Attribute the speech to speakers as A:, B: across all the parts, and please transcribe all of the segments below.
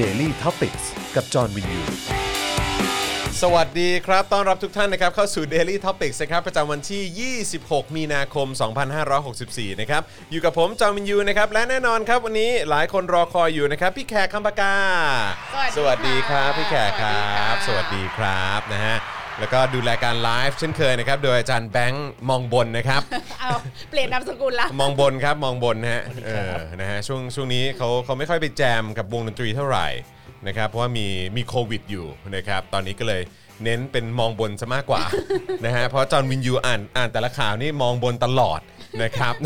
A: Daily t o p i c กกับจอห์นวินยู
B: สวัสดีครับ ต้อนรับทุกท่านนะครับเข้าสู่ Daily Topics นะครับประจำวันที่ 26 มีนาคม 2564 นะครับ อยู่กับผมจอมินยูนะครับ และแน่นอนครับวันนี้หลายคนรอคอยอยู่นะครับ พี่แขกคำปากา
C: สวัสดี
B: ค
C: ค่ะ
B: รับ พี่แขกครับ ส
C: สวั
B: วัส
C: สดี
B: ดีค
C: ค่ะ
B: รับนะฮะแล้วก็ดูแลการไลฟ์เช่นเคยนะครับ โดยอาจารย์แบงค์มองบนนะครับ
C: เอาเปลี่ยนนามสกุลละ
B: มองบนครับมองบนนะฮะเออนะฮะช่วงช่วงนี้เขาเขาไม่ค่อยไปแจมกับวงดนตรีเท่าไหร่นะครับเพราะว่ามีมีโควิดอยู่นะครับตอนนี้ก็เลยเน้นเป็นมองบนซะมากกว่า นะฮะเพราะจอห์นวินยูอ่านอ่านแต่ละข่าวนี่มองบนตลอดนะครับ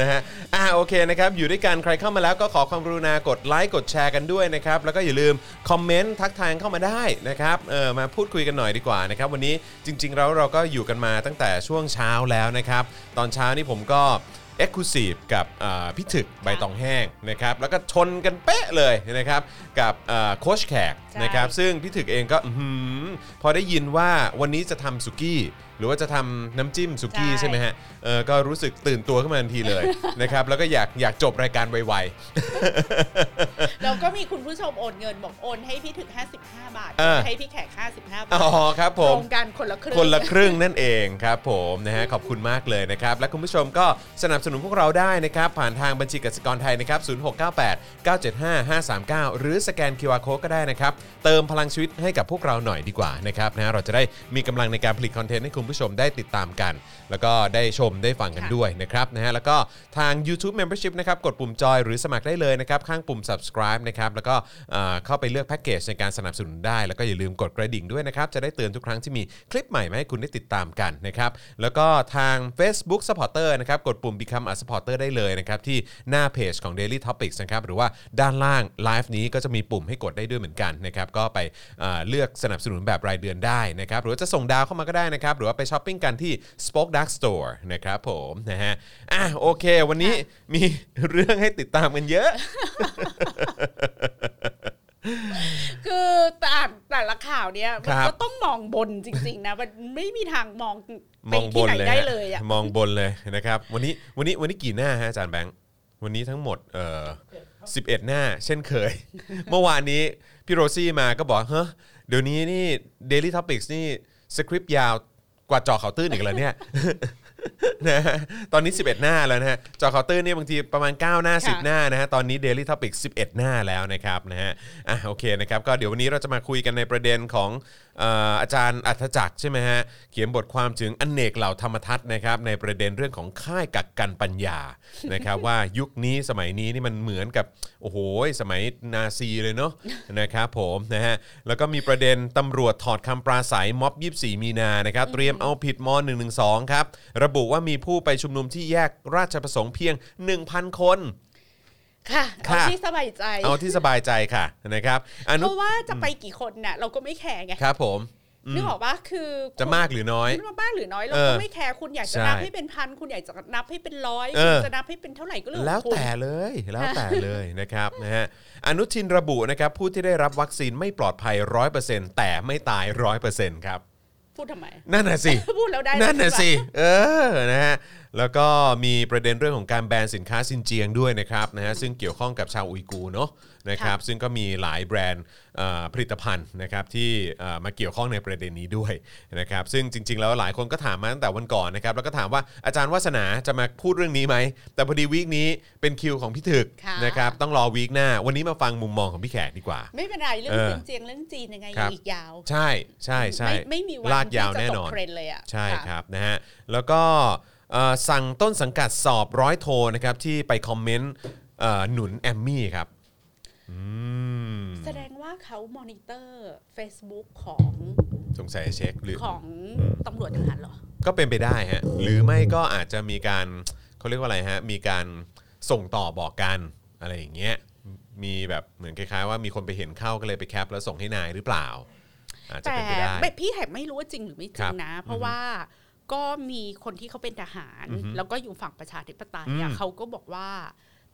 B: นะฮะอ่าโอเคนะครับอยู่ด้วยกันใครเข้ามาแล้วก็ขอความกรุณากดไลค์กดแชร์กันด้วยนะครับแล้วก็อย่าลืมคอมเมนต์ทักทายเข้ามาได้นะครับเออมาพูดคุยกันหน่อยดีกว่านะครับวันนี้จริงๆเราเราก็อยู่กันมาตั้งแต่ช่วงเช้าแล้วนะครับตอนเช้านี่ผมก็เอ็กซ์คลูซีฟกับเอ่อพี่ถึกใบตองแห้งนะครับแล้วก็ชนกันเป๊ะเลยนะครับกับเอ่อโค้ชแขก
C: ใช่
B: นะครับ ซึ่งพี่ถึกเองก็อื้อหือพอได้ยินว่าวันนี้จะทำสุกี้ หรือว่าจะทำน้ำจิ้มสุกี้
C: ใช่
B: ใช่ไหมฮะเออก็รู้สึกตื่นตัวขึ้นมาทันทีเลย นะครับแล้วก็อยากอยากจบรายการไว
C: แล้วก็มีคุณผู้ชมโอนเงินบอกโอนให้พี่ถึง 55 บาท ให้พี่แขก 55 บา
B: ๆอ๋
C: ท
B: อครับผ
C: โคร
B: ม
C: งการคนละครึ่ง
B: คนละครึ่งนั่นเองครับผมนะฮะขอบคุณมากเลยนะครับ และคุณผู้ชมก็สนับสนุนพวกเราได้นะครับ ผ่านทางบัญชีกสิกรไทยนะครับ 0698 975 539 หรือสแกน QR Code ก็ได้นะครับ เติมพลังชีวิตให้กับพวกเราหน่อยดีกว่านะครับนะเราจะได้มีกำลังในการผลิตคอนเทนต์ให้คุณผู้ชมได้ติดตามกัน แล้วก็ได้ชมได้ฟังกัน
C: ค่ะ
B: ด้วยนะครับนะฮะแล้วก็ทาง YouTube Membership นะครับกดปุ่มจอยหรือสมัครได้เลยนะครับ ข้างปุ่ม subscribe นะครับแล้วก็เอ่อเข้าไปเลือกแพ็กเกจในการสนับสนุนได้ แล้วก็อย่าลืมกดกระดิ่งด้วยนะครับ จะได้เตือนทุกครั้งที่มีคลิปใหม่มาให้คุณได้ติดตามกันนะครับ แล้วก็ทาง Facebook Supporter นะครับกดปุ่ม Become a Supporter ได้เลยนะครับ ที่หน้าเพจของ Daily Topics นะครับหรือว่าด้านล่างไลฟ์นี้ก็จะมีปุ่มให้กดได้ด้วยเหมือนกันนะครับก็ไปเอ่อเลือกสนับสนุนแบบรายเดือนได้นะครับหรือว่าจะส่งดาวเข้ามาก็ได้นะครับหรือว่าไปช้อปปิ้งกันที่ Spoke Dark Store นะครับผมนะฮะอ่ะโอเค วันนี้มี เรื่องให้ติดตามกันเยอะ
C: คือแต่อ่านแต่ละข่าวเนี่ย
B: ค
C: มัน
B: รับ
C: ก็ต้องมองบนจริงๆนะ มันไม่มีทางมอง
B: ม
C: ไป
B: องบ
C: ที่
B: น
C: ไหน
B: เลย
C: ได้
B: ฮะ
C: เลยอ่ะ
B: มองบนเลยนะครับวันนี้วันนี้วันนี้กี่หน้าฮะอาจารย์แบงค์วันนี้ทั้งหมดเอ่อสิบเอ็ดหน้า เช่นเคย เมื่อวานนี้พี่โรซี่มาก็บอกเฮ้เดี๋ยวนี้นี่ Daily Topics นี่สคริปต์ยาวกว่าจอเขาวตื้นอีกแล้วเนี่ย นะฮะตอนนี้ 11 หน้าแล้วนะฮะจอข่าวตื้นเนี่ยบางทีประมาณ 9 หน้า 10
C: ค่ะ
B: หน้านะฮะตอนนี้ Daily Topic 11 หน้าแล้วนะครับนะฮะอ่ะโอเคนะครับก็เดี๋ยววันนี้เราจะมาคุยกันในประเด็นของเอ่ออาจารย์อัธจักรใช่ไหมฮะเขียนบทความถึงอนเนกเหล่าธรรมทัศน์นะครับในประเด็นเรื่องของค่ายกักกันปัญญา นะครับว่ายุคนี้สมัยนี้นี่มันเหมือนกับโอ้โหสมัยนาซีเลยเนาะ นะครับผมนะฮะแล้วก็มีประเด็นตำรวจถอดคำปราศัยม็อบ 24 มีนานะครับเตรียมเอาผิดม .112 ครับระบุว่ามีผู้ไปชุมนุมที่แยกราชประสงค์เพียง 1,000 คน
C: ค่ะเอา
B: ค่ะ
C: ที่สบายใจ
B: เอาที่สบายใจค่ะนะครับอนุ
C: เพราะว่าจะไปกี่คนน่ะเราก็ไม่แคร์ไง
B: ครับผม
C: นึกออกปะคือ
B: จะมากหรือน้อย
C: คุณมากหรือน้อยเรา
B: เอ
C: ก็
B: อ
C: ไม่แคร์คุณอยาก
B: ใช่
C: จะนับให้เป็นพันคุณอยากจะนับให้เป็นร้อย
B: เออ
C: คุณจะนับให้เป็นเท่าไหร่ก็เรื่องข
B: แล้ว
C: องคุณ
B: แต่เลยแล้วแต่เลยนะครับนะฮะอนุทินระบุนะครับผู้ที่ได้รับวัคซีนไม่ปลอดภัย 100%แต่ไม่ตาย 100%ครับ
C: พูดทำไม
B: นั่นน่ะสิ
C: พูดแล้วได้
B: นั่นน่ะสิ เออ นะฮะ แล้วก็มีประเด็นเรื่องของการแบนสินค้าซินเจียงด้วยนะครับ นะฮะ ซึ่งเกี่ยวข้องกับชาวอุยกูร์เนาะ นะครับ ซึ่งก็มีหลายแบรนด์เอ่อผลิตภัณฑ์นะครับที่เอ่อมาเกี่ยวข้องในประเด็นนี้ด้วยนะครับ ซึ่งจริง ๆ แล้วหลายคนก็ถามมาตั้งแต่วันก่อนนะครับ แล้วก็ถามว่าอาจารย์วัสนาจะมาพูดเรื่องนี้ไหม แต่พอดีวีคนี้เป็นคิวของพี่ถึก
C: ค่ะ
B: นะครับ ต้องรอวีคหน้า วันนี้มาฟังมุมมองของพี่แขกดีกว่า
C: ไม่เป็นไรเรื่อ
B: เอง อ
C: จริงเจียงเรื่องจีนยังไง
B: ครับ
C: อีกยาว
B: ใช่ ใช่ใช่
C: ไม่ไม่มีวัน
B: ลากยาวแน่นอน
C: ที่จะตกเทรนด์เลยอ่ะ
B: ใช่
C: ะ
B: ครับนะฮะแล้วก็เอ่อสั่งต้นสังกัดสอบร้อยโทนะครับที่ไปคอมเมนต์เอ่อหนุนแอมมี่ครับอืม
C: แสดงว่าเขามอนิเตอร์ Facebook ของ
B: สงสัยเช็คหรือ
C: ของตำรวจทหารเหรอ
B: ก็เป็นไปได้ฮะหรือไม่ก็อาจจะมีการเขาเรียกว่าอะไรฮะมีการส่งต่อบอกกันอะไรอย่างเงี้ยมีแบบเหมือนคล้ายๆ ว่ามีคนไปเห็นเข้าก็เลยไปแคปแล้วส่งให้นายหรือเปล่า อาจจะ
C: แต่
B: เป็นไปได้
C: แบบพี่แหบไม่รู้ว่าจริงหรือไม่จริงนะ เพราะว่าก็มีคนที่เขาเป็นทหาร แล้วก็อยู่ฝั่งประชาธิปไตยอะ
B: อืม
C: เขาก็บอกว่า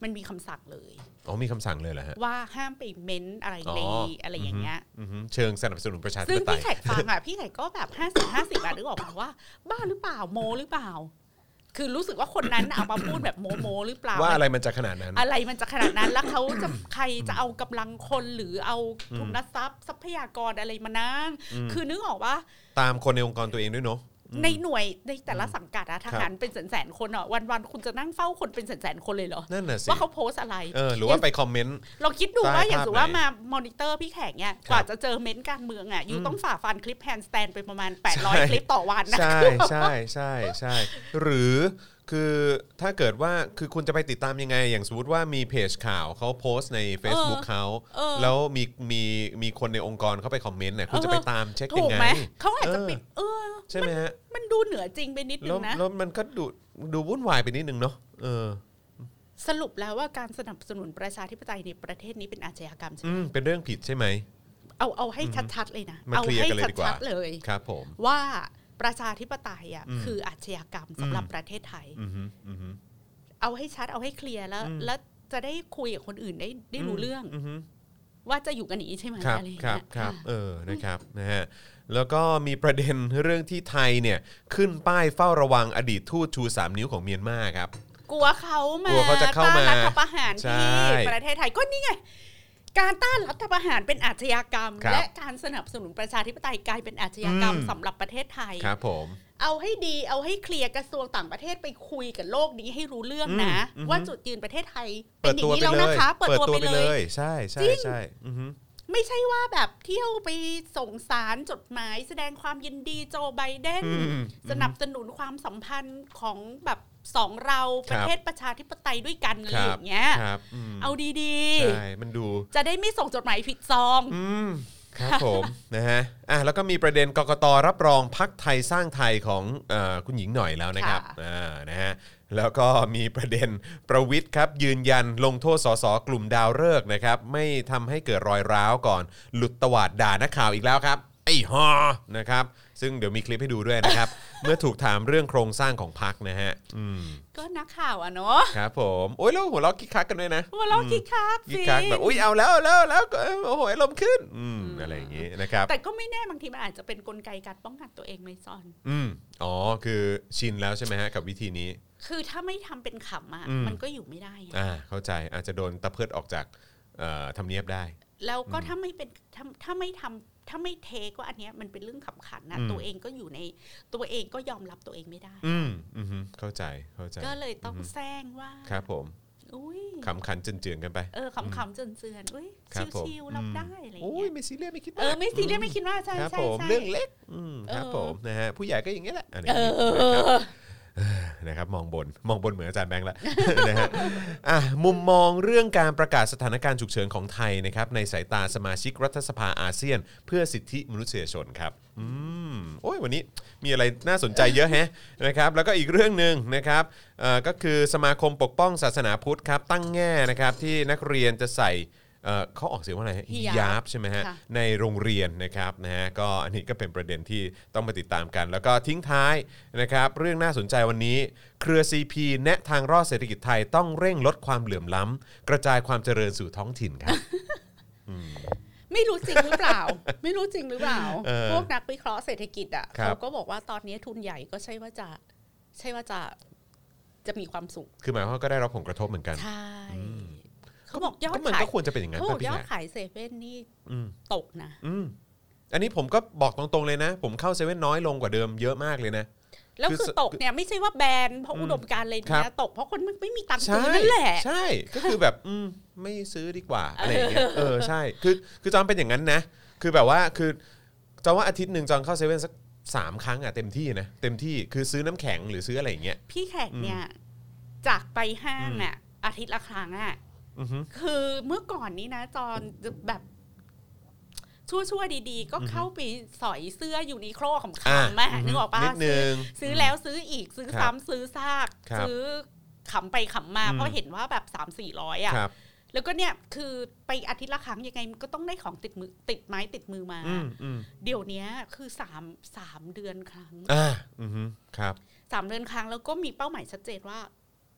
C: มันมีคำสั่งเลย
B: อ๋อมีคำสั่งเลยเหรอฮะ
C: ว่าห้ามไปเม้นอะไรใน
B: อ๋ออ
C: อะไรอย่างเงี้ย
B: อือฮึเชิงสนับสนุนประชาธิ
C: ซึ่ง
B: ปไต
C: พี่
B: ย
C: แขกฟังอ่ะ พี่แขกก็แบบห้าสิบห้าสิบอะนึกออกมาว่า บ้าหรือเปล่าโมหรือเปล่า คือรู้สึกว่าคนนั้นน่ะเอามาพูดแบบโมโมหรือเปล่า
B: ว่าอะไรมันจะขนาดนั้น
C: อะไรมันจะขนาดนั้น แล้วเขาจะใครจะเอากำลังคนหรือเอาทุนทรัพย์ ทรัพยากรอะไรมานั่งคือนึกออกว่า
B: ตามคนในองค์กรตัวเองด้วยเนาะ
C: ในหน่วยในแต่ละสังกัดอะ
B: ค
C: ท
B: รั
C: หาร
B: บ
C: เป็นแสนๆคนอะวันๆคุณจะนั่งเฝ้าคนเป็นแสนๆคนเลยเหรอ
B: นั่นน่ะสิ
C: ว่าเขาโพสต์อะไร
B: เออหรือว่าไปคอมเมนต์
C: เราคิดดู
B: ใต้
C: ว่าอย่าง
B: ภาพ
C: สมมติว่า
B: ไหน
C: มามอนิเตอร์พี่แขกเนี่ย
B: ครับ
C: กว่าจะเจอเม้นต์การเมืองอ่ะยูต้องฝ่าฟันคลิปแฮนด์สแตนไปประมาณ
B: ใช่
C: 800 คลิปต่อวันนะ
B: ใช่ใช่ใช่ใช่หรือคือถ้าเกิดว่าคือคุณจะไปติดตามยังไง อย่างสมมติว่ามีเพจข่าวเขาโพสต์ใน Facebook เขาแล้วมีมีมีคนในองค์กรเข้าไปคอมเมนต์เนี่ยคุณจะไปตามเช็คยั
C: ถู
B: ง
C: ก
B: ไง
C: ไหมเขาอาจจะปิดเออ
B: ใช่ไหมฮะ
C: มันดูเหนือจริงไปนิดนึ
B: แล้ว
C: งนะ
B: แล้วมันก็ดูดูวุ่นวายไปนิดนึงเนาะเออ
C: สรุปแล้วว่าการสนับสนุนประชาธิปไตยในประเทศนี้เป็นอาชญากรรมใช่ไหม
B: อืมเป็นเรื่องผิดใช่ไหม
C: เอาเอาให้ชัดๆเลยนะ
B: มา
C: เอา
B: เคลียร์
C: ให้
B: กันเลยดีกว่า
C: ชัดๆเลย
B: ครับผม
C: ว่าประชาธิปไตยอ่ะ
B: อืม
C: คืออาชญากรรมสำหรับประเทศไทย
B: อืมฮึอืมฮึ
C: เอาให้ชัดเอาให้เคลียร์แล้ว
B: อืม
C: แล้วจะได้คุยกับคนอื่นได้ได้รู้เรื่อง
B: มฮึ
C: ว่าจะอยู่กันอย่างนี้ใช่ไหม
B: ครับ
C: อะไรอย่าง
B: ครั
C: เงี้
B: บ
C: ย
B: ครับ
C: อ่ะ
B: เออนะครับนะฮะแล้วก็มีประเด็นเรื่องที่ไทยเนี่ยขึ้นป้ายเฝ้าระวังอดีตทูตชู 3 นิ้วของเมียนมาครับ
C: กลัวเขามาก
B: ลัวเขาจะเข้ามา
C: ต้นรัฐประหาร
B: ใช่
C: ที่ประเทศไทยก็นี่ไงการต้านรัฐประหารเป็นอาชญากรรม
B: ครับ
C: และการสนับสนุนประชาธิปไตยกลายเป็นอาชญากรรม
B: อืม
C: สำหรับประเทศไทย
B: ครับผม
C: เอาให้ดีเอาให้เคลียร์กระทรวงต่างประเทศไปคุยกับโลกนี้ให้รู้เรื่องนะ
B: อืมอืม
C: ว่าจุดยืนประเทศไทย
B: เปิ
C: เป็
B: ด
C: นอ
B: ตั
C: ย่าว งนี้
B: ไป
C: แล้ว
B: เล
C: นะ
B: ย
C: คะ เปิด
B: เปิด
C: ตัว
B: ตัว
C: ไป
B: ไป
C: เล
B: เลย ย ใช่ใช่
C: จริง
B: ใช่อือฮึ
C: ไม่ใช่ว่าแบบเที่ยวไปส่งสารจดหมาย แสดงความยินดีโจไบเดน
B: อืม
C: สนับสนุนความสัมพันธ์ของแบบสองเรา
B: ค
C: ป
B: รับ
C: ระเทศประชาธิปไตยด้วยกันอะ
B: ค
C: ไร
B: รั
C: อบ ย่างเงี้ย
B: ครับม
C: เอาดี
B: ใช่ มันดู
C: ๆ จะได้ไม่ส่งจดหมายผิดซอง
B: อืมครับผม นะฮะอ่ะแล้วก็มีประเด็นกกตรับรองพักไทยสร้างไทยของเออคุณหญิงหน่อยแล้วนะครับ
C: ค่ะ
B: อ่านะฮะแล้วก็มีประเด็นประวิทย์ครับยืนยันลงโทษสสกลุ่มดาวฤกษ์นะครับ ไม่ทำให้เกิดรอยร้าวก่อนหลุดตวาดด่านักข่าวอีกแล้วครับไอ้ฮอนะครับ ซึ่งเดี๋ยวมีคลิปให้ดูด้วย นะครับ เมื่อถูกถามเรื่องโครงสร้างของพักนะฮะอืม
C: ก็นักข่าวอ่ะเนาะ
B: ครับผมโอ้ยแล้วหัวเราะคิกคักกันด้วยนะ
C: หัวเราะคิกคัก
B: คิก
C: สิ
B: คักแบบอุ้ยเอาแล้วเอาแล้วเอาแล้วก็โอ้โหอารมณ์ขึ้นอืมอะไรอย่างงี้นะครับ
C: แต่ก็ไม่แน่บางทีมันอาจจะเป็นกลไกการป้องกันตัวเองไหมซอน
B: อืม อ๋อ คือชินแล้วใช่ไหมฮะกับวิธีนี้
C: คือถ้าไม่ทำเป็นขำอ่ะ
B: อืม
C: มันก็อยู่ไม่ได้ไง
B: อ่า เข้าใจ อาจจะโดนตะเพิดออกจากเอ่อทำเนียบได้
C: แล้วก็ถ้าไม่เป็นถ้าถ้าไม่ทำถ้าไม่เทคว่าอันเนี้ยมันเป็นเรื่องขำขันนะ
B: อืม
C: ตัวเองก็อยู่ในตัวเองก็ยอมรับตัวเองไม่ได้
B: อืม อืมฮึเข้าใจ เข้าใจ
C: ก็เลยต้องแซงว่า
B: ครับผม
C: อุ้ย
B: ขำขันเจือนๆกันไป
C: เออขำๆเจือนๆอุ้ย
B: ครับผม
C: ชิวๆรับ
B: อืม
C: ได้อะไรอย่าง
B: โอ้
C: เงี้
B: ย
C: ย
B: ไม่ซีเรียสไม่คิด
C: เออไม่ซีเรียสไม่คิดว่าใช่
B: ครับ
C: ใช่
B: ผม
C: ใช่
B: เรื่องเล็ก อืม ครับ
C: เออ
B: ผมนะฮะผู้ใหญ่ก็อย่างเงี้ยแหละอะไรอย่า
C: เอง
B: งี้
C: อ
B: นะครับ นะครับมองบนมองบนเหมือนอาจารย์แบงค์ละ นะฮะอ่ะมุมมองเรื่องการประกาศสถานการณ์ฉุกเฉินของไทยนะครับในสายตาสมาชิกรัฐสภาอาเซียน เพื่อสิทธิมนุษยชนครับอืมโอ้ยวันนี้มีอะไรน่าสนใจเยอะแฮะ นะครับแล้วก็อีกเรื่องหนึ่งนะครับเอ่อก็คือสมาคมปกป้องศาสนาพุทธครับตั้งแง่นะครับที่นักเรียนจะใส่เอ่อเขาออกเสียงว่าอะไรฮะ
C: ฮิญา
B: ค
C: บ
B: รับใช่ไหมฮะ
C: ค่ะ
B: ในโรงเรียนนะครับนะฮะก็อันนี้ก็เป็นประเด็นที่ต้องมาติดตามกัน แล้วก็ทิ้งท้ายนะครับเรื่องน่าสนใจวันนี้ เครือ CP แนะทางรอดเศรษฐกิจไทยต้องเร่งลดความเหลื่อมล้ำกระจายความเจริญสู่ท้องถิ่นครับ
C: ไม่รู้จริงหรือเปล่า ไม่รู้จริงหรือเปล่า
B: เออ
C: พวกนักวิเคราะห์เศรษฐกิจอ่ะ
B: ครับ
C: เขาก็บอกว่าตอนนี้ทุนใหญ่ก็ใช่ว่าจะ ใช่ว่าจะจะมีความสุข
B: คือหมายความว่าก็ได้รับผลกระทบเหมือนกัน
C: ใช่ เขาบอกยอด
B: ก็มัน
C: ขาย
B: ก็ควรจะเป็นอย่างนั้น
C: เขาบ
B: ป่ะ
C: อก
B: พี่
C: ยอด
B: แขก
C: ขายเซเว่นนี่
B: อืม
C: ตกนะ
B: อืมอันนี้ผมก็บอกตรงๆเลยนะ ผมเข้าเซเว่นน้อยลงกว่าเดิมเยอะมากเลยนะ
C: แล้ว
B: คื
C: คือ อตกเนี่ยไม่ใช่ว่าแบนเพราะอุดมการณ์เลย
B: ครั
C: นะ
B: บ
C: ตกเพราะคนมันไม่มีตังค์ซื้
B: ใช่
C: อนั่นแหละ
B: ใช่ก็คือแบบอืมไม่ซื้อดี กว่าอะไรอย่างเงี้ยเออใช่คือคือจอนเป็นอย่างนั้นนะ คือแบบว่าคือจอนว่าอาทิตย์หนึ่งจอนเข้าเซเว่นสักสามครั้งอ่ะเต็มที่นะเต็มที่คือซื้อน้ำแข็งหรือซื้ออะไรอย่างเงี้ย
C: พี่แขกเนี่ย จากไปห้างอ่ะ อาทิตย์ละครั้งอ่ะ
B: อือฮึ
C: คือเมื่อก่อนนี้นะจอนจะแบบชั่วชั่วๆดีๆ ก็เข้าไปสอยเสื้ออยู่นิโครของ
B: อ่ะ
C: ขำมานึกออกปะ
B: นิดนึง
C: ซื้อซื้อแล้วซื้ออีกซื้อ
B: ครับ
C: ซ้ำซื้อซาก
B: ครับ
C: ซื้อขำไปขำมา
B: อืม
C: เพราะเห็นว่าแบบสามสี่ร้อยอ่ะ
B: ครับ
C: แล้วก็เนี่ยคือไปอาทิตย์ละครั้งยังไงมันก็ต้องได้ของติดมือติดไม้ติดมือมา
B: อืมอืม
C: เดี๋ยวเนี้ยคือสามสามเดือนครั้ง
B: อ่าอือฮึครับ
C: สามเดือนครั้งแล้วก็มีเป้าหมายชัดเจนว่า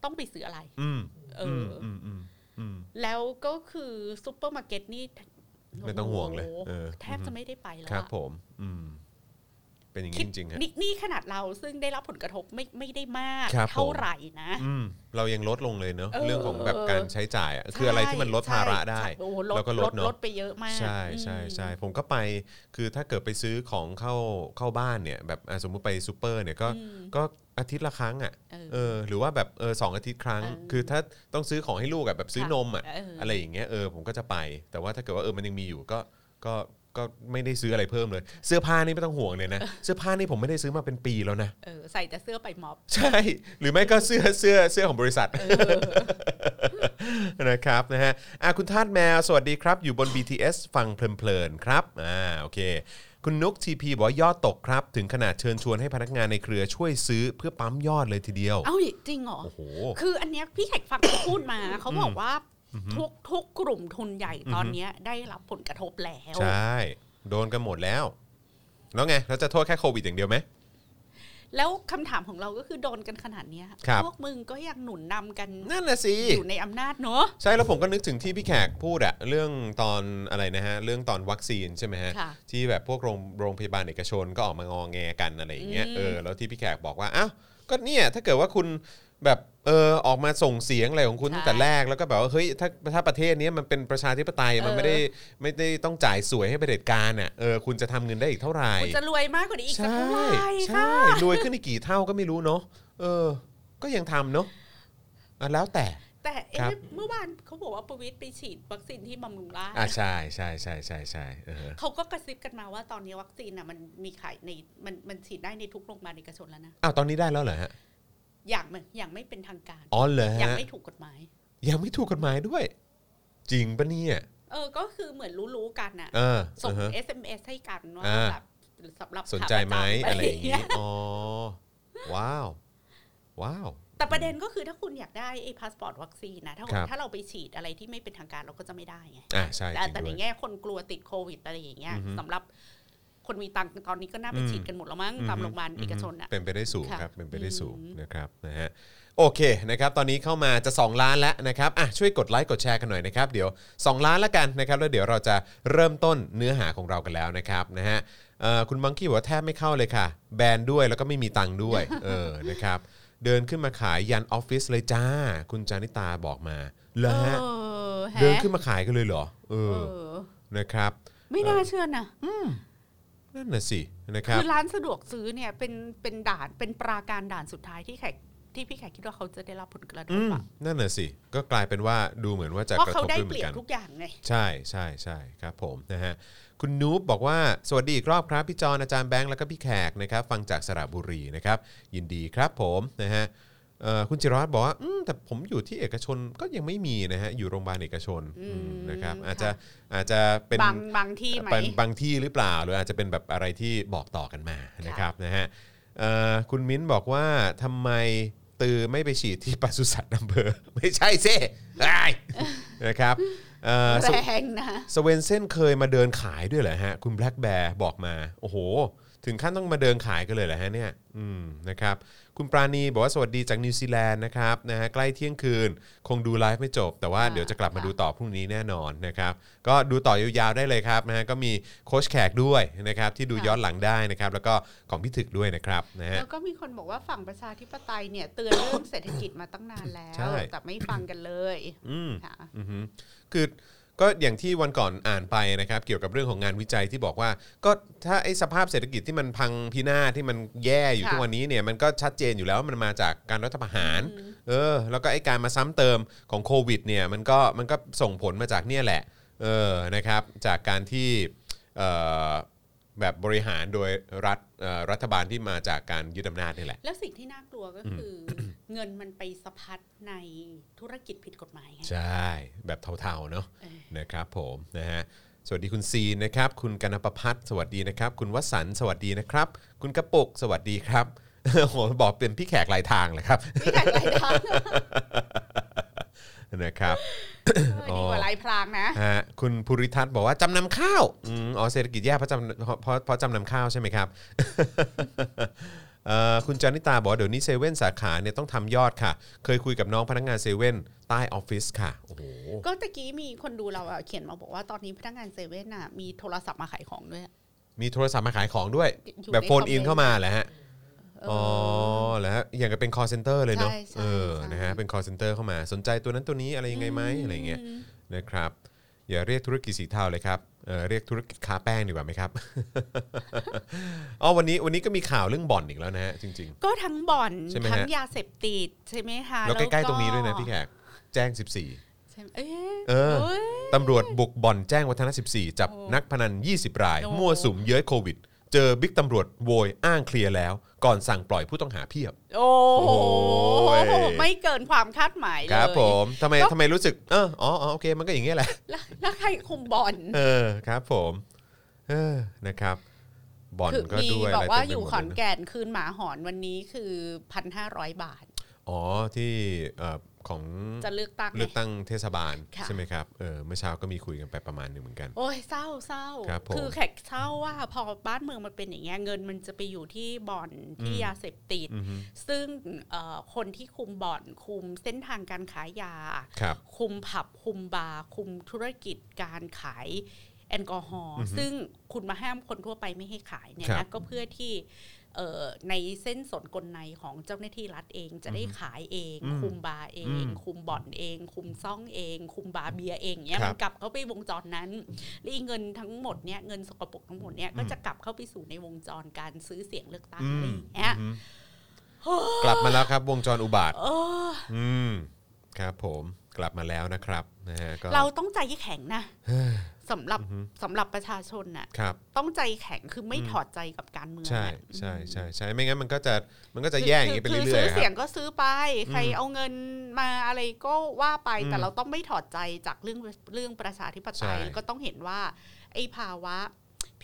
C: ต้องไปซื้ออะไร
B: อืม
C: เอ
B: ม
C: ออ
B: อืมอืมอืม
C: แล้วก็คือซูเปอร์มาร์เก็ตนี่
B: ไม่ต้องห่วงเลย
C: โโ
B: เออ
C: แทบจะไม่ได้ไปแล้ว
B: ครับ
C: อะ
B: ผม อืม เป็น กันอย่าง
C: คิ
B: นี้
C: ด
B: จริงๆฮะ
C: นี่นี่ขนาดเราซึ่งได้รับผลกระทบไม่ไม่ได้มาก
B: ครับผม
C: เท่าไหร่นะ
B: อืมเรายังลดลงเลยเนอะ
C: เออ
B: เรื่องของแบบการใช้จ่ายอะคืออะไรที่มันลดภาระได้
C: ใช่โอ้โหลด
B: เราก็ล
C: ล
B: ด
C: ด
B: เนอะ
C: ลดไปเยอะมาก
B: ใช่ใช่ใช่ผมก็ไปคือถ้าเกิดไปซื้อของเข้าเข้าบ้านเนี่ยแบบอ่ะสมมุติไปซูเปอร์เนี่ยก็
C: อืม
B: ก็อาทิตย์ละครั้งอ่ะ
C: เออ
B: เออหรือว่าแบบเออสองอาทิตย์ครั้ง
C: เออ
B: คือถ้าต้องซื้อของให้ลูกอะแบบซื้อนมอ่ะ
C: ค่ะเอออ
B: อะไรอย่างเงี้ยเออผมก็จะไป แต่ว่าถ้าเกิดว่าเออมันยังมีอยู่ก็ก็ก็ไม่ได้ซื้ออะไรเพิ่มเลย เสื้อผ้านี่ไม่ต้องห่วงเลยนะ เสื้อผ้านี่ผมไม่ได้ซื้อมาเป็นปีแล้วนะ
C: เออใส่แต่เสื้อไปม็อบ
B: ใช่ หรือไม่ก็เสื้อเสื้อเสื้อของบริษัท นะครับนะฮะอ่ะคุณทาดแมว สวัสดีครับ อยู่บน BTS ฟังเพลินๆครับอ่าโอเค คุณนุกทีพีบอกว่ายอดตกครับ ถึงขนาดเชิญชวนให้พนักงานในเครือช่วยซื้อเพื่อปั๊มยอดเลยทีเดียว
C: เอ้าจริงเหรอ
B: โอ้โห
C: คืออันเนี้ยพี่แขกฟังเขาพู ดมา เขาบอกว่าทุกทุกกลุ่มทุนใหญ่ตอนเนี้ยได้รับผลกระทบแล้ว
B: ใช่ โดนกันหมดแล้ว แล้วไง เราจะโทษแค่โควิดอย่างเดียวไหม
C: แล้วคำถามของเราก็คือโดนกันขนาดเนี้ย
B: ครับ
C: พวกมึงก็ยังหนุนนำกัน
B: นั่นน่ะสิ
C: อยู่ในอำนาจเนอะ
B: ใช่แล้วผมก็นึกถึงที่พี่แขกพูดอะเรื่องตอนอะไรนะฮะเรื่องตอนวัคซีนใช่ไหมฮะ
C: ค่ะ
B: ที่แบบพวกโรงโรงพยาบาลเอกชนก็ออกมางองแงกันอะไรอย่างเงี้ย
C: อืม
B: เออแล้วที่พี่แขกบอกว่าอ้าวก็เนี่ยถ้าเกิดว่าคุณแบบเออออกมาส่งเสียงอะไรของคุณ
C: ใช่
B: ตั้งแต่แรกแล้วก็แบบว่าเฮ้ยถ้าถ้าประเทศเนี้ยมันเป็นประชาธิปไตยมัน
C: เออ
B: ไม่ได้ไม่ได้ต้องจ่ายสวยให้เผด็จการอ่ะเออคุณจะทำเงินได้อีกเท่าไหร่
C: คุณจะรวยมากกว่านี้อีกสัก
B: ใช่
C: เท่าไหร่
B: ใช่
C: ค่ะ
B: รวยขึ้นอีกกี่เท่าก็ไม่รู้เนาะเออ ก็ยังทำเนาะอ่ะแล้วแต่
C: แต่
B: ครั
C: เอ๊ะ
B: บ
C: เมื่อวานเขาบอกว่าประวิตยไปฉีดวัคซีนที่บำรุงราษฎร์
B: อ่ะใช่ใช่ใช่ใช่ใช่เออ
C: เขาก็กระซิบกันมาว่าตอนนี้วัคซีนอ่ะมันมีขายในมันมันฉีดได้ในทุกโรงพยาบาลเอกชนแล้วนะ
B: อ้าวตอนนี้ได้แล้วเหรอฮะ
C: อย่างมันอย่างไม่เป็นทางการ
B: อ๋อเหรอ
C: ยัง
B: ฮะ
C: ไม่ถูกกฎหมาย
B: ยังไม่ถูกกฎหมายด้วย จริงปะเนี่ย
C: เออก็คือเหมือนรู้ๆกันน่ะ
B: เออ
C: ส่ง
B: อ่าฮะ
C: SMS ให้กันว่า
B: อ่า
C: แบบสำหรับ
B: สนใจไหม
C: ขาปจำ
B: อะไรอย่างงี้ อ๋อ ว้าว ว้าว
C: แต่ประเด็นก็คือถ้าคุณอยากได้ไอ้พาสปอร์ตวัคซีนนะถ้า
B: ครับ
C: ถ้าเราไปฉีดอะไรที่ไม่เป็นทางการเราก็จะไม่ได้ไง
B: อ่ะใช่
C: แต่
B: จริง
C: แต่ใน
B: ด้วย
C: แง่คนกลัวติดโควิดอะไรอย่างเงี้ย
B: อือฮึ
C: สำหรับคนมีตังค์ตอนนี้ก็น่าไป
B: อืม
C: ฉีดกันหมดแล้วมั้งตามโรงพยาบาลเอกชนอ่ะ
B: เป็นไปได้สูง
C: ค่ะ
B: ครับ เป็นไปได้สูง
C: อืม
B: นะครับนะฮะโอเคนะครับ ตอนนี้เข้ามาจะ 2 ล้านแล้วนะครับอ่ะช่วยกดไลค์กดแชร์กันหน่อยนะครับ เดี๋ยว 2 ล้านละกันนะครับ แล้วเดี๋ยวเราจะเริ่มต้นเนื้อหาของเรากันแล้วนะครับนะฮะเอ่อคุณบังคีบอกว่าแทบไม่เข้าเลยค่ะ แบนด้วยแล้วก็ไม่มีตังค์ ด้วย เออนะครับ เดินขึ้นมาขายยันออฟฟิศเลยจ้า คุณจานิตาบอกมาเหรอฮะ
C: เออแฮะ
B: เดินขึ้นมาขายกันเลยเหรอเอ
C: เอ
B: อ
C: อ
B: นะครับ
C: ไม่น่าเชื่อนะ
B: นั่นน่ะสินะครับ
C: คือร้านสะดวกซื้อเนี่ยเป็นเป็นด่านเป็นปราการด่านสุดท้ายที่แขกที่พี่แขกคิดว่าเขาจะได้รับผลกระท
B: อื
C: บ
B: ม
C: อะ
B: นั่นน่ะสิก็กลายเป็นว่าดูเหมือนว่าจะ
C: เพราะ
B: กระ
C: เขา
B: ทบ
C: ได้
B: ด้วยเห
C: เป
B: มือ
C: รี
B: น
C: ยบ
B: กัน
C: ทุกอย่างไง
B: ใช่ใช่ใช่ครับผมนะฮะคุณนูบบอกว่าสวัสดีอีกรอบครับ พี่จอนอาจารย์แบงค์แล้วก็พี่แขกนะครับฟังจากสระบุรีนะครับ ยินดีครับผมนะฮะเอ่อคุณจิรวัตรบอกว่าอืมแต่ผมอยู่ที่เอกชนก็ยังไม่มีนะฮะอยู่โรงพยาบาลเอกชน
C: อืม
B: อืมนะครับ
C: ค่ะ
B: อาจจะอาจจะเป็น
C: บางบางที่ไหม
B: เป็นบางที่หรือเปล่า หรืออาจจะเป็นแบบอะไรที่บอกต่อกันมานะครับนะฮะเอ่อคุณมิ้นบอกว่าทำไมตือไม่ไปฉีดที่ปศุสัตว์อำเภอ ไม่ใช่สิไอ้ยนะครับเอ่อส
C: แรงนะ
B: สเวนเซนเคยมาเดินขายด้วยเหรอฮะ คุณแบล็กแบร์บอกมา โอ้โห ถึงขั้นต้องมาเดินขายกันเลยเหรอฮะเนี่ยอืมนะครับคุณปราณีบอกว่าสวัสดีจากนิวซีแลนด์นะครับนะฮะใกล้เที่ยงคืน คงดูไลฟ์ไม่จบ แต่ว่า
C: ค่ะ
B: เดี๋ยวจะกลับมาดู ต่อพรุ่งนี้แน่นอนนะครับก็ดูต่อยาวๆได้เลยครับนะฮะก็มีโค้ชแขกด้วยนะครับที่ดูย้อนหลังได้นะครับแล้วก็ของพี่ถึกด้วยนะครับนะฮะ
C: แล้วก็มีคนบอกว่าฝั่งประชาธิปไตยเนี่ย เตือนเรื่องเศรษฐกิจมาตั้งนานแล้ว
B: ใช่
C: แต่ไม่ฟังกันเลย
B: อืม
C: ค่ะ
B: อือฮึคือก็อย่างที่วันก่อนอ่านไปนะครับเกี่ยวกับเรื่องของงานวิจัยที่บอกว่า ก็ถ้าไอ้สภาพเศรษฐกิจที่มันพังพินาศที่มันแย่อยู่
C: ค่ะ
B: ทุกวันนี้เนี่ยมันก็ชัดเจนอยู่แล้วว่ามันมาจากการรัฐประหาร เออแล้วก็ไอ้การมาซ้ำเติมของโควิดเนี่ยมันก็มันก็ส่งผลมาจากเนี่ยแหละเออนะครับจากการที่เอ่อแบบบริหารโดยรัฐเอ่อรัฐบาลที่มาจากการยึดอำนาจนี่แหละ
C: แล้วสิ่งที่น่ากลัวก็คือ เงินมันไปสะพัดในธุรกิจผิดกฎหมายไง
B: ใช่แบบเทาๆเนาะ
C: เออ
B: นะครับผมนะฮะสวัสดีคุณซีนนะครับ คุณกนประพัฒน์สวัสดีนะครับ คุณวสันต์สวัสดีนะครับ คุณกระปุกสวัสดีครับ โอ้โหบอกเป็นพี่แขกหลายทางเลยครับ
C: นี่แขกไรทาง
B: นะครับ
C: เออดีกว่าไรพรางนะ
B: ฮะคุณภูริทัศน์บอกว่าจำนำข้าวอืมอ๋อเศรษฐกิจแย่เพราะจำเพราะเพราะเพราะจำนำข้าวใช่ไหมครับ เอ่อคุณจานิตาบอกว่าเดี๋ยวนี้เซเว่นสาขาเนี่ยต้องทำยอดค่ะ เคยคุยกับน้องพนักงานเซเว่นใต้ออฟฟิศค่ะโอ้โห
C: ก็ตะกี้มีคนดูเราอะเขียนมาบอกว่าตอนนี้พนักงานเซเว่นอะมีโทรศัพท์มาขายของด้วย
B: มีโทรศัพท์มาขายของด้วย
C: อยู่
B: แบบ
C: ใน
B: โฟนอิน
C: comment
B: เข้ามาแหละฮะ
C: เอออ๋
B: อ๋อแล้วฮะอย่างกับเป็น call center เลยเนาะ
C: ใช่ใช่
B: เออ
C: ใช่
B: นะฮะเป็น call center เข้ามาสนใจตัวนั้นตัวนี้อะไรยังไงไหมอะไรเงี้ยนะครับ อย่าเรียกธุรกิจสีเทาเลยครับเออเรียกธุรกิจค้าแป้งดีกว่าไหมครับ อ๋อวันนี้วันนี้ก็มีข่าวเรื่องบ่อนอีกแล้วนะฮะจริง
C: ก็ทั้งบ่อน
B: ใช่ไหมฮะ
C: ทั้งยาเสพติดใช่ไหมคะ
B: ๆ แล้วใกล้ๆตรงนี้ด้วยนะพี่แขกแจ้ง 14
C: ใช่ไหมเอ๊ะ
B: เออ
C: เอ้ย
B: ตำรวจบุกบ่อนแจ้งวัฒนะ14 จับ
C: โอ้
B: นักพนัน 20 ราย
C: โอ้
B: มั่วสุมเย้ยโควิด เจอบิ๊กตำรวจโวยอ้างเคลียร์แล้ว ก่อนสั่งปล่อยผู้ต้องหาเพียบ
C: โอ้โห
B: โอ้ย
C: ไม่เกินความคาดหมายเลย
B: ครับผมทำไมทำไมรู้สึกเอออ๋ออ๋อโอเค มันก็อย่างเงี้ยแหละ
C: แล้วแล้วใครคุมบ่อน
B: เออครับผมเออนะครับบอล
C: คือ
B: ก็
C: มี
B: ด้วย
C: บอกว่า
B: ะไรเต็มไป
C: อ
B: ห
C: ยู่
B: มด
C: ขอน
B: เลยะ
C: แก่นคืนหมาหอนวันนี้คือพันห้าร้อยบาท
B: อ๋อที่เอ่อของ
C: จะเลือกตั้งไง
B: เลือกตั้งเทศบาล
C: ค่ะ
B: ใช่ไหมครับเออเมื่อเช้าก็มีคุยกันไปประมาณหนึ่งเหมือนกัน
C: โอ้ยเศร้าเศร้า
B: ครับผม
C: อแขกเศร้าว่าพอบ้านเมืองมันเป็นอย่างเงี้ยเงินมันจะไปอยู่ที่บ่อน
B: อื
C: ที่
B: ม
C: ยาเสพติด
B: อือฮึ
C: ซึ่งเอ่อคนที่คุมบ่อนคุมเส้นทางการขายยา
B: ครับ
C: คุมผับคุมบาร์คุมธุรกิจการขายแอลกอฮอล์
B: อือฮึ
C: ซึ่งคุณมาห้ามคนทั่วไปไม่ให้ขายเนี่ย
B: ครั
C: นะ
B: บ
C: ก็เพื่อที่เอ่อในเส้นสนกลในของเจ้าหน้าที่รัฐเองจะได้ขายเอง
B: อืม
C: คุมบาร์เอง
B: อืม
C: คุมบ่อนเอง คุมซ่องเอง คุมบาร์เบียร์เองเนี่ย
B: ครับ
C: มันกลับเข้าไปวงจรนั้นและอีเงินทั้งหมดเนี่ยเงินสกปรกทั้งหมดเนี่ยก็
B: อืม
C: จะกลับเข้าไปสู่ในวงจรการซื้อเสียงเลือกตั้ง
B: อื
C: อะ
B: ม
C: ไรอย่างเงี้ย
B: อือฮึกลับมาแล้วครับวงจรอุบาท
C: เออ
B: อืมครับผมกลับมาแล้วนะครับนะฮะก็
C: เราต้องใจแข็งนะสำหรับ
B: อือฮึ
C: สำหรับประชาชนน่ะ
B: ครับ
C: ต้องใจแข็งคือไม่
B: อืม
C: ถอดใจกับการเมือง
B: ใช่
C: อะ
B: ใช่ใช่ใช่ไม่งั้นมันก็จะมันก็จะ
C: คื
B: แย่อย่างนี้ไป
C: คื
B: เรื่
C: ซื้
B: อย
C: อ
B: ๆค
C: เสี
B: รับ
C: ยงก็ซื้อไป ใคร
B: อืม
C: เอาเงินมาอะไรก็ว่าไป
B: อืม
C: แต่เราต้องไม่ถอดใจจากเรื่องเรื่องประชาธิปไตย
B: ใช่
C: แล้วก็ต้องเห็นว่า ไอ้ภาวะ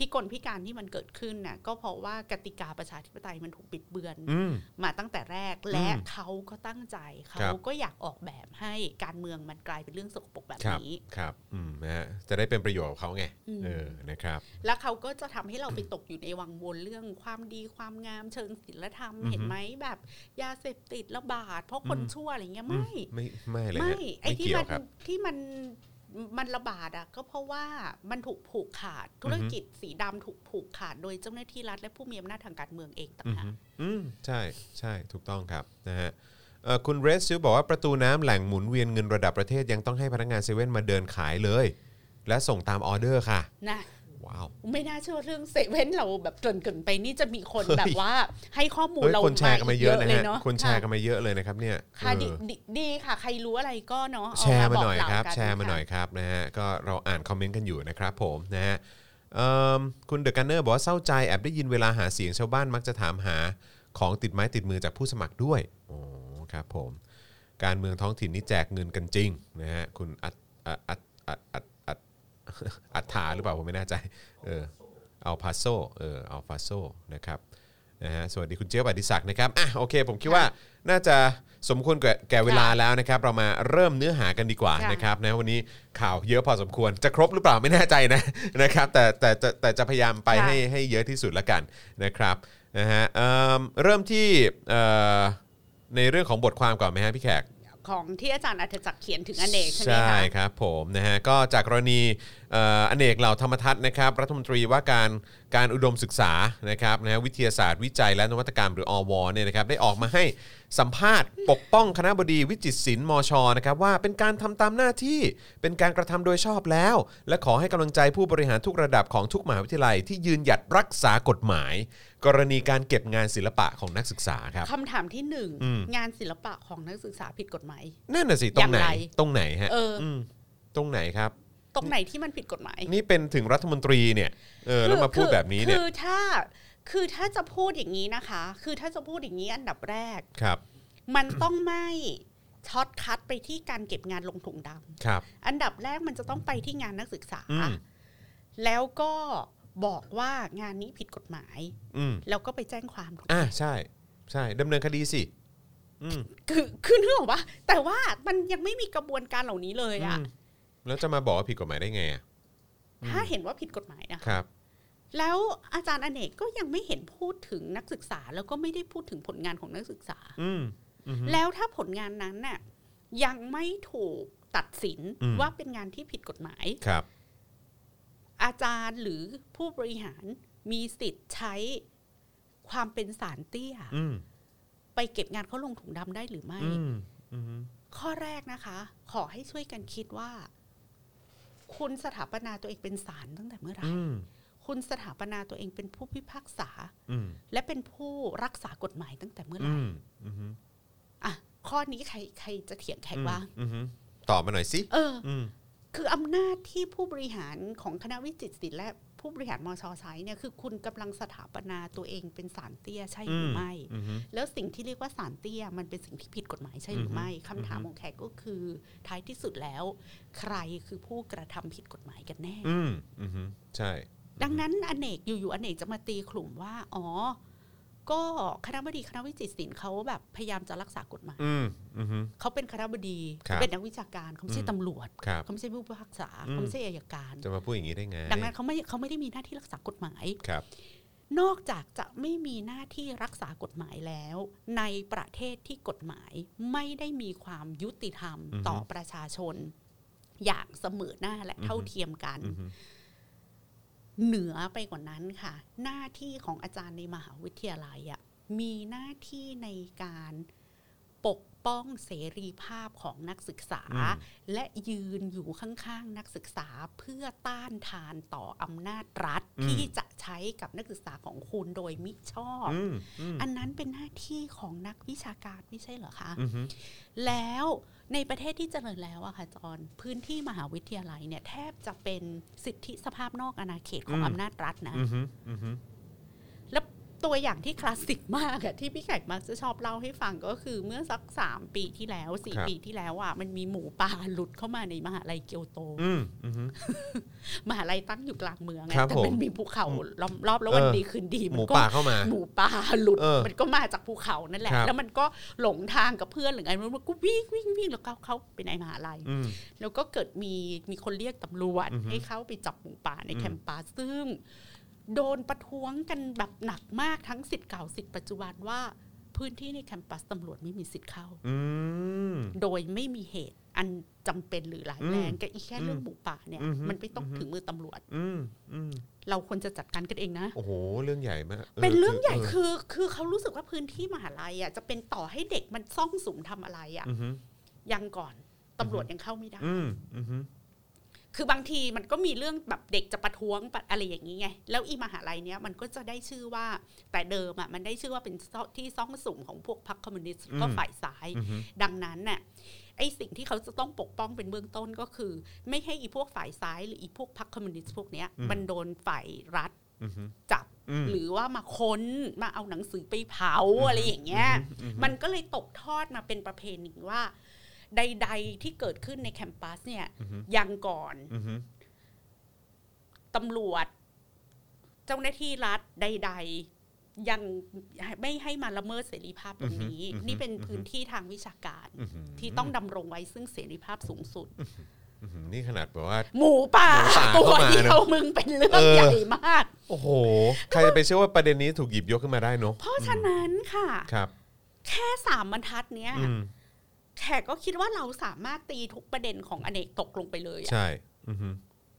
C: พิกลพิการที่มันเกิดขึ้นน่ะก็เพราะว่ากติกาประชาธิปไตยมันถูกบิดเบือน
B: อืม
C: มาตั้งแต่แรกและ
B: อืม
C: เขาก็ตั้งใจ
B: ครั
C: เขา
B: บ
C: ก็อยากออกแบบให้การเมืองมันกลายเป็นเรื่องสกปรกแบบ
B: ครับ
C: นี้
B: ครับอืมนะฮะจะได้เป็นประโยชน์กับเขาไง
C: อืม
B: เออนะครับ
C: แล้วเขาก็จะทำให้เราไปตกอยู่ในวังวนเรื่องความดีความงามเชิงศีลธรรม
B: อือฮึ
C: เห็นไหมแบบยาเสพติดระบาด เพราะคน
B: อืม
C: ชั่วอะไรเงี้ยไม่
B: ไม่ไม่เลย
C: ไม่
B: ฮะ
C: ไอ้
B: ไม่
C: ที่
B: เกี่ย
C: มั
B: วน ครับ
C: ที่มันมันระบาดอ่ะก็เพราะว่ามันถูกผูกขาดธุรกิจสีดำถูกผูกขาดโดยเจ้าหน้าที่รัฐและผู้มีอำนาจทางการเมืองเองต่าง
B: อืม
C: หาก
B: อืมใช่ใช่ถูกต้องครับนะฮะเอ่อคุณเรสซิลบอกว่าประตูน้ำแหล่งหมุนเวียนเงินระดับประเทศยังต้องให้พนักงานเซเว่นมาเดินขายเลย และส่งตามออเดอร์ค่ะ
C: นะ
B: ว้าว
C: ไม่น่าเชื่อเรื่องเซเว่นเราแบบเกรินเกินๆไปนี่จะมีคนแบบ
B: เฮ้ย
C: ว่าให้ข้อมูล
B: เฮ้ย
C: เรา
B: คนแชร์กันมาเยอะนะ
C: ล
B: ฮะ
C: เอ
B: คนแชร์กันมาเยอะเลยนะครับเนี่ย
C: ค่ะ
B: เอ
C: ดี
B: อ
C: ดีดีค่ะ ใครรู้อะไรก็เนาะเอ
B: แชร์มาหน่อย
C: บก
B: ค
C: เล่
B: รับ
C: กั
B: แชร์มา
C: ะ
B: ห
C: คะ
B: น่อยครับนะฮะก็เราอ่านคอมเมนต์กันอยู่นะครับผมนะฮะเอิ่มคุณเดอะกันเนอร์บอกว่าเศร้าใจแอบได้ยินเวลาหาเสียงชาวบ้านมักจะถามหาของติดไม้ติดมือจากผู้สมัครด้วยโอ้ครับผม การเมืองท้องถิ่นนี่แจกเงินกันจริงนะฮะคุณอัดอัดอัดอัดอัดอัด อัดถาหรือเปล่าผมไม่แน่ใจเออเอาพาโซเออเอาฟาโซนะครับนะฮะสวัสดีคุณเจี๊ยบอดิศักดิ์นะครับอ่ะโอเค ผมคิดว่าน่าจะสมควรแก่แก่เวลาแล้วนะครับ เรามาเริ่มเนื้อหากันดีกว่า
C: ค่ะ
B: นะครับนะวันนี้ข่าวเยอะพอสมควรจะครบหรือเปล่าไม่แน่ใจนะ นะครับแต่แต่แต่แต่จะพยายามไป
C: ค่ะ
B: ให้ให้เยอะที่สุดละกันนะครับนะฮะเอิ่มเริ่มที่เอ่อในเรื่องของบทความก่อนไหมฮะพี่แขก
C: ของที่อาจารย์อัธจักรเขียนถึงอเนกใช่ไหม
B: ใช่
C: คะ
B: ครับผมนะฮะก็จากกรณีเอ่ออเนกเหล่าธรรมทัศน์นะครับรัฐมนตรีว่าการการอุดมศึกษานะครับนะฮะวิทยาศาสตร์วิจัยและนวัตกรรมหรืออวเนี่ยนะครับได้ออกมาให้สัมภาษณ์ ปกป้องคณะบดีวิจิตรศิลป์มชนะครับว่าเป็นการทำตามหน้าที่เป็นการกระทำโดยชอบแล้ว และขอให้กำลังใจผู้บริหารทุกระดับของทุกมหาวิทยาลัย ที่ยืนหยัดรักษากฎหมาย กรณีการเก็บงานศิลปะของนักศึกษาครับ
C: คำถามที่หนึ่ง
B: อืม
C: งานศิลปะของนักศึกษาผิดกฎหมาย
B: นั่นน่ะสิตรงไหน
C: อย่างไร
B: ตรงไหนฮะ
C: เอออ
B: มตรงไหนครับ
C: ตรงไหนที่มันผิดกฎหมาย
B: นี่เป็นถึงรัฐมนตรีเนี่ย เออ แล้วมาพูดแบบนี้เนี่ย
C: คือถ้าคือถ้าจะพูดอย่างนี้นะคะ คือถ้าจะพูดอย่างนี้อันดับแรก
B: ครับ
C: มันต้องไม่ช็อตคัดไปที่การเก็บงานลงถุงดำ
B: ครับ
C: อันดับแรกมันจะต้องไปที่งานนักศึกษา
B: อืม
C: แล้วก็บอกว่างานนี้ผิดกฎหมาย
B: อืม
C: แล้วก็ไปแจ้งความถูก
B: อ่าใช่ ใช่ ดำเนินคดีสิ อืม
C: คือคือนึกออกปะแต่ว่ามันยังไม่มีกระบวนการเหล่านี้เลยอะ
B: อืมแล้วจะมาบอกว่าผิดกฎหมายได้ไงอ่ะ
C: ถ้าเห็นว่าผิดกฎหมายนะ
B: ครับ
C: แล้วอาจารย์อเนกก็ยังไม่เห็นพูดถึงนักศึกษา แล้วก็ไม่ได้พูดถึงผลงานของนักศึกษา
B: อืม อืม
C: แล้วถ้าผลงานนั้นน่ะยังไม่ถูกตัดสิน
B: อืม
C: ว่าเป็นงานที่ผิดกฎหมาย
B: ครับ
C: อาจารย์หรือผู้บริหาร มีสิทธิ์ใช้ความเป็นสารเตี้ย
B: อืม
C: ไปเก็บงานเขาลงถุงดำได้หรือไม่
B: อืมอืม
C: ข้อแรกนะคะ ขอให้ช่วยกันคิดว่า คุณสถาปนาตัวเองเป็นศาลตั้งแต่เมื่อไหร่
B: อืม
C: คุณสถาปนาตัวเองเป็นผู้พิพากษา
B: อืม
C: และเป็นผู้รักษากฎหมายตั้งแต่เมื่อไห
B: อื
C: ร่
B: มอืม
C: อ่ะข้อนี้ใครใครจะเถียงแขกบ้าง
B: อืมตอบมาหน่อยสิ
C: เออ
B: อืม
C: คืออำนาจที่ผู้บริหารของคณะวิจิตรศิลป์และผู้บริหารมชไซเนี่ยคือคุณกำลังสถาปนาตัวเองเป็นสารเตี้ยใช่หรือไม่
B: อืมอืม
C: แล้วสิ่งที่เรียกว่าสารเตี้ยมันเป็นสิ่งที่ผิดกฎหมายใช่หรือไม่คำถามของแขกก็คือท้ายที่สุดแล้ว ใครคือผู้กระทำผิดกฎหมายกันแน่
B: อืมอืมใช่
C: ดังนั้นอเนกอยู่ๆอเนกจะมาตีกลุ่มว่า อ๋อ ก็คณะบดีคณะวิจิตรศิลป์เขาแบบพยายามจะรักษากฎหมาย
B: อืมอืม
C: เขาเป็นคณะบดี
B: ครับ
C: เขาเป็นนักวิชาการเขาไม่ใช่ตำรวจ
B: ครับ
C: เขาไม่ใช่ผู้พิพากษา
B: อืม
C: เขาไม่ใช่อายการ
B: จะมาพูดอย่างนี้ได้ไง
C: ดังนั้นเขาไม่เขาไม่ได้มีหน้าที่รักษากฎหมาย
B: ครับ
C: นอกจากจะไม่มีหน้าที่รักษากฎหมายแล้ว ในประเทศที่กฎหมายไม่ได้มีความยุติธรรม
B: อือฮึ
C: ต่อประชาชน อย่างเสมอหน้าและเท่า
B: อือฮึ
C: เทียมกัน
B: อืม
C: เหนือไปกว่านั้นค่ะ หน้าที่ของอาจารย์ในมหาวิทยาลัยอะมีหน้าที่ในการปกป้องเสรีภาพของนักศึกษา และยืนอยู่ข้างๆนักศึกษาเพื่อต้านทานต่ออำนาจรัฐที่จะใช้กับนักศึกษาของคุณโดยมิชอบ
B: อืม
C: อันนั้นเป็นหน้าที่ของนักวิชาการไม่ใช่เหรอคะ
B: อืม
C: แล้วในประเทศที่เจริญแล้วอะค่ะจอนพื้นที่มหาวิทยาลัยเนี่ยแทบจะเป็นสิทธิสภาพนอกอาณาเขตของอำนาจรัฐนะ
B: อืมอืม
C: แล้วตัวอย่างที่คลาสสิกมากอะที่พี่แขกมักจะชอบเล่าให้ฟังก็คือเมื่อสักสามปีที่แล้วสี่ปีที่แล้วอะมันมีหมูป่าหลุดเข้ามาในมหาลัยเกียวโต
B: อืมอืม
C: มหาลัยตั้งอยู่กลางเมืองไง
B: ครับ
C: แต่
B: ผม
C: มันมีภูเขาล้อมรอบแล้ววัน
B: เออ
C: ดีคืนดี
B: ห
C: มั
B: มู
C: นก็
B: ป่าเข้ามา
C: หมูป่าหลุด
B: เออ
C: มันก็มาจากภูเขานั่นแหละ
B: ครับ
C: แล้วมันก็หลงทางกับเพื่อนหรือไงมันก็วิ่งวิ่งวิ่งแล้วก็เข้าไปในมหาลัย
B: อืม
C: แล้วก็เกิดมีมีคนเรียกตำรวจ
B: อือฮึ
C: ให้เข้าไปจับหมูป่าใน
B: อืม
C: แคมปัสซึ่ง โดนประท้วงกันแบบหนักมากทั้งสิทธิ์เก่าสิทธิ์ปัจจุบันว่าพื้นที่ในแคมปัสตำรวจไม่มีสิทธิ์เข้า
B: อืม
C: โดยไม่มีเหตุอันจำเป็นหรือร้ายแรง
B: อืม
C: กับอีแค่เรื่องหมูป่าเนี่ย
B: อือฮึ
C: มันไม่ต้อง
B: อือฮึ
C: ถึงมือตำรวจ
B: อืมอืม
C: เราควรจะจัดการกันเองนะ
B: โอ้โห เรื่องใหญ่มาก
C: เป็นเรื่องใหญ่คือคือเขารู้สึกว่าพื้นที่มหาลัยอ่ะจะเป็นต่อให้เด็กมันซ่องสุมทำอะไรอ่ะ
B: อืม
C: ยังก่อนตำรวจยังเข้าไม่ได้
B: อืมอืม
C: คือบางทีมันก็มีเรื่องแบบเด็กจะประท้วงปะอะไรอย่างนี้ไง แล้วอีมหาลัยเนี้ยมันก็จะได้ชื่อว่าแต่เดิมอ่ะมันได้ชื่อว่าเป็นซ่อที่ซ่องสุมของพวกพรรคคอมมิวนิสต์
B: อืม
C: ก็ฝ่ายซ้าย
B: อืม
C: ดังนั้นน่ะไอสิ่งที่เขาจะต้องปกป้องเป็นเบื้องต้นก็คือ ไม่ให้อีพวกฝ่ายซ้าย หรืออีพวกพรรคคอมมิวนิสต์พวกเนี้ย
B: อืม
C: มันโดนฝ่ายรัฐ
B: อืม
C: จับ
B: อืม
C: หรือว่ามาค้นมาเอาหนังสือไปเผาอะไรอย่างเงี้ย มันก็เลยตกทอดมาเป็นประเพณีว่า ใด ๆ ที่เกิดขึ้นในแคมปัสเนี่ยยังก่อน
B: อืม
C: ตำรวจ เจ้าหน้าที่รัฐใด ๆ ยังไม่ให้มาละเมิดเสรีภาพตรงนี้
B: อือฮึอือฮึ
C: นี่เป็นพื้นที่ทางวิชาการ ที่ต้องดำรงไว้ซึ่งเสรีภาพสูงสุด
B: นี่ขนาดแบบว่า
C: หมูป่า
B: หมูป่า
C: ตัว
B: เข้ามา
C: เดี
B: เน
C: ยว
B: อะ
C: มึงเป็นเรื่อง
B: เออ
C: ใหญ่มาก
B: โอ้โห ใครจะไปเชื่อว่าประเด็นนี้ถูกหยิบยกขึ้นมาได้เนาะ
C: เพราะฉะนั้นค่ะ
B: ครับ
C: แค่สามบรรทัดเนี้ย
B: อืม
C: แขกก็คิดว่าเราสามารถตีทุกประเด็นของอเนกตกลงไปเลยอะ
B: ใช่ อืม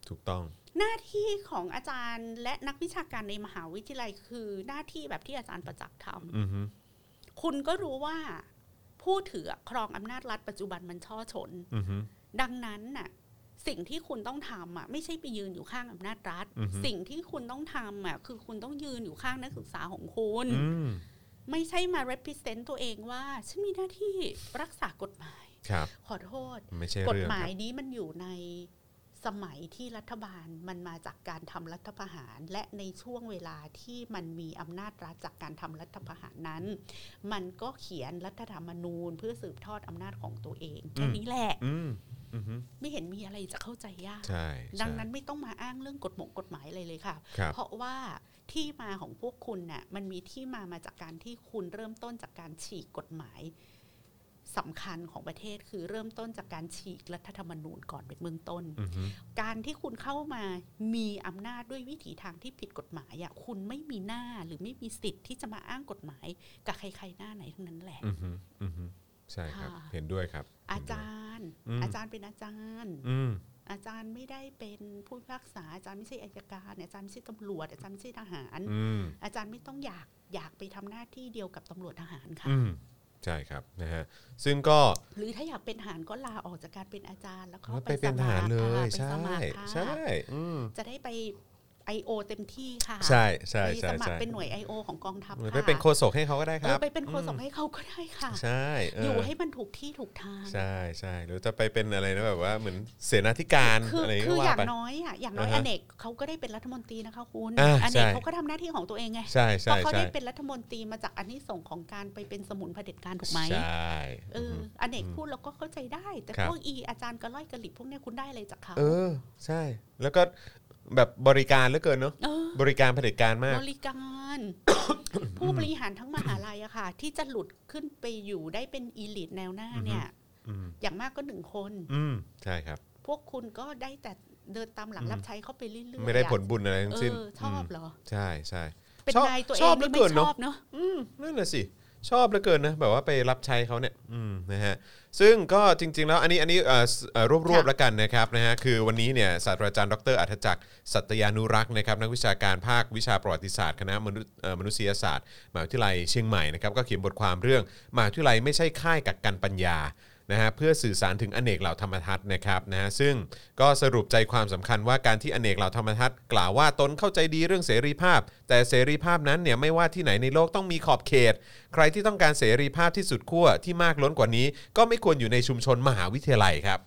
B: ถูกต้อง
C: หน้าที่ของอาจารย์และนักวิชาการในมหาวิทยาลัยคือหน้าที่แบบที่อาจารย์ประจักษ์ทำ
B: อืม
C: คุณก็รู้ว่า ผู้ถือครองอำนาจรัฐปัจจุบันมันช่อชน
B: อืม
C: ดังนั้นน่ะสิ่งที่คุณต้องทำอ่ะไม่ใช่ไปยืนอยู่ข้างอำนาจรัฐ
B: อือฮึ
C: สิ่งที่คุณต้องทำอ่ะคือคุณต้องยืนอยู่ข้างนักศึกษาของคุณ
B: อืม
C: ไม่ใช่มา represent ตัวเองว่าฉันมีหน้าที่รักษากฎหมาย
B: ครับ
C: ขอโทษ
B: ไม่ใช่
C: กฎ
B: เรื่องค
C: หมา
B: รั
C: ย
B: บ
C: นี้มันอยู่ในสมัยที่รัฐบาลมันมาจากการทำรัฐประหาร และในช่วงเวลาที่มันมีอำนาจรัฐจากการทำรัฐประหารนั้น มันก็เขียนรัฐธรรมนูญเพื่อสืบทอดอำนาจของตัวเองแค่
B: อืม
C: นี้แหละ
B: อืมอืม
C: ไม่เห็นมีอะไรจะเข้าใจยาก
B: ใช่
C: ดัง
B: ใช่
C: นั้นไม่ต้องมาอ้างเรื่องกฎหมงกฎหมายอะไรเลยค่ะ
B: ครับ
C: เพราะว่าที่มาของพวกคุณน่ะมันมีที่มามาจากการที่คุณเริ่มต้นจากการฉีกกฎหมายสำคัญของประเทศคือเริ่มต้นจากการฉีกรัฐธรรมนูญก่อนเป็นเบื้องต้น
B: อืม
C: การที่คุณเข้ามามีอำนาจด้วยวิถีทางที่ผิดกฎหมายอะคุณไม่มีหน้าหรือไม่มีสิทธิ์ที่จะมาอ้างกฎหมายกับใครๆหน้าไหนทั้งนั้นแหละ
B: อืมอืมใช่ครับ
C: ค่ะ
B: เห็นด้วยครับ
C: อา
B: เห็นด้วย
C: จารย์
B: อืม
C: อาจารย์เป็นอาจารย์
B: อืม
C: อาจารย์ไม่ได้เป็นผู้พิพากษาอาจารย์ไม่ใช่อายการอาจารย์ไม่ใช่ตำรวจ อาจารย์ไม่ใช่ทหาร
B: อืม
C: อาจารย์ไม่ต้องอยากอยากไปทำหน้าที่เดียวกับตำรวจทหารค่ะ
B: อืมใช่ครับนะฮะซึ่งก็
C: หรือถ้าอยากเป็นทหารก็ลาออกจากการเป็นอาจารย์แล้วก็
B: ไปเป็นทหารเล
C: สมัค
B: ยใช่
C: ค่ะไปสมัครค่ะ
B: ใช่อืม
C: จะได้ไป I.O. เต็มที่ค่ะ
B: ใช่ใช่
C: ไปส
B: ใช่
C: มัคร
B: ใช่
C: เป็นหน่วย I.O. ของกองทัพ
B: หรือ
C: ค่ะ
B: ไปเป็นโคศกให้เขาก็ได้ค
C: เอ
B: รั
C: อบ ไปเป็นโคศกให้เขาก็ได้ค่ะ
B: ใช่เ
C: อยู่ให้มันถูกที่ถูกทาง
B: ใช่ใช่หรือจะไปเป็นอะไรนะแบบว่าเหมือนเสนาธิการ
C: คือ
B: อะไร
C: คื
B: ก็
C: ออ
B: ว่า
C: ย่าง
B: ไป
C: น้อยอ่ะอย่างน้อย
B: อ่า
C: อ
B: ฮะ
C: เนกเขาก็ได้เป็นรัฐมนตรีนะคะคุณ
B: อ่า
C: อเนก
B: ใช่
C: เขาก็ทำหน้าที่ของตัวเองไง
B: ใช่
C: เพ
B: ใช่
C: ราะเขา
B: ใช่
C: ได้เป็นรัฐมนตรีมาจากอันนี้ส่งส์ของการไปเป็นสมุนเผด็จการถูกไหม
B: ใช่
C: เออ
B: ม
C: อเนกพูดเราก็เข้าใจได้ แต่
B: ครับ
C: พวกอีอาจารย์กระล่อยกระหลิบพวกเนี้ยคุณได้อะไรจากเขา
B: เออใช่ แล้วก็แบบบริการเหลือเกินเนาะ
C: เออบ
B: ริการเผด็จการมาก
C: บริการ ผู้บริหารทั้งมหาลัยอะค่ะ ที่จะหลุดขึ้นไปอยู่ได้เป็นอีลิทแนวหน้าเนี่ย
B: อืม
C: อย่างมากก็หนึ่งคน
B: อืมใช่ครับ
C: พวกคุณก็ได้แต่เดินตามหลังรับใช้เขาไปเรื่อยๆ
B: ไม่ได้
C: อะ
B: ผลบุญอะไรทั้ง
C: เอ
B: สิ้น
C: อชอบเหรอ
B: ใช่ใช่
C: เป็น
B: ชอบ
C: นายตัวเอ
B: ชอบ
C: ง
B: เหลือ
C: นี่ไม่
B: เกิน
C: ช
B: เนาะ
C: อบเนาะ
B: อืมนั่นแหละสิชอบเหลือเกินนะแบบว่าไปรับใช้เขาเนี่ยอืมนะฮะซึ่งก็จริง ๆ แล้วอันนี้อันนี้เอ่อสเอ่อรวบๆ
C: ค่ะ
B: แล้วกันนะครับนะฮะคือวันนี้เนี่ยศาสตราจารย์ดรอัธจักรสัตยานุรักษ์นะครับนักวิชาการภาควิชาประวัติศาสตร์คณะมนุษย์เอ่อมนุษยศาสตร์มหาวิทยาลัยเชียงใหม่นะครับก็เขียนบทความเรื่องมหาวิทยาลัยไม่ใช่ค่ายกักกันปัญญานะฮะเพื่อสื่อสารถึงอเนกเหล่าธรรมทัศน์นะครับนะฮะซึ่งก็สรุปใจความสำคัญว่าการที่อเนกเหล่าธรรมทัศน์กล่าวว่าตนเข้าใจดีเรื่องเสรีภาพ แต่เสรีภาพนั้นเนี่ยไม่ว่าที่ไหนในโลกต้องมีขอบเขต ใครที่ต้องการเสรีภาพที่สุดขั้วที่มากล้นกว่านี้ ก็ไม่ควรอยู่ในชุมชนมหาวิทยาลัยครับ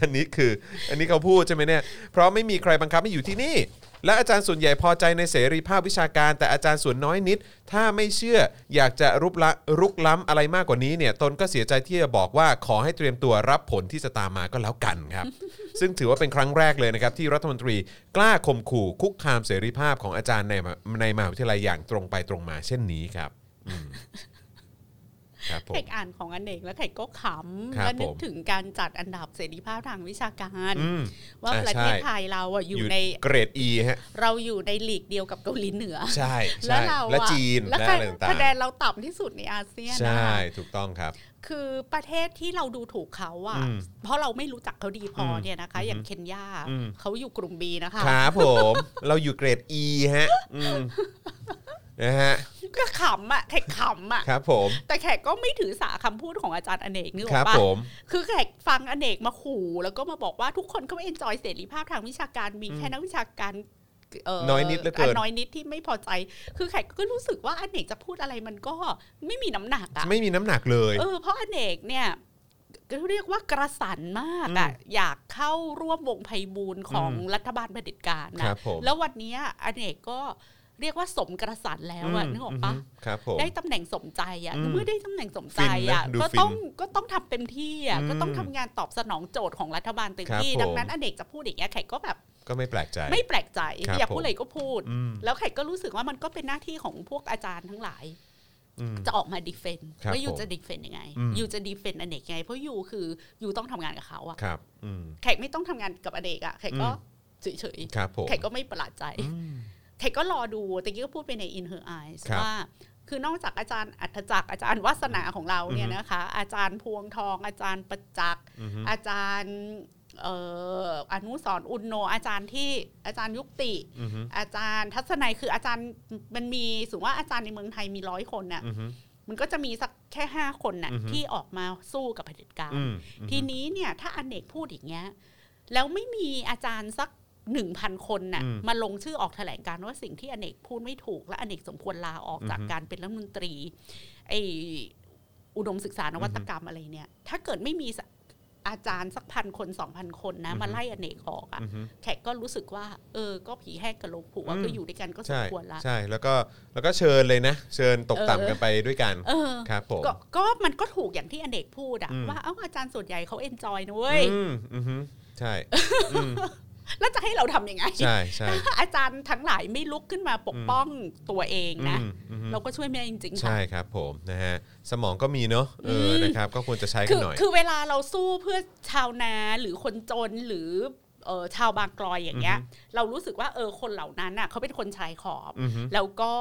B: อันนี้คืออันนี้เขาพูดใช่ไหมเนี่ยเพราะไม่มีใครบังคับให้อยู่ที่นี่ และอาจารย์ส่วนใหญ่พอใจในเสรีภาพวิชาการ แต่อาจารย์ส่วนน้อยนิด ถ้าไม่เชื่ออยากจะรุกละรุกล้ำอะไรมากกว่านี้เนี่ยตนก็เสียใจที่จะบอกว่าขอให้เตรียมตัวรับผลที่จะตามมาก็แล้วกันครับ ซึ่งถือว่าเป็นครั้งแรกเลยนะครับที่รัฐมนตรีกล้าข่มขู่คุกคามเสรีภาพของอาจารย์ในมหาในมหาวิทยาลัยอย่างตรงไปตรงมาเช่นนี้ครับอืมครับผม
C: เขกอ่านของอันเอกแล้วเขกก็ขำ
B: ครับ
C: และนึก
B: ผม
C: ถึงการจัดอันดับเสรีภาพทางวิชาการ
B: อืม
C: ว่า
B: อ่า
C: ประเทศ
B: ใช่
C: ไทยเราอะอยู่ใน
B: เกรด E ฮะ
C: เราอยู่ในหลีกเดียวกับเกาหลีเหนือ
B: ใช่
C: แล้
B: ใช่
C: วเราอะ
B: และจีน
C: แล้ว
B: และอะไรต่าง
C: คะแนนเราต่ำที่สุดในอาเซีย
B: ๆ
C: นนะ
B: ใช่
C: คะ
B: ถูกต้องครับ
C: คือประเทศที่เราดูถูกเขาอะ
B: อืม
C: เพราะเราไม่รู้จักเขาดีพออ
B: ม
C: เนี่ยนะคะ อย่าง
B: อืม
C: เคนยา
B: อืม
C: เขาอยู่กลุ่มบีนะคะ
B: ครับผม เราอยู่เกรด E ฮะอืมนะฮะ
C: ก็ขำอะแขกขำอะ
B: ครับผม
C: แต่แขกก็ไม่ถือสาคำพูดของอาจารย์อเนกนึกอ
B: ค
C: อ
B: รั
C: ก
B: บ
C: ปะ
B: ผม
C: คือแขกฟังอเนกมาขู่แล้วก็มาบอกว่าทุกคนเขาเอนจอยเสรีภาพทางวิชาการมีแค่นักวิชาการเ
B: น้อยนิดเหลือเกิน
C: น้อยนิดที่ไม่พอใจ คือแขกก็รู้สึกว่าอเนกจะพูดอะไรมันก็ไม่มีน้ำหนักอะ
B: ไม่มีน้ำหนักเลย
C: เออเพราะอเนกเนี่ยก็เรียกว่ากระสันมากอะอยากเข้าร่วมวงไพบูลย์ของ
B: อืม
C: รัฐบาลเผด็จการ
B: ค
C: นะ
B: รับผม
C: แล้ววันเนี้ยอเนกก็เรียกว่าสมกระสันแล้วอะ
B: ม
C: นึกออกปะ
B: มครับผม
C: ได้ตำแหน่งสมใจอ่ะ
B: อืม
C: เมื่อได้ตำแหน่งสมใจอ่ะ
B: ฟินนะดู
C: ก็
B: ฟิน
C: ต้องก็ต้องทำเต็มที่อ่ะ
B: อืม
C: ก็ต้องทำงานตอบสนองโจทย์ของรัฐบาลเต็ม
B: ครับ
C: ที่
B: ผม
C: ดังนั้นอเนกจะพูดอย่างเงี้ยไข่ก็แบบ
B: ก็ไม่แปลกใจ
C: ไม่แปลกใจ
B: ครับ
C: อยาก
B: ผ
C: พู
B: ม
C: ดอะไรก็พูด
B: อืม
C: แล้วไข่ก็รู้สึกว่ามันก็เป็นหน้าที่ของพวกอาจารย์ทั้งหลาย
B: อืม
C: จะออกมาดีเฟนต์
B: ครับ
C: ว่ายู
B: ผม
C: จะดีเฟนต์ยังไง
B: อืม
C: ยูจะดีเฟนต์อเนกยังไง เพราะยูคือยูต้องทำงานกับเขาอ่ะ
B: ครับอืม
C: ไขกไม่ต้องทำงานกับอเนกอ่ะไข่ก็
B: อื
C: เฉย
B: ครับผม
C: ๆไข่ก็ไม่ประหลาดใจ
B: อืม
C: เทคก็รอดูตะกี้ก็พูดไปใน In Her Eyes
B: ครับ
C: ว่า คือนอกจากอาจารย์อัธจักรอาจารย์วัสนาของเราเนี่ย
B: อือฮึ
C: นะคะ อาจารย์พวงทอง อาจารย์ประจักษ์
B: อืม
C: อาจารย์เอ่ออนุสรณ์อุนโน อาจารย์ที่อาจารย์ยุติ
B: อืม
C: อาจารย์ทัศนัยคืออาจารย์มันมีสมมติว่าอาจารย์ในเมืองไทยมีร้อยคนน่ะ
B: อืม
C: มันก็จะมีสักแค่ห้าคนน่ะ
B: อือฮึ
C: ที่ออกมาสู้กับเผด็จการ
B: อืม
C: ทีนี้เนี่ยถ้าอเนกพูดอย่างเงี้ยแล้วไม่มีอาจารย์สักหนึ่งพันคนน่ะ
B: อืม
C: มาลงชื่อออกแถลงการณ์ว่าสิ่งที่อเนกพูดไม่ถูก และอเนกสมควรลาออกจาก
B: อือฮึ
C: การเป็นรัฐมนตรีไออุดมศึกษานวัตกรรมอะไรเนี่ย ถ้าเกิดไม่มีสักอาจารย์สักพันคนสองพันคนนะ
B: อือฮึ
C: มาไล่อเนกออกอะ
B: อืม
C: แขกก็รู้สึกว่า เออ ก็ผีแห้งกะโหลกผัว
B: อืม
C: ก็อยู่ด้วยกันก็ส
B: ใช่
C: มควรละ
B: ใช่แล้วก็แล้วก็เชิญเลยนะ เชิญตก
C: เออ
B: ต่ำกันไปด้วยกัน
C: เออ
B: ครับผม
C: ก็ก็มันก็ถูกอย่างที่อเนกพูดอะ
B: อืม
C: ว่าเอ้าอาจารย์ส่วนใหญ่เขาเอนจอยนะเว้ย
B: อืมอืมใช่อืม
C: แล้วจะให้เราทำยังไง
B: ใช่ใช่
C: ถ้าอาจารย์ทั้งหลายไม่ลุกขึ้นมาปกป้องตัวเองนะ
B: อืมอืม
C: เราก็ช่วยไม่ได้จริงๆ
B: ใช่
C: ค่ะ
B: ครับผมนะฮะสมองก็มีเนอะเอออ
C: ม
B: นะครับ ก็ควรจะใช้กั
C: คื
B: น
C: อ
B: หน่อย
C: คือเวลาเราสู้เพื่อชาวนาหรือคนจนหรือเออชาวบางกลอยอย่างเงี้ย
B: อือฮึ
C: เรารู้สึกว่าเออคนเหล่านั้นน่ะเขาเป็นคนชายขอบ
B: อฮึ
C: แล้วก็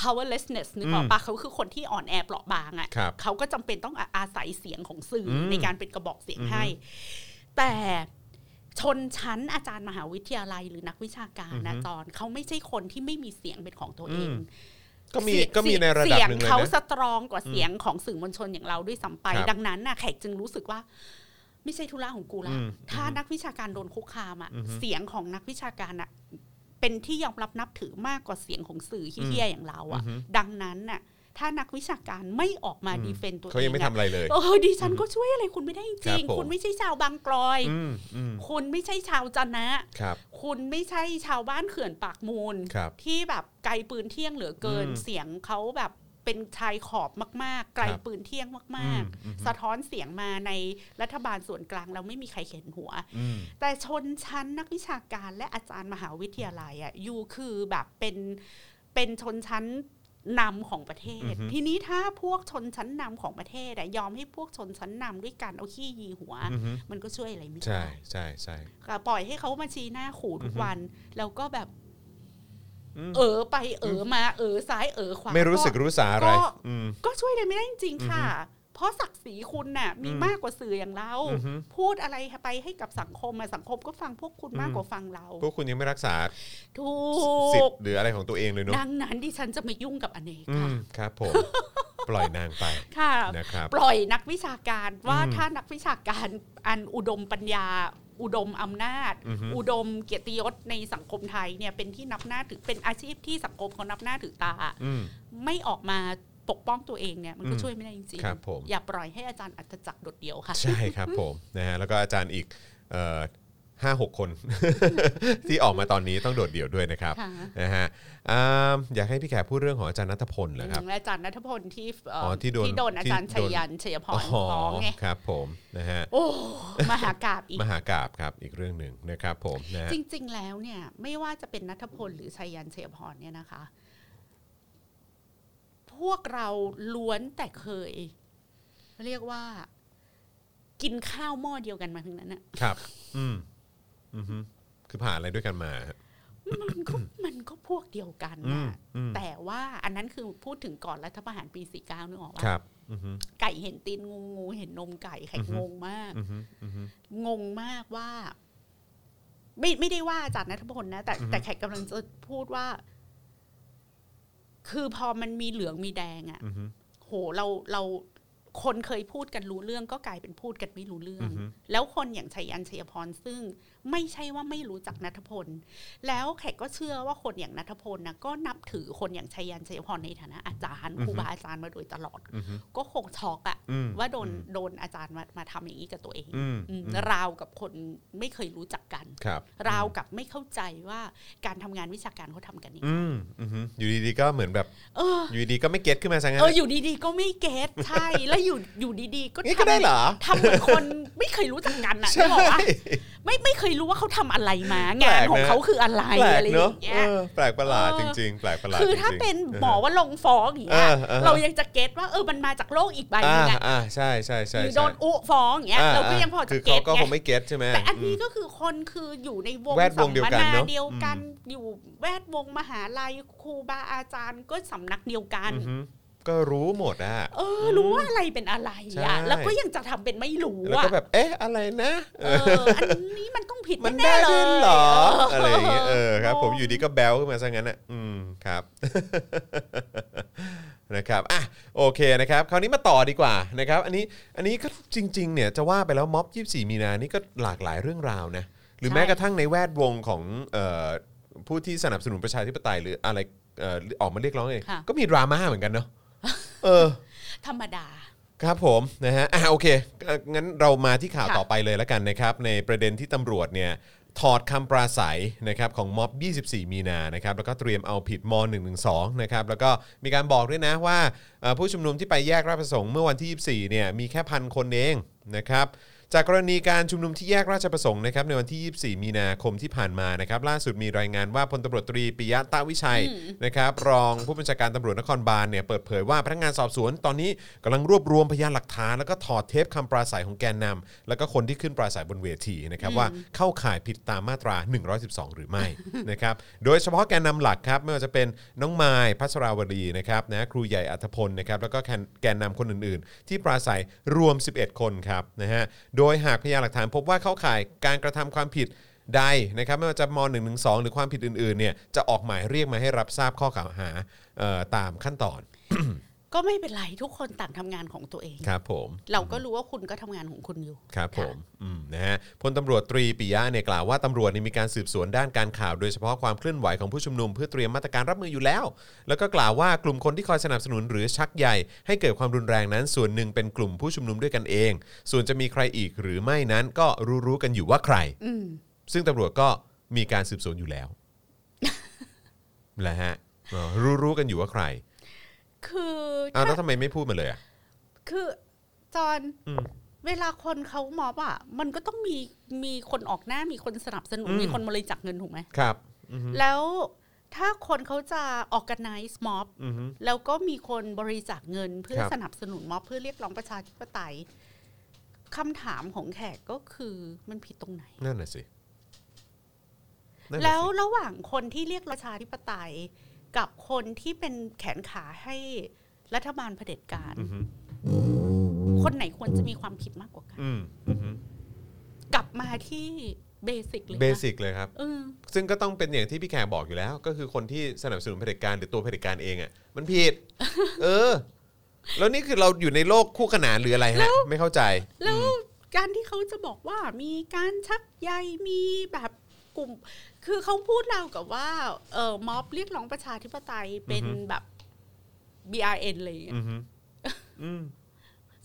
C: powerlessness นึกออกปะเขาคือคนที่อ่อนแอเปราะบาง
B: ครั
C: อะ่ะ
B: บ
C: เขาก็จำเป็นต้องอาอาศัยเสียงของสื่ออ
B: ม
C: ในการเป็นกระบอกเสียง
B: อือฮึ
C: ให้ แต่ ชนชั้นอาจารย์มหาวิทยาลัยหรือนักวิชาการนะ
B: อือฮึ
C: จอนเขาไม่ใช่คนที่ไม่มีเสียงเป็นของตัวเอง
B: อืม ก็มี
C: เสียง
B: ก็มีในระดับหนึ่งเลย
C: เสียเขาส
B: นะ
C: ตรองกว่าเสียงของสื่อมวลชนอย่างเราด้วยซ้ำไป
B: ครับ
C: ดังนั้นน่ะแขกจึงรู้สึกว่า ไม่ใช่ธุระของกูละ
B: อืม
C: ถ้านักวิชาการโดนคุกคามอ่ะ
B: อือฮึ
C: เสียงของนักวิชาการอ่ะเป็นที่ยอมรับนับถือมากกว่าเสียงของสื่อเฮี้ยๆอย่างเราอ่ะ
B: อือฮึ
C: ดังนั้นน่ะถ้านักวิชาการไม่ออกมาดีเฟนต์ตัวเอง
B: เขายังไม่
C: อะ
B: ทำอะไรเลย
C: เออดิฉันก็ช่วยอะไรคุณไม่ได้
B: ค
C: จ
B: รั
C: ริ
B: บ
C: ง
B: ผม
C: คุณไม่ใช่ชาวบางกลอย
B: อืมอืม
C: คุณไม่ใช่ชาวจันนะ
B: ครับ
C: คุณไม่ใช่ชาวบ้านเขื่อนปากมูล
B: ครับ
C: ที่แบบไกลปืนเที่ยงเหลือเกิน
B: อืม
C: เสียงเขาแบบเป็นชายขอบมาก ๆ ไกล
B: ครับ
C: ปืนเที่ยงมาก
B: อืมอืม
C: ๆ สะท้อนเสียงมาในรัฐบาลส่วนกลางเราไม่มีใครเข็นหัว
B: อืม
C: แต่ชนชั้นนักวิชาการและอาจารย์มหาวิทยาลัยอ่ะอยู่คือแบบเป็นเป็นชนชั้นนำของประเทศ
B: อือฮึ
C: ทีนี้ถ้าพวกชนชั้นนำของประเทศอะยอมให้พวกชนชั้นนำด้วยการเอาขี้ยีหัว
B: อือฮึ
C: มันก็ช่วยอะไรไม่
B: ใช่
C: ได้
B: ใช่ใช่
C: ค่ะปล่อยให้เขามาชี้หน้าขู่ทุกวัน แล้วก็แบบ
B: อืม
C: เออไปเออมาเออซ้ายเออขวา
B: ไม่รู้สึก
C: ก็
B: รู้สาอะไร
C: ก็
B: อืม
C: ก็ช่วยอะไรไม่ได้จริงๆค่ะ เพราะศักดิ์ศรีคุณน่ะมี
B: อืม
C: มากกว่าสื่ออย่างเรา
B: อือฮึ
C: พูดอะไรไปให้กับสังคมอะสังคมก็ฟังพวกคุณมาก
B: อืม
C: กว่าฟังเรา
B: พวกคุณยังไม่รักษา
C: ถู
B: สิท
C: ก
B: ธิ์หรืออะไรของตัวเองเลยเนอะ
C: ดังนั้นดิฉันจะไม่ยุ่งกับอเนก
B: อื
C: ค่ะ
B: มครับผม ปล่อยนางไป
C: ค่ะ
B: นะครับ
C: ปล่อยนักวิชาการว่า
B: อืม
C: ถ้านักวิชาการอันอุดมปัญญา อุดมอำนาจ
B: อือฮึ
C: อุดมเกียรติยศในสังคมไทยเนี่ยเป็นที่นับหน้าถือเป็นอาชีพที่สังคมเขานับหน้าถือตา
B: อืม
C: ไม่ออกมาปกป้องตัวเองเนี่ยมันก็
B: อืม
C: ช่วยไม่ได้จริง
B: ครับผม
C: อย่าปล่อยให้อาจารย์อัตจักรโดดเดี่ยวค่ะ
B: ใช่ครับผม นะฮะแล้วก็อาจารย์อีกเอ่อห้าหกคน ที่ออกมาตอนนี้ต้องโดดเดี่ยวด้วยนะครับ
C: ค่ะ
B: นะฮะอ่ามอยากให้พี่แขกพูดเรื่องของอาจารย์นัทพลเหรอครับ
C: และอาจารย์นัทพลที่เอ่ออ
B: อที่โดน
C: ที่โดนอาจารย์
B: ที่
C: ชั
B: โด
C: ย
B: น
C: ยันชัยพ
B: อ๋
C: รฟ้องไง
B: ครับผมนะฮะ
C: โอ้มหากาบอีก
B: มหากาบครับอีกเรื่องหนึ่งนะครับผมนะฮะ
C: จริง ๆ แล้วเนี่ย ไม่ว่าจะเป็นนัทพลหรือชัยยันเชยพรเนี่ยนะคะ พวกเราล้วนแต่เคย เรียกว่า กินข้าวหม้อเดียวกันมาทั้งนั้นอะ
B: ครับ อืมอือฮึคือผ่านอะไรด้วยกันมา
C: มันก็ มันก็พวกเดียวกัน
B: อืม
C: นะ
B: อืม
C: แต่ว่าอันนั้นคือพูดถึงก่อนรัฐประหารปีสี่เก้านึกออก
B: ค
C: ว่า
B: รับ อือฮึ
C: ไก่เห็นตีนงูงูเห็นนมไก่ไข่งงมาก
B: อือฮึอือฮึ
C: งงมากว่า ไม่ไม่ได้ว่าอาจารย์นัทพลนะ แต่
B: อือฮึ
C: แต่แขกกำลังจะพูดว่า คือพอมันมีเหลืองมีแดงอะ่ะ
B: อือฮึ
C: โหเราเราคนเคยพูดกันรู้เรื่องก็กลายเป็นพูดกันไม่รู้เรื่อ
B: อื
C: ง
B: อฮึ
C: แล้วคนอย่างชัยยันชัยพรซึ่งไม่ใช่ว่าไม่รู้จักนัทพล แล้วแขกก็เชื่อว่าคนอย่างนัทพลนะก็นับถือคนอย่างชัยยันชัยพรในฐานะอาจารย์
B: อือฮึ
C: ครูบาอาจารย์มาโดยตลอด
B: อือฮึ
C: ก็คงช็อกอะ
B: อืม
C: ว่าโดนโดนอาจารย์มามาทำอย่างนี้กับตัวเอง
B: อืม
C: อืม
B: อืม
C: ราวกับคนไม่เคยรู้จักกัน
B: ครับ
C: ราวกับไม่เข้าใจว่าการทำงานวิชาการเขาทำกันยังไง
B: อืมอือฮึอยู่ดีๆก็เหมือนแบบ
C: เออ
B: อยู่ดีๆก็ไม่เก็ตขึ้นมาซะงั้น
C: เอออยู่ดีๆก็ไม่เก็ตใช่ แล้วอยู่อยู่ดีๆก็
B: นี่ก็ได้เหรอ
C: ทำเหมือนคนไม่เคยรู้จักกันอ่ะนึกออกปะไม่ไม่เคยรู้ว่าเขาทำอะไรมา งานของ
B: แปลกนะ
C: เขาคืออะไร
B: แปลก
C: อะไรอ
B: เนอะ
C: ย่างเงี้ย
B: เออแปลกประหลาด
C: เออ
B: จริง ๆ แปลกประหลาด
C: คือถ้า
B: จริงๆ
C: เป็นหมอว่าลงฟ้องอย่าง
B: เอ
C: เงี้ย
B: อออ
C: เรายังจะเก็ตว่าเออมันมาจากโลกอีกใบห
B: อ่า
C: นึงอะ
B: อ่าใช่ใช่ใช่
C: หรือ
B: ใช่
C: โดนอุฟ้องอย่างเงี้ย
B: อ่
C: เราก็ยังพอจะ
B: คือ
C: เก็
B: เขา
C: ต
B: ก็
C: ไง
B: คงไม่เก็ตใช่ไหม
C: แต่อันนี้
B: ม
C: ก็คือคนคืออยู่ในวง
B: แวดวงเดียวกัน
C: สัมม
B: เนอะ
C: เดียวกัน
B: อื
C: อยู่แวดวงมหาลัยครูบาอาจารย์ก็สำนักเดียวกัน
B: อือฮึก็รู้หมดอ่ะ
C: เออ รู้ว่าอะไรเป็นอะไร
B: ใช่
C: อ่ะแล้วก็ยังจะทำเป็นไม่รู้
B: แล้ว
C: อ่ะ
B: ก็แบบเอ๊ะอะไรนะเอ
C: เอ
B: อ
C: ออันนี้มันต้องผิด
B: มัน
C: แน่
B: ได้
C: ๆเล
B: ด้วย ยเหรอ
C: เ
B: อะไรอย่างเงี้ยเออครับ ผม
C: งง
B: อยู่ดีก็แบลขึ้นมาซะงั้นอ่ะอืมค รับ นะครับอ่ะโอเคนะครับ คราวนี้มาต่อดีกว่านะครับ อันนี้อันนี้ก็จริง ๆ เนี่ยจะว่าไปแล้วม็อบ24 มีนานี่ก็หลากหลายเรื่องราวนะหรือ
C: ใช่
B: แม้กระทั่งในแวดวงของเอ่อผู้ที่สนับสนุนประชาธิปไตยหรืออะไรเอ่อออกมาเรียกร้องเองก็มีดราม่าเหมือนกันเนาะเออ
C: ธรรมดา
B: ครับผมนะฮะอ่ะโอเคเอ่องั้นเรามาที่ข่าว
C: ค่ะ
B: ต่อไปเลยแล้วกันนะครับ ในประเด็นที่ตำรวจเนี่ยถอดคำปราศัยนะครับของม็อบ 24 มีนานะครับแล้วก็เตรียมเอาผิดม .112 นะครับแล้วก็มีการบอกด้วยนะว่าเอ่อผู้ชุมนุมที่ไปแยกราชประสงค์เมื่อวันที่ 24 เนี่ยมีแค่พันคนเองนะครับ จากกรณีการชุมนุมที่แยกราชประสงค์นะครับในวันที่ 24 มีนาคมที่ผ่านมานะครับล่าสุดมีรายงานว่าพลตำรวจตรีปิยะตาวิชัยนะครับรองผู้บัญชาการตำรวจนครบาลเนี่ยเปิดเผยว่าพนักงานสอบสวนตอนนี้กำลังรวบรวมพยานหลักฐาน แล้วก็ถอดเทปคำปราศัยของแกนนำแล้วก็คนที่ขึ้นปราศัยบนเวทีนะครับว่าเข้าข่ายผิดตามมาตรา 112 หรือไม่ นะครับโดยเฉพาะแกนนำหลักครับไม่ว่าจะเป็นน้องไมายพัชราวดีนะครับนะครูใหญ่อัธพลนะครับแล้วก็แกนแกนนำคนอื่นๆ ที่ปราศัยรวม 11 คนครับนะฮะ โดยหากพยานหลักฐานพบว่าเข้าข่ายการกระทำความผิดใดนะครับไม่ว่าจะม .112 หรือความผิดอื่นๆเนี่ยจะออกหมายเรียกมาให้รับทราบข้อกล่าวหาเอ่อตามขั้นตอน
C: ก็ไม่เป็นไรทุกคนต่างทำงานของตัวเอง
B: ครับผม
C: เราก็รู้ว่าคุณก็ทำงานของคุณอยู่
B: ครับผมอืมนะฮะพลตำรวจตรีปิยะเนี่ยกล่าวว่าตำรวจเนี่ยมีการสืบสวนด้านการข่าว โดยเฉพาะความเคลื่อนไหวของผู้ชุมนุมเพื่อเตรียมมาตรการรับมืออยู่แล้ว แล้วก็กล่าวว่ากลุ่มคนที่คอยสนับสนุนหรือชักใยให้เกิดความรุนแรงนั้นส่วนหนึ่งเป็นกลุ่มผู้ชุมนุมด้วยกันเอง ส่วนจะมีใครอีกหรือไม่นั้นก็รู้ๆกันอยู่ว่าใคร
C: อืม
B: ซึ่งตำรวจก็มีการสืบสวนอยู่ แล้วแหละฮะเออรู้รู้กันอยู่ว่าใคร
C: คือ
B: อ้าว
C: ถ้า
B: แล้วทำไมไม่พูดมาเลยอ่ะ
C: คือจอน
B: อืม
C: เวลาคนเขามอบอ่ะ มันก็ต้องมีมีคนออกหน้ามีคนสนับสนุน
B: อืม
C: มีคนบริจาคเงินถูกไหม
B: ครับ
C: แล้วถ้าคนเขาจะออกกันไนซ์ม็อบ
B: อือฮึ
C: แล้วก็มีคนบริจาคเงินเพื่อ
B: ครับ
C: สนับสนุนม็อบเพื่อเรียกร้องประชาธิปไตยคำถามของแขกก็คือมันผิดตรงไหน
B: นั่นน่ะสินั่นน่ะสิ
C: แล้วระหว่างคนที่เรียกประชาธิปไตย กับคนที่เป็นแขนขาให้รัฐบาลเผด็จการ
B: อือฮึ
C: คนไหนควรจะมีความผิดมากกว่ากัน
B: อืมอือฮึ
C: กลับมาที่เบสิกเลยนะ
B: เบสิกเลยครับ
C: เออ
B: ซึ่งก็ต้องเป็นอย่างที่พี่แขกบอกอยู่แล้ว ก็คือคนที่สนับสนุนเผด็จการหรือตัวเผด็จการเองอ่ะ มันผิด เออ แล้วนี่คือเราอยู่ในโลกคู่ขนานหรืออะไรฮะ ไม่เข้าใจ
C: แล้วการที่เขาจะบอกว่ามีการชักใยมีแบบกลุ่ม คือเขาพูดเราวกับว่าเออม็อบเรียกร้องประชาธิปไตยเป็น
B: อือฮึ
C: แบบ BRN อะไรอย่างเลย
B: อือฮึอืม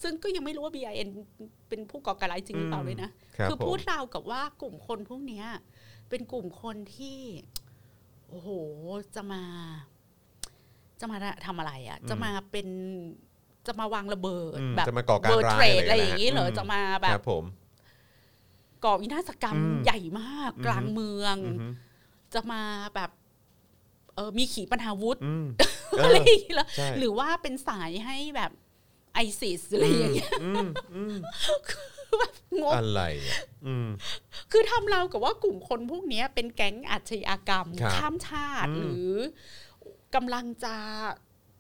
C: ซึ่งก็ยังไม่รู้ว่า BIN เป็นผู้ก่อการร้ายจริงหรือเปล่า
B: อืม
C: เลยนะ
B: ครับ
C: คือ
B: ผ
C: พู
B: ม
C: ดราวกับว่ากลุ่มคนพวกเนี้ย เป็นกลุ่มคนที่ โอ้โหจะมา จะมาทำอะไรอะ่ะ จะมาเป็นจะมาวางระเบิด
B: อืม
C: แบบ
B: จะมาก่อการ
C: เบิร์
B: ร้าย
C: เทรดอะไรอย่างนี้
B: นี้
C: เหรอจะมาแบ
B: ครับ บผม
C: ก่อวินาศกรรม
B: อืม
C: ใหญ่มาก
B: อืม
C: กลางเมือง
B: อือฮึ
C: จะมาแบบเออมีขีปนาวุธ
B: อืมเอ
C: อะไร
B: อ
C: อย่างนี้เหรอ
B: ใช่
C: หรือว่าเป็นสายให้แบบไอซิสอะไรอย่างเงี้ย
B: อืมอืม
C: งง
B: อะไรอ่ะอืม
C: คือทำเรากับว่ากลุ่มคนพวกเนี้ยเป็นแก๊งอาชญากรรม
B: ครับ
C: ข้ามชาติ
B: อืม
C: หรือกำลังจะ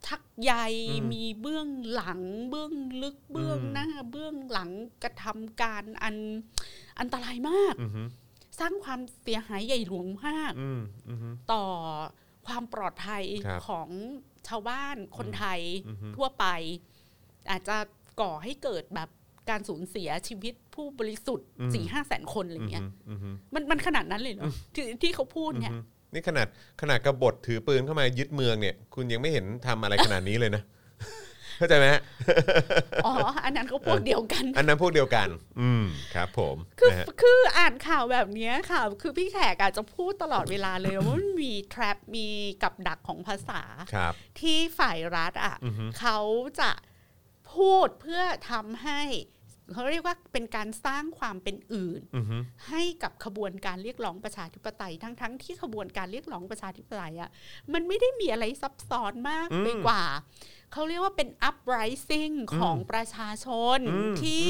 C: ชักใย
B: อืม
C: มีเบื้องหลัง เบื้องลึกเบื้องหน้า เบื้องหลังกระทำการอันอันตรายมาก
B: ืม
C: สร้างความเสียหายใหญ่หลวงมาก
B: อืมอืม
C: ต่อความปลอดภัย
B: ครับ
C: ของชาวบ้านคนไทย
B: อือฮึ
C: ทั่วไป อาจจะก่อให้เกิดแบบการสูญเสียชีวิตผู้บริสุทธิ์สี่ห้าแสนคนอะไรเงี้ย
B: อืม
C: มันมันขนาดนั้นเลยเหรอที่ที่เขาพูดเนี่ย
B: นี่ขนาดขนาดกบฏถือปืนเข้ามายึดเมืองเนี่ย คุณยังไม่เห็นทำอะไรขนาดนี้เลยนะ เข้าใจไหมฮะ
C: อ๋อ อันนั้นเขาพวกเดียวกัน
B: อันนั้นพวกเดียวกัน อืมครับผม
C: คือ
B: นะฮะ
C: คืออ่านข่าวแบบเนี้ยค่ะ คือพี่แขกอาจจะพูดตลอดเวลาเลยว่ามันมี trap มีกับดักของภาษา
B: ครับ
C: ที่ฝ่ายรัฐอ่ะ
B: อือฮึ
C: เขาจะพูดเพื่อทำให้เขาเรียกว่าเป็นการสร้างความเป็นอื่น
B: อือฮึ
C: ให้กับขบวนการเรียกร้องประชาธิปไตยทั้งทั้งที่ขบวนการเรียกร้องประชาธิปไตยอ่ะมันไม่ได้มีอะไรซับซ้อนมาก
B: อืม
C: ไปกว่า เขาเรียกว่าเป็น uprising ของประชาชน
B: อืม
C: ที่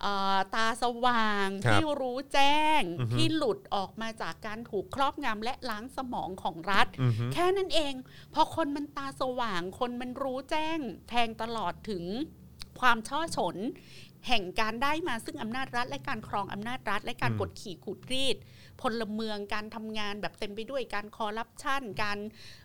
C: เอ่อตาสว่าง
B: ครับ
C: ที่รู้แจ้ง
B: อือฮึ
C: ที่หลุดออกมาจากการถูกครอบงำและล้างสมองของรัฐ
B: อือฮึ
C: แค่นั้นเอง พอคนมันตาสว่าง คนมันรู้แจ้ง แทงตลอดถึงความช่อฉน แห่งการได้มาซึ่งอำนาจรัฐ และการครองอำนาจรัฐ และการกดขี่ขูดรีด พลเมืองการทำงานแบบเต็มไปด้วยการคอร์รัปชัน การ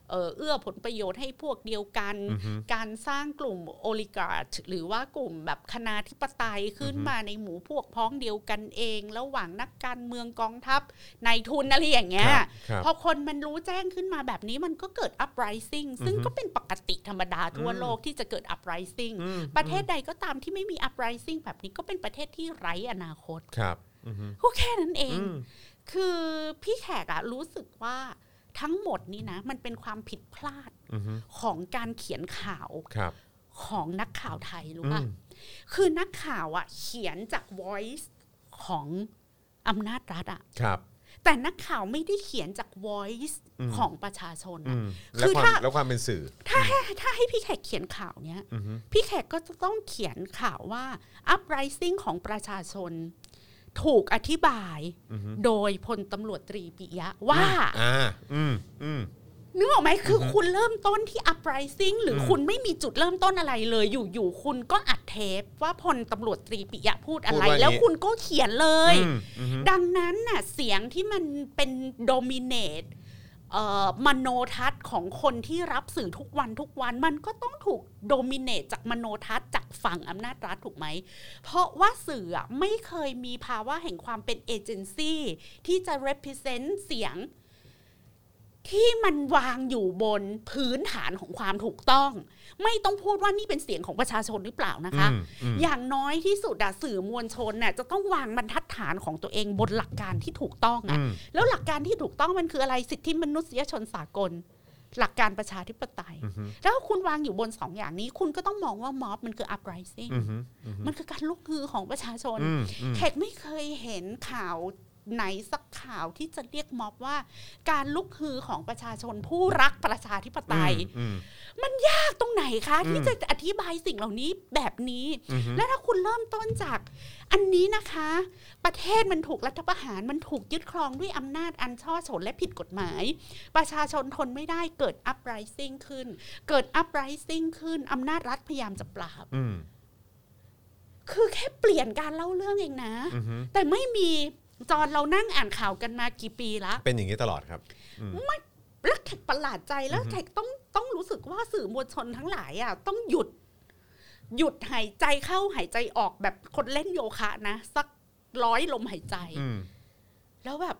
C: เอ่อเอื้อผลประโยชน์ให้พวกเดียวกัน
B: อือฮึ
C: การสร้างกลุ่มโอลิการ์ชหรือว่ากลุ่มแบบคณาธิปไตยขึ้นมาในหมู่พวกพ้องเดียวกันเอง ระหว่างนักการเมืองกองทัพนายทุนอะไรอย่างเงี้ย
B: ครับครับ
C: พอคนมันรู้แจ้งขึ้นมาแบบนี้มันก็เกิด uprising ซึ่ง
B: อือฮึ
C: ก็เป็นปกติธรรมดาทั่ว
B: อืม
C: โลกที่จะเกิด uprising
B: อืม
C: ประเทศใดก็ตามที่ไม่มี uprising แบบนี้ก็เป็นประเทศที่ไร้อนาคต
B: ครับอือฮึ
C: ก็แค่นั้นเอง
B: อืม
C: คือพี่แขกอะรู้สึกว่าทั้งหมดนี้นะ มันเป็นความผิดพลาด
B: อือฮึ
C: ของการเขียนข่าว
B: ครับ
C: ของนักข่าวไทยรู้
B: อื
C: ป่ะ
B: ม
C: คือนักข่าวอะเขียนจาก voice ของอำนาจรัฐอะ
B: ครับ
C: แต่นักข่าวไม่ได้เขียนจาก voice
B: อืม
C: ของประชาชน
B: อื
C: อะ
B: มแล้ว
C: คือ
B: ความ
C: ถ้า
B: แล้วความเป็นสื่อ
C: ถ้าให้ถ้าให้พี่แขกเขียนข่าวเนี้ย
B: อือฮึ
C: พี่แขกก็จะต้องเขียนข่าวว่า uprising ของประชาชน ถูกอธิบาย
B: อือฮึ
C: โดยพลตำรวจตรีปิยะว่า
B: อ่า อืมอืม
C: นึกออกไหมคือคุณเริ่มต้นที่ uprising หรืออ
B: ม
C: คุณไม่มีจุดเริ่มต้นอะไรเลย อยู่ๆคุณก็อัดเทปว่าพลตำรวจตรีปิยะพูดอะไร
B: พูดว่า
C: แล้ว
B: นี้
C: คุณก็เขียนเลย
B: อืมอืม
C: ดังนั้นน่ะเสียงที่มันเป็นโดมิเนตมโนทัศน์ของคนที่รับสื่อทุกวันทุกวัน มันก็ต้องถูกโดมิเนตจากมโนทัศน์จากฝั่งอำนาจรัฐถูกไหม เพราะว่าสื่ออะไม่เคยมีภาวะแห่งความเป็นเอเจนซี่ที่จะ represent เสียง ที่มันวางอยู่บนพื้นฐานของความถูกต้อง ไม่ต้องพูดว่านี่เป็นเสียงของประชาชนหรือเปล่านะคะ
B: อืมอืม
C: อย่างน้อยที่สุดอะสื่อมวลชนน่ะจะต้องวางบรรทัดฐานของตัวเองบนหลักการที่ถูกต้องอะ
B: อืม
C: แล้วหลักการที่ถูกต้องมันคืออะไรสิทธิมนุษยชนสากล หลักการประชาธิปไตย แล้วคุณวางอยู่บนสองอย่างนี้ คุณก็ต้องมองว่าม็อบมันคือ uprising
B: อืมอืม
C: มันคือการลุกฮือของประชาชน
B: อืมอืม
C: เขตไม่เคยเห็นข่าวไหนสักข่าวที่จะเรียกม็อบว่า การลุกฮือของประชาชนผู้รักประชาธิปไตย
B: อืม
C: มันยากตรงไหนคะ
B: อืม
C: ที่จะอธิบายสิ่งเหล่านี้แบบนี้
B: อืมอืม
C: แล้วถ้าคุณเริ่มต้นจากอันนี้นะคะ ประเทศมันถูกรัฐประหารมันถูกยึดครองด้วยอำนาจอันช่อฉนและผิดกฎหมาย ประชาชนทนไม่ได้เกิดอั r ไรซิ่งขึ้น เกิดอั r ไรซิ่งขึ้นอำนาจรัฐพยายามจะปราบ
B: อืม
C: คือแค่เปลี่ยนการเล่าเรื่องเองนะ
B: อืม
C: แต่ไม่มีจอนเรานั่งอ่านข่าวกันมากี่ปีละ
B: เป็นอย่างนี้ตลอดครับ
C: แล้วแขกประหลาดใจแล้วแขกต้องต้องรู้สึกว่าสื่อมวลชนทั้งหลายอ่ะต้องหยุด หยุดหายใจเข้าหายใจออกแบบคนเล่นโยคะนะ สักร้อยลมหายใจ
B: อืม
C: แล้วแบบ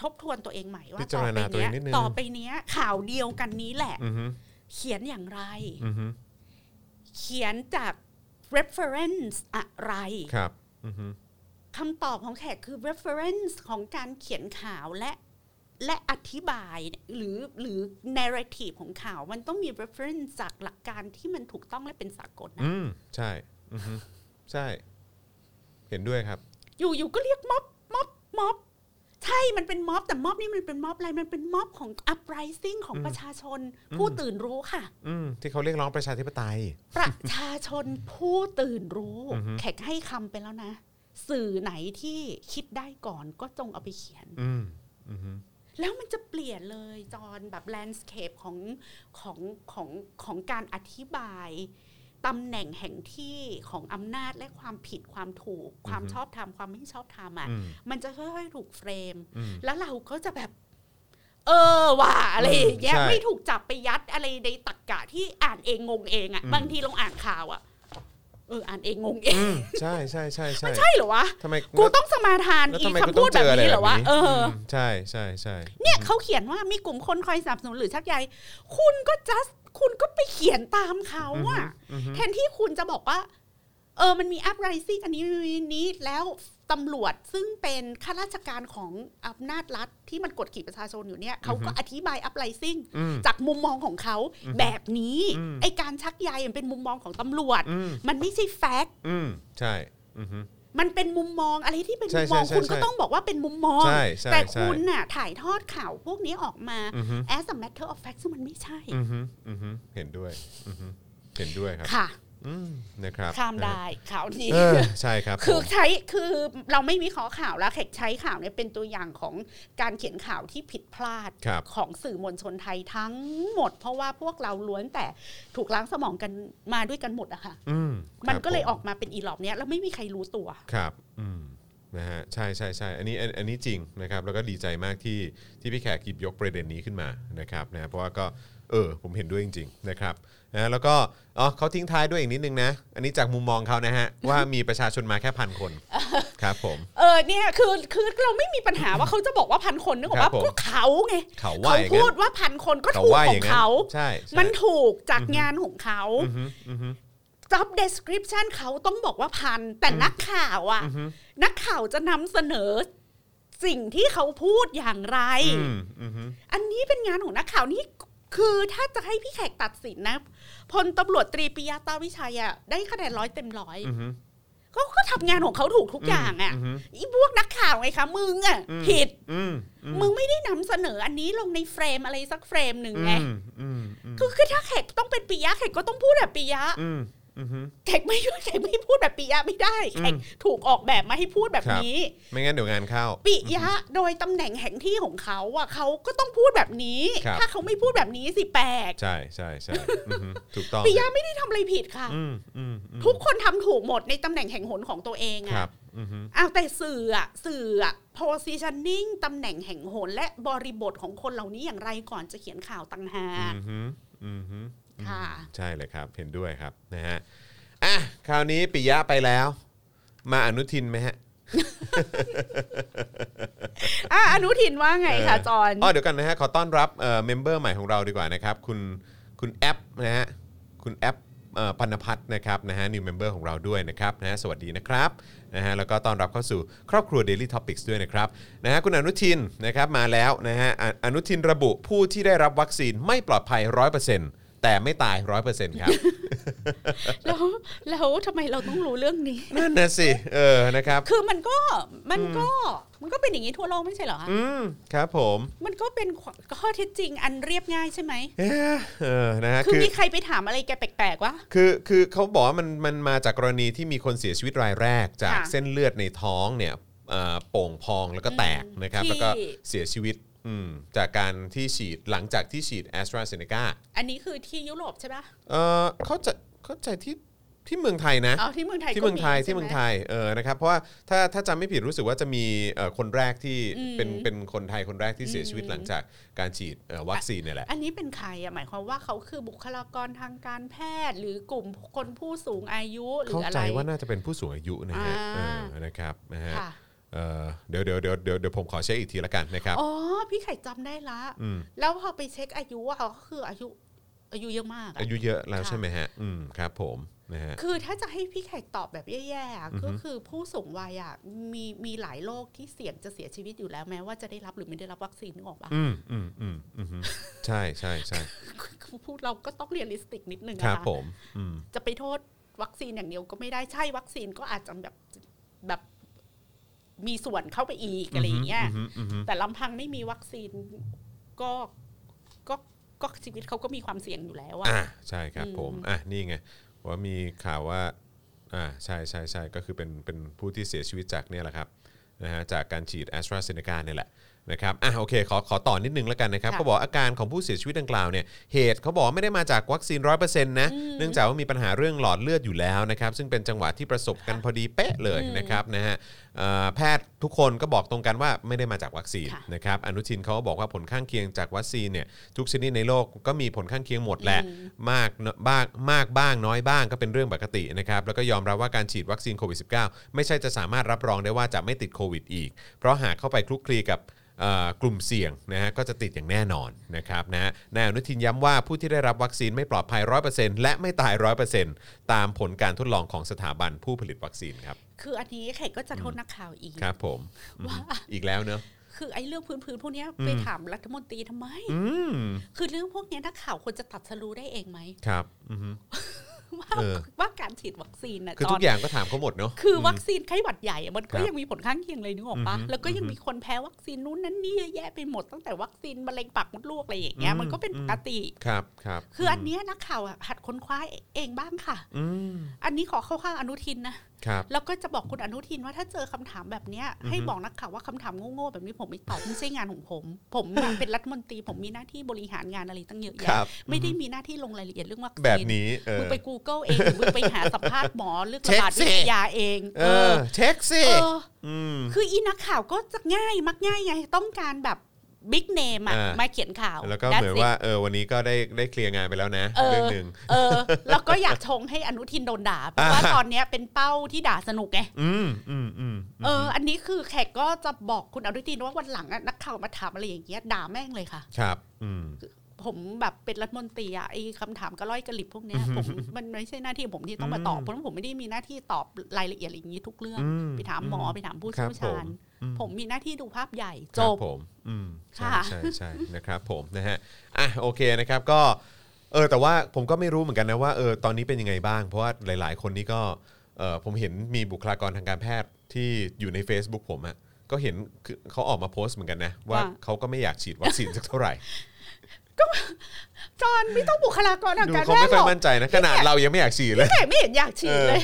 C: ทบทวนตัวเองใหม่ว่า
B: พิจารณา
C: ต่อไป
B: ตัวเองนิดนึ
C: เนี้
B: ง
C: ยต่อไปเนี้ย ข่าวเดียวกันนี้แหละ
B: อืม
C: เขียนอย่างไร
B: อืม
C: เขียนจาก reference อะไร
B: ครับอืม
C: คำตอบของแขกคือ reference ของการเขียนข่าวและและอธิบายหรือหรือ narrative ของข่าว มันต้องมี reference จากหลักการที่มันถูกต้องและเป็นสากลนะ
B: อืมใช่อืมใช่ เห็นด้วยครับ
C: อยู่อยู่ก็เรียกม็อบม็อบม็อบใช่มันเป็นม็อบ แต่ม็อบนี่มันเป็นม็อบอะไรมันเป็นม็อบของ uprising ของประชาชน ผู้ตื่นรู้ค่ะ
B: อืมที่เขาเรียกร้องประชาธิปไตย
C: ประชาชนผู้ตื่นรู้
B: อือฮึ
C: แขกให้คำไปแล้วนะ สื่อไหนที่คิดได้ก่อนก็จงเอาไปเขียน
B: อืมอืม
C: แล้วมันจะเปลี่ยนเลยจอนแบบแลนด์สเคปของของของของการอธิบายตำแหน่งแห่งที่ของอำนาจและความผิดความถูก ความ
B: อือฮึ
C: ชอบธรรมความไม่ชอบธรรมอ่ะ
B: อืม
C: มันจะค่อยๆถูกเฟรม
B: อืม
C: แล้วเราก็จะแบบ เออว่ะอะไรอย่างเงี้ย
B: ใช่
C: ไม่ถูกจับไปยัดอะไรในตักกะที่อ่านเองงงเองอ่ะ
B: อืม
C: บางทีเราอ่านข่าวอ่ะเอออ่านเองงงเอง
B: อืมใช่ใช่ใช่ใช่
C: ใช่เหรอวะ
B: ทำไม
C: กูต้องสมาทาน
B: แล้ว
C: อี
B: ทำไม
C: คำพูดแบบนี้เหรอวะเออ
B: มใช่ใช่ใช่
C: เนี่ยเขาเขียนว่ามีกลุ่มคนคอยสนับสนุนหรือชักใยคุณก็ just คุณก็ไปเขียนตามเขาอะ
B: อืม
C: แทนที่คุณจะบอกว่า เออมันมีอัพไรซิ่งอันนี้นี้แล้วตำรวจซึ่งเป็นข้าราชการของอำนาจรัฐที่มันกดขี่ประชาชนอยู่เนี่ยเขาก็อธิบายอัพไรซิ่ง
B: อืม
C: จากมุมมองของเขาแบบนี้
B: อืม
C: ไอการชักใยมันเป็นมุมมองของตำรวจ
B: อืม
C: มันไม่ใช่แฟกต์
B: อืมใช่อืม
C: มันเป็นมุมมองอะไรที่เป็น
B: ใช่
C: มุมมอง
B: ใช่ใช่
C: คุณก็ต้องบอกว่าเป็นมุมมอง
B: ใช่ใช่
C: แต่
B: ใช่
C: คุณน่ะถ่ายทอดข่าวพวกนี้ออกมา
B: อืม
C: as a matter of fact ซึ่งมันไม่ใช่
B: อืมฮึอืมฮึเห็นด้วยอืมฮึเห็นด้วยครับ
C: ค่ะ
B: อืมนะครับ
C: ข้ามได้ข่าวนี้
B: เออใช่ครับ
C: คือ
B: ผม
C: ใช้คือเราไม่วิเคราะห์ข่าวแล้วแขกใช้ข่าวเนี่ยเป็นตัวอย่างของการเขียนข่าวที่ผิดพลาด
B: ครับ
C: ของสื่อมวลชนไทยทั้งหมด เพราะว่าพวกเราล้วนแต่ถูกล้างสมองกันมาด้วยกันหมดอะค่ะ
B: อืม
C: มันก็เลย
B: ครับผ
C: ออกมาเป็นอีหลอบเนี้ยแล้วไม่มีใครรู้ตัว
B: ครับ อืมนะฮะใช่ใช่ใช่อันนี้อันอันนี้จริงนะครับ แล้วก็ดีใจมากที่ที่พี่แขกหยิบยกประเด็นนี้ขึ้นมานะครับนะเพราะว่าก็เออผมเห็นด้วยจริง ๆ นะครับนะแล้วก็อ๋อเขาทิ้งท้ายด้วยอีกนิดนึงนะ อันนี้จากมุมมองเขานะฮะ ว่ามีประชาชนมาแค่พันคนครับผม
C: เออเนี่ยคือคือเราไม่มีปัญหาว่าเขาจะบอกว่าพันคนนึกออก
B: ครั
C: ว่า
B: บผม
C: ก็เขาไง
B: เขาว่า
C: เขา
B: อย่าง
C: พู
B: นั้
C: ด
B: น
C: ว่าพันคนก็ถูก
B: ว่า
C: ข
B: อ
C: อย่
B: ง
C: ง
B: นั้น
C: เขา
B: ใช่ใช่
C: มันถูกจากงานของเขา
B: อืมฮึอืมฮึ
C: job description เขาต้องบอกว่าพัน แต่นักข่าวอะ
B: อือฮึ
C: นักข่าวจะนำเสนอ สิ่งที่เขาพูดอย่างไร
B: อืมอืมฮึ
C: อันนี้เป็นงานของนักข่าวนี่คือถ้าจะให้พี่แขกตัดสินนะพลตำรวจตรีปิยาตาวิชัยอะได้คะแนนร้อยเต็มร้อย
B: อืมฮึ
C: เขาก็ทำงานของเขาถูกทุกอย่างอะ
B: ฮึ
C: อีพวกนักข่าวไงคะมึงอะ
B: อืม
C: ผิด
B: อืมอืม
C: มึงไม่ได้นำเสนออันนี้ลงในเฟรมอะไรสักเฟรมหนึ่งไง
B: อืมอืมอืม
C: คือคือถ้าแขกต้องเป็นปิยะแขกก็ต้องพูดแบบปิยะ
B: อืม อือฮึ
C: แขกไม่แขกไม่พูดแบบปิยะไม่ได้แขก
B: อืม
C: ถูกออกแบบมาให้พูดแบบ
B: ครับ
C: นี้
B: ไม่งั้นเดี๋ยวงานเข้า
C: ปิยะโดยตำแหน่งแห่งที่ของเขาอ่ะเขาก็ต้องพูดแบบนี้
B: ครับ
C: ถ้าเขาไม่พูดแบบนี้สิแปลก
B: ใช่ใช่ ใช่อือฮึถูกต้อง
C: ปิยะไม่ได้ทำอะไรผิดค่ะ
B: อืมอืมอืม
C: ทุกคนทำถูกหมดในตำแหน่งแห่งหนของตัวเอง
B: ครั
C: อ่ะ
B: บอือฮึ
C: อ้าวแต่สื่ออ่ะสื่ออ่ะ positioning ตำแหน่งแห่งหนและบริบทของคนเหล่านี้อย่างไรก่อนจะเขียนข่าวต่างหาก
B: อือฮึอือฮึอืม
C: ค่ะ
B: ใช่เลยครับ เห็นด้วยครับนะฮะอ่ะคราวนี้ปิยะไปแล้ว มาอนุทินไหมฮะ
C: อ่ะอนุทินว่าไงคะ
B: เ
C: จอน
B: อ๋อเดี๋ยวกันนะฮะ ขอต้อนรับเอ่อเมมเบอร์ใหม่ของเราดีกว่านะครับ คุณคุณแอปนะฮะคุณแอปเอ่อปันพัฒน์นะครับนะฮะนิวเมมเบอร์ของเราด้วยนะครับนะฮะสวัสดีนะครับนะฮะแล้วก็ต้อนรับเข้าสู่ครอบครัว Daily Topics ด้วยนะครับนะฮะคุณอนุทินนะครับมาแล้วนะฮะอ่ะอนุทินระบุผู้ที่ได้รับวัคซีนไม่ปลอดภัย 100%แต่ไม่ตาย 100%ครับ
C: แล้วแล้วทำไมเราต้องรู้เรื่องนี้
B: นั่นนะสิเออนะครับ
C: คือมันก็มันก็มันก็เป็นอย่างนี้ทั่วโลกไม่ใช่เหรอคะ
B: อืมครับผม
C: มันก็เป็นข้อข้อเท็จจริงอันเรียบง่ายใช่ไหม
B: เอ๊ะเออนะฮะ
C: คือมีใครไปถามอะไรแกแปลกๆวะ
B: คือคือเขาบอกว่ามันมันมาจากกรณีที่มีคนเสียชีวิตรายแรก จาก
C: ค่ะ
B: เส้นเลือดในท้องเนี่ยเอ่อโป่งพองแล้วก็แตก
C: อืม
B: นะครับ
C: ที่
B: แล้วก็เสียชีวิตอืมจากการที่ฉีดหลังจากที่ฉีดแอสตราเซเนกา
C: อันนี้คือที่ยุโรปใช่ปะ
B: เออเขาจะเข้าใจที่ที่เมืองไทยนะ
C: เอาที่เมืองไทย
B: ที่เมืองไทย
C: ก็
B: ที่เมืองไท
C: ใช่
B: ยเออนะครับเพราะว่าถ้าถ้าจำไม่ผิดรู้สึกว่าจะมีเอ่อคนแรกที่
C: อืม
B: เป็นเป็นคนไทยคนแรกที่เสียชีวิต
C: อืม
B: หลังจากการฉีดเอ่อวัคซีนเนี่ยแห
C: ไหม
B: ละ
C: อันนี้เป็นใครอะหมายความว่าเขาคือบุคลากรทางการแพทย์ หรือกลุ่มคนผู้สูงอายุหรื
B: เข้า
C: ออะไร
B: ใจว่าน่าจะเป็นผู้สูงอายุนะฮะ
C: อ่า
B: เออนะครับนะฮะ
C: ค่ะ
B: เอ่อเดี๋ยวเดี๋ยวเดี๋ยวเดี๋ยวเดี๋ยวผมขอเช็คอีกทีละกันนะครับ
C: อ๋อพี่ไข่จำได้ละ
B: อืม
C: แล้วพอไปเช็คอายุอะเขาก็คืออายุอายุเยอะมากอะ
B: อายุเยอะแล้ว
C: ค่ะ
B: ใช่ไหมฮะอืมครับผมนะฮะ
C: คือถ้าจะให้พี่แขกตอบแบบแย่ๆอะ
B: อือฮึ
C: ก็คือผู้สูงวัยอะมีมีหลายโรคที่เสี่ยงจะเสียชีวิตอยู่แล้วแม้ว่าจะได้รับหรือไม่ได้รับวัคซีนนึกออกปะ
B: อืมอืมอืมอืมฮึใช่ใช่ใช่
C: พูดเราก็ต้องเรียลลิสติกนิดนึง
B: ค
C: นะ
B: รับ
C: คะ
B: ผมอืม
C: จะไปโทษวัคซีนอย่างเดียวก็ไม่ได้ใช่วัคซีนก็อาจจะแบบแบบมีส่วนเข้าไปอีกอะไรอย่างเงี้ย
B: มอืมฮึ
C: แต่ลำพังไม่มีวัคซีนก็ก็ก็ชีวิตเขาก็มีความเสี่ยงอยู่แล้วอะ
B: อ่าใช่ครับผม
C: อืม
B: อ่ะนี่ไงว่ามีข่าวว่าอ่าใช่ใช่ใช่ก็คือเป็นเป็นผู้ที่เสียชีวิตจากเนี่ยแหละครับนะฮะจากการฉีดแอสตราเซเนกาเนี่ยแหละนะครับอ่ะโอเคขอขอต่อนิดนึงแล้วกันนะครับก็บอกอาการของผู้เสียชีวิตดังกล่าวเนี่ยเหตุเขาบอกว่าไม่ได้มาจากวัคซีนร้อยเปอร์เซ็นต์นะ
C: อืม
B: เนื่องจากว่ามีปัญหาเรื่องหลอดเลือดอยู่แล้วนะครับซึ่งเป็นจังหวะที่ประสบกันพอดีเป๊ะเลย
C: อืม
B: นะครับนะฮะเอ่อแพทย์ทุกคนก็บอกตรงกันว่าไม่ได้มาจากวัคซีน
C: ค่ะ
B: นะครับอนุทินเขาก็บอกว่าผลข้างเคียงจากวัคซีนเนี่ยทุกชนิดในโลกก็มีผลข้างเคียงหมดแหละ
C: อืม
B: มากเนอะบ้างมากบ้างน้อยบ้างก็เป็นเรื่องปกตินะครับแล้วก็ยอมรับว่าการฉีดวัคซีนโควิด -19 ไม่ใช่จะสามารถรับรองได้ว่าจะไม่ติดโควิดอีก เพราะหากเข้าไปคลุกคลีกับ เอ่อกลุ่มเสี่ยงนะฮะก็จะติดอย่างแน่นอนนะครับนะฮะนายอนุทินย้ำว่าผู้ที่ได้รับวัคซีนไม่ปลอดภัย 100%และไม่ตาย 100%ตามผลการทดลองของสถาบันผู้ผลิตวัคซีนครับ
C: คืออันนี้แขกก็จะโทษนักข่าวอีก
B: ครับผมอืม
C: ว่า
B: อีกแล้วเนอะ
C: คือไอ้เรื่องพื้นๆพวกเนี้ย
B: อืม
C: ไปถามรัฐมนตรีทำไม
B: อืม
C: คือเรื่องพวกเนี้ยนักข่าวควรจะตัดสรู้ได้เองไหม
B: ครับอือ ฮึ
C: ว่า
B: เออ
C: ว่าการฉีดวัคซีนนะ
B: คือ
C: จ
B: ทุ
C: อน
B: กอย่างก็ถามเขาหมดเนอะ
C: คือวัคซีนไข้หวัดใหญ่อะมัน
B: ค
C: ก็
B: รับ
C: ยังมีผลข้างเคียงเลยนึกออกปะ
B: อือฮึ
C: แล้วก็ยัง
B: อือฮึ
C: มีคนแพ้วัคซีนนู้นนั้นนี่เยอะแยะไปหมดตั้งแต่วัคซีนมะเร็งปากมดลูกอะไรอย่างเงี้ย
B: อืม
C: มันก็เป็นปกติ
B: ครับครับ
C: คืออันเนี้ยนักข่าวอะหัดค้นคว้าเองบ้างค่ะ
B: อืม
C: อันนี้ขอเข้าข้างอนุทินนะครับ แล้วก็จะบอกคุณอนุทินว่าถ้าเจอคำถามแบบเนี้ย
B: อือฮึ
C: ให้บอกนักข่าวว่าคำถามโง่ๆแบบนี้ผมไม่ตอบไม่ใช่งานของผม ผมอะเป็นรัฐมนตรีผมมีหน้าที่บริหารงานอะไรตั้งเยอะ
B: ครั
C: แยะ
B: บ
C: ไม่ได้มีหน้าที่ลงรายละเอียดเรื่องวัคซีน
B: แบบนี้เอ
C: มึ
B: อง
C: ไป Google เองหรือมึงไปหาสัมภาษณ์หมอเรื่องระบาดวิทยาเอง
B: เออเช็คสิ
C: เออ
B: อืม
C: คืออีนักข่าวก็จะง่ายมักง่ายไง ต้องการแบบบิ๊กเนมอะ
B: อ่าม
C: มาเขียนข่าว
B: แล้วก็
C: That's
B: เหมือน
C: it
B: ว่าเออวันนี้ก็ได้ได้เคลียร์งานไปแล้วนะ
C: เออ
B: เรื่องหนึ่ง
C: เออ แล้วก็อยากชงให้อนุทินโดนด่า เพราะว่า
B: อ่า
C: ตอนเนี้ยเป็นเป้าที่ด่าสนุกไง
B: อืมอืมอืมม
C: เออ อันนี้คือแขกก็จะบอกคุณอนุทินว่าวันหลังอะนักข่าวมาถามอะไรอย่างเงี้ยด่าแม่งเลยค่ะ
B: ครับ อืม
C: ผมแบบเป็นรัฐมนตรีอะไอ้คำถามกระล่อยกระหลิบพวกเนี้ยผมมันไม่ใช่หน้าที่ผมที่ต้องมาตอบ
B: อืม
C: เพราะผมไม่ได้มีหน้าที่ตอบรายละเอียดอะไรอย่างนี้ทุกเรื่อง
B: อื
C: ไปถามหมอไปถามผู้เชี่ยวชาญ ผมมีหน้าที่ดูภาพใหญ่
B: จ
C: จ
B: บบ ผมอืมใช่
C: ค่ะ
B: ใช่ใช่ นะครับผมนะฮะอ่ะโอเคนะครับก็เออแต่ว่าผมก็ไม่รู้เหมือนกันนะว่าเออตอนนี้เป็นยังไงบ้าง เพราะว่าหลาย ๆ คนนี่ก็เออผมเห็นมีบุคลากรทางการแพทย์ที่อยู่ใน Facebook ผมอะก็เห็นคือเขาออกมาโพสต์เหมือนกันนะว่า
C: ว่า
B: เขาก็ไม่อยากฉีดวัคซีนสักเท่าไหร่
C: จอนไม่ต้องบุคลากรทาง
B: ดู
C: การ
B: เขา
C: แพ
B: ไม่
C: ทย์
B: ค่อ
C: หร
B: ย
C: อก
B: มั่นใจนะ ขนาดเรายังไม่อยากฉีดเลย
C: แต่ไม่เห็นอยากฉีด
B: เออ
C: เลย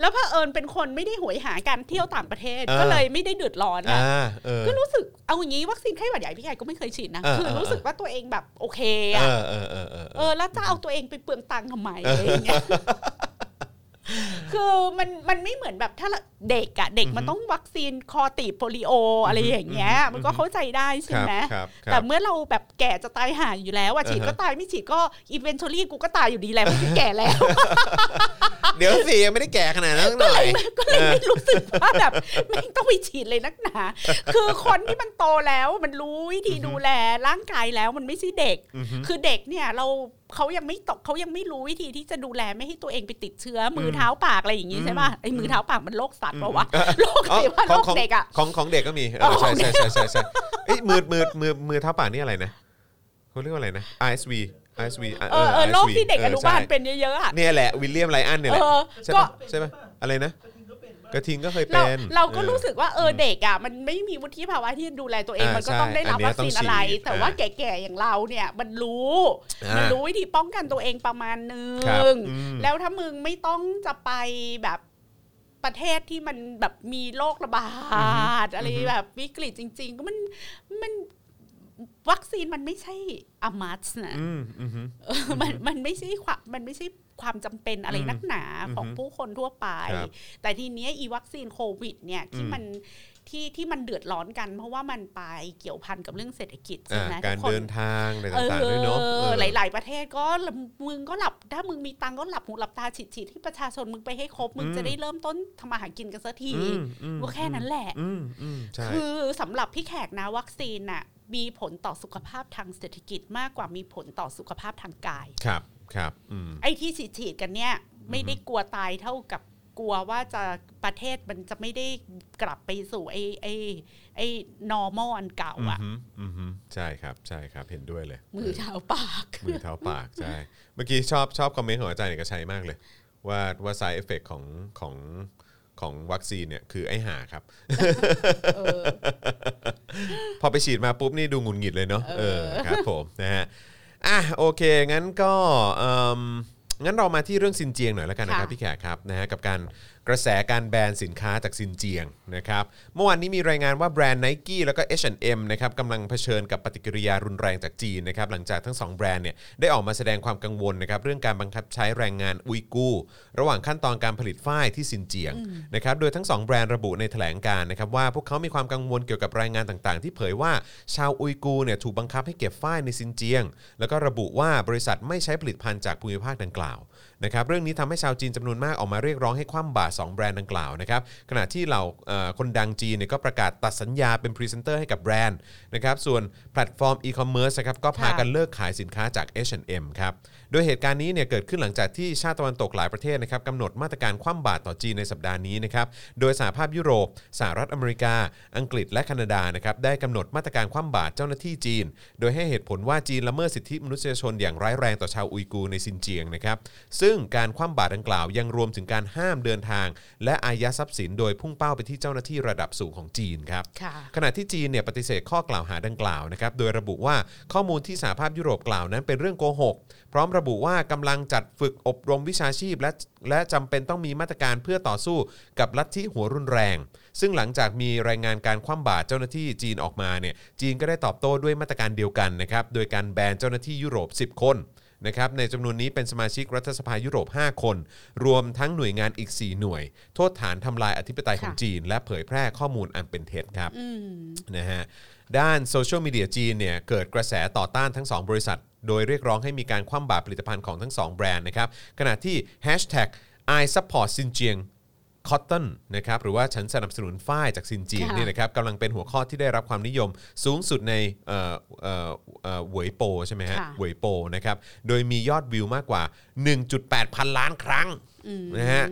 C: แล้วเผอิญเป็นคนไม่ได้หวยหาการเที่ยวต่างประเทศ
B: เออ
C: ก็เลยไม่ได้เดือดร้อน
B: อ่า
C: อะ
B: เออ
C: ก็รู้สึกเอาอย่างนี้วัคซีนไข้หวัดใหญ่พี่ใหญ่ก็ไม่เคยฉีดนะ
B: เออ
C: คือ
B: เออ
C: รู้สึกว่าตัวเองแบบโอเค
B: เอ
C: อะ
B: อเออเออเออเอ
C: เอ
B: อ
C: อแล้วจะเอาตัวเองไปเปลืองตังค์ทำไมอะไรอย่างเงี้ย คือมันมันไม่เหมือนแบบถ้าเด็กอะเด็กมัน
B: อือฮึ
C: ต้องวัคซีนคอตีบโปลิโออะไรอย่างเงี้ย
B: อือฮึ
C: มันก็เข้าใจได้
B: ค
C: ใช่
B: รับ
C: ไหม
B: ครับค
C: แต่
B: รับ
C: เมื่อเราแบบแก่จะตายห่าอยู่แล้วอะฉีด
B: อ่าฮะ
C: ก็ตายไม่ฉีดก็อีเวนทอรี่กูก็ตายอยู่ดีแหละเพราะกูแก่แล้ว
B: เดี๋ยวสิยังไม่ได้แก่ขนาดนั้นห
C: ก็
B: น่
C: เล
B: อย
C: ยก็เลยไม่รู้สึกว่า แบบไม่ต้องไปฉีดเลยนักหนา คือคนที่มันโตแล้วมันรู้วิธี
B: อือฮึ
C: ดูแลร่างกายแล้วมันไม่ใช่เด็ก
B: อือฮึ
C: คือเด็กเนี่ยเราเขายังไม่ตกเขายังไม่รู้วิธีที่จะดูแลไม่ให้ตัวเองไปติดเชื้อมืออ
B: ม
C: เท้าปากอะไรอย่างงี้ใช่ป่ะไอ้มือเท้าปากมันโรคสัตว์ปะวะ
B: อืม
C: โรคอะไรวะ
B: ข
C: โร
B: อง
C: ค
B: ของ
C: เด็กอะ
B: ของของเด็กก็มีเอ
C: เอ
B: อ
C: อ
B: ใช่
C: ของเด็
B: ใช่
C: ก
B: ใช่ใช่ใช่เอ้ยมือมือมือมือเท้าป่ากนี่อะไรนะเขาเรียกว่าอะไรนะ RSV RSV
C: เออเออ
B: RSV
C: โรคที่เด็กอนุบาล
B: ใช่
C: เป็นเยอะๆอะ
B: เนี่ยแหละวิลเลียมไรอันเนี่ยแห
C: เอ
B: ละ
C: อ
B: ใช่
C: ก็
B: ปะใช่ปะอะไรนะ กระทิงก็เคยเป็
C: เรา
B: น
C: เราก็รู้
B: ออ
C: สึกว่าเออเด็กอ่ะมันไม่มีวุฒิภาวะที่จะดูแลตัวเอง
B: อ่ามั
C: มันก็ต้อง
B: ใช่
C: ได้รั
B: อั
C: บ
B: นเนี้ย
C: วัคซีน
B: ต้องฉีด
C: อะไร แต่ว่า
B: อ่า
C: แก่ๆอย่างเราเนี่ยมันรู้
B: อ่ามั
C: มันรู้วิธีป้องกันตัวเองประมาณนึ
B: ครับ
C: ง
B: อืม
C: แล้วถ้ามึงไม่ต้องจะไปแบบประเทศที่มันแบบมีโรคระบาดอะไรแบบวิกฤตจริง ๆ ก็มันมันวัคซีนมันไม่ใช่อามัสนะ
B: อืมอือฮึ
C: เออ มันมันไม่ใช่ความมันไม่ใช่ความจำเป็นอะไร
B: อืม
C: นักหนา
B: อืม
C: ของผู้คนทั่วไป
B: ครับ
C: แต่ทีเนี้ยอีวัคซีนโควิดเนี่ยที่
B: อืม
C: มันที่ที่มันเดือดร้อนกัน เพราะว่ามันไปเกี่ยวพันกับเรื่องเศรษฐกิจใช่
B: อ่า
C: ไหม
B: การ
C: ทุคน
B: เดินทางอะไร
C: เอ
B: ต่างๆด้วยเนาะเอ
C: อ
B: อ
C: หลาย ๆ ประเทศก็ลำมึงก็หลับถ้ามึงมีตังค์ก็หลับหูหลับตาฉีดฉีดที่ประชาชนมึงไปให้ครบ มึง
B: อืม
C: จะได้เริ่มต้นทำมาหากินกันสักที
B: อืมอืม
C: ก็แค่นั้นแหละ
B: อืมอืมใช่
C: คือสำหรับพี่แขกนะวัคซีนน่ะมีผลต่อสุขภาพทางเศรษฐกิจมากกว่ามีผลต่อสุขภาพทางกาย
B: ครับครับอืม
C: ไอ้ที่ฉีดฉีดๆกันเนี่ย ไม่ได้กลัวตายเท่ากับกลัวว่าจะประเทศมันจะไม่ได้กลับไปสู่ไอ้ไอ้ไอ้ normal อันเก่าอะ
B: อืมอืมใช่ครับใช่ครับเห็นด้วยเลย
C: มือเท้าปาก
B: มือเท้าปากใช่เมื่อกี้ชอบชอบคอมเมนต์ของอาจารย์เอกชัยมากเลย ว่าว่า side effect ของของของวัคซีนเนี่ยคือไอ้ห่าครับ
C: เออ
B: พอไปฉีดมาปุ๊บนี่ดูหงุนหงิดเลยเนาะเอ
C: เอ
B: อ
C: อ
B: ครับผมนะฮะอ่ะโอเค งั้นก็เอิ่มงั้นเรามาที่เรื่องซินเจียงหน่อยแล้วกันนะครับ
C: ค่ะ
B: พี่แขกครับนะฮะกับการกระแสการแบนสินค้าจากซินเจียงนะครับเมื่อวานนี้มีรายงานว่าแบรนด์ n i กี้แล้วก็ H&M นะครับกำลังเผชิญกับปฏิกิริยารุนแรงจากจีนนะครับหลังจากทั้งสองแบรนด์เนี่ยได้ออกมาแสดงความกังวลนะครับเรื่องการบังคับใช้แรงงานอุยกูร์ระหว่างขั้นตอนการผลิตฝ้ายที่ซินเจียงนะครับโดยทั้งสองแบรนด์ระบุในแถลงการณ์นะครับว่าพวกเขามีความกังวลเกี่ยวกับแรงงานต่างๆ ที่เผยว่าชาวอุยกูร์เนี่ยถูกบังคับให้เก็บฝ้ายในซินเจียง แล้วก็ระบุว่าบริษัทไม่ใช้ผลิตภัณฑ์จากภูมิภาคดังกล่าวนะครับเรื่องนี้ทำให้ชาวจีนจำนวนมากออกมาเรียกร้องให้คว่ำบาตรสองแบรนด์ดังกล่าวนะครับขณะที่เหล่าเอ่อคนดังจีนเนี่ยก็ประกาศตัดสัญญาเป็นพรีเซนเตอร์ให้กับแบรนด์นะครับส่วนแพลตฟอร์มอีคอมเมิร์ซนะครับก็พา
C: ค่ะ
B: กัน เลิกขายสินค้าจาก H&M ครับ โดยเหตุการณ์นี้เนี่ยเกิดขึ้นหลังจากที่ชาติตะวันตกหลายประเทศนะครับกำหนดมาตรการคว่ำบาตรต่อจีนในสัปดาห์นี้นะครับ โดยสหภาพยุโรป สหรัฐอเมริกา อังกฤษและแคนาดานะครับได้กำหนดมาตรการคว่ำบาตรเจ้าหน้าที่จีน โดยให้เหตุผลว่าจีนละเมิดสิทธิมนุษยชนอย่างร้ายแรงต่อชาวอุยกูร์ในซินเจียงนะครับ ซึ่งการคว่ำบาตรดังกล่าวยังรวมถึงการห้ามเดินทาง และอายัดทรัพย์สิน โดยพุ่งเป้าไปที่เจ้าหน้าที่ระดับสูงของจีนครับ
C: ค่ะ
B: ขณะที่จีนเนี่ยปฏิเสธข้อกล่าวหาดังกล่าวนะครับ โดยระบุว่าข้อมูลที่สหภาพยุโรปกล่าวนั้นเป็นเรื่องโกหก พร้อมระบุว่ากำลังจัดฝึกอบรมวิชาชีพ และและจำเป็นต้องมีมาตรการเพื่อต่อสู้กับลัทธิหัวรุนแรง ซึ่งหลังจากมีรายงานการคว่ำบาตรเจ้าหน้าที่จีนออกมาเนี่ยจีนก็ได้ตอบโต้ด้วยมาตรการเดียวกันนะครับโดยการแบนเจ้าหน้าที่ยุโรป 10 คน นะครับในจำนวนนี้เป็นสมาชิกรัฐสภายุโรป 5 คน รวมทั้งหน่วยงานอีก 4 หน่วย โทษฐานทำลายอธิปไตยของ
C: ค่ะ
B: จีน และเผยแพร่ข้อมูลอันเป็นเท็จครับ
C: อืม
B: นะฮะด้านโซเชียลมีเดียจีนเนี่ยเกิดกระแสต่อต้านทั้ง 2 บริษัท โดยเรียกร้องให้มีการคว่ำบาตรผลิตภัณฑ์ของทั้ง 2 แบรนด์นะครับขณะที่ hashtag I support ซินเจียง Cotton นะครับหรือว่าฉันสนับสนุนฝ้ายจากซินเจียง
C: ค่ะ
B: เนี่ยนะครับกำลังเป็นหัวข้อที่ได้รับความนิยมสูงสุดในเอ่อเอ่อเอ่อเหวยโปใช่ไหมฮะ
C: ค่ะ
B: เหวยโปนะครับโดยมียอดวิวมากกว่า 1.8 พันล้านครั้ง นะฮะ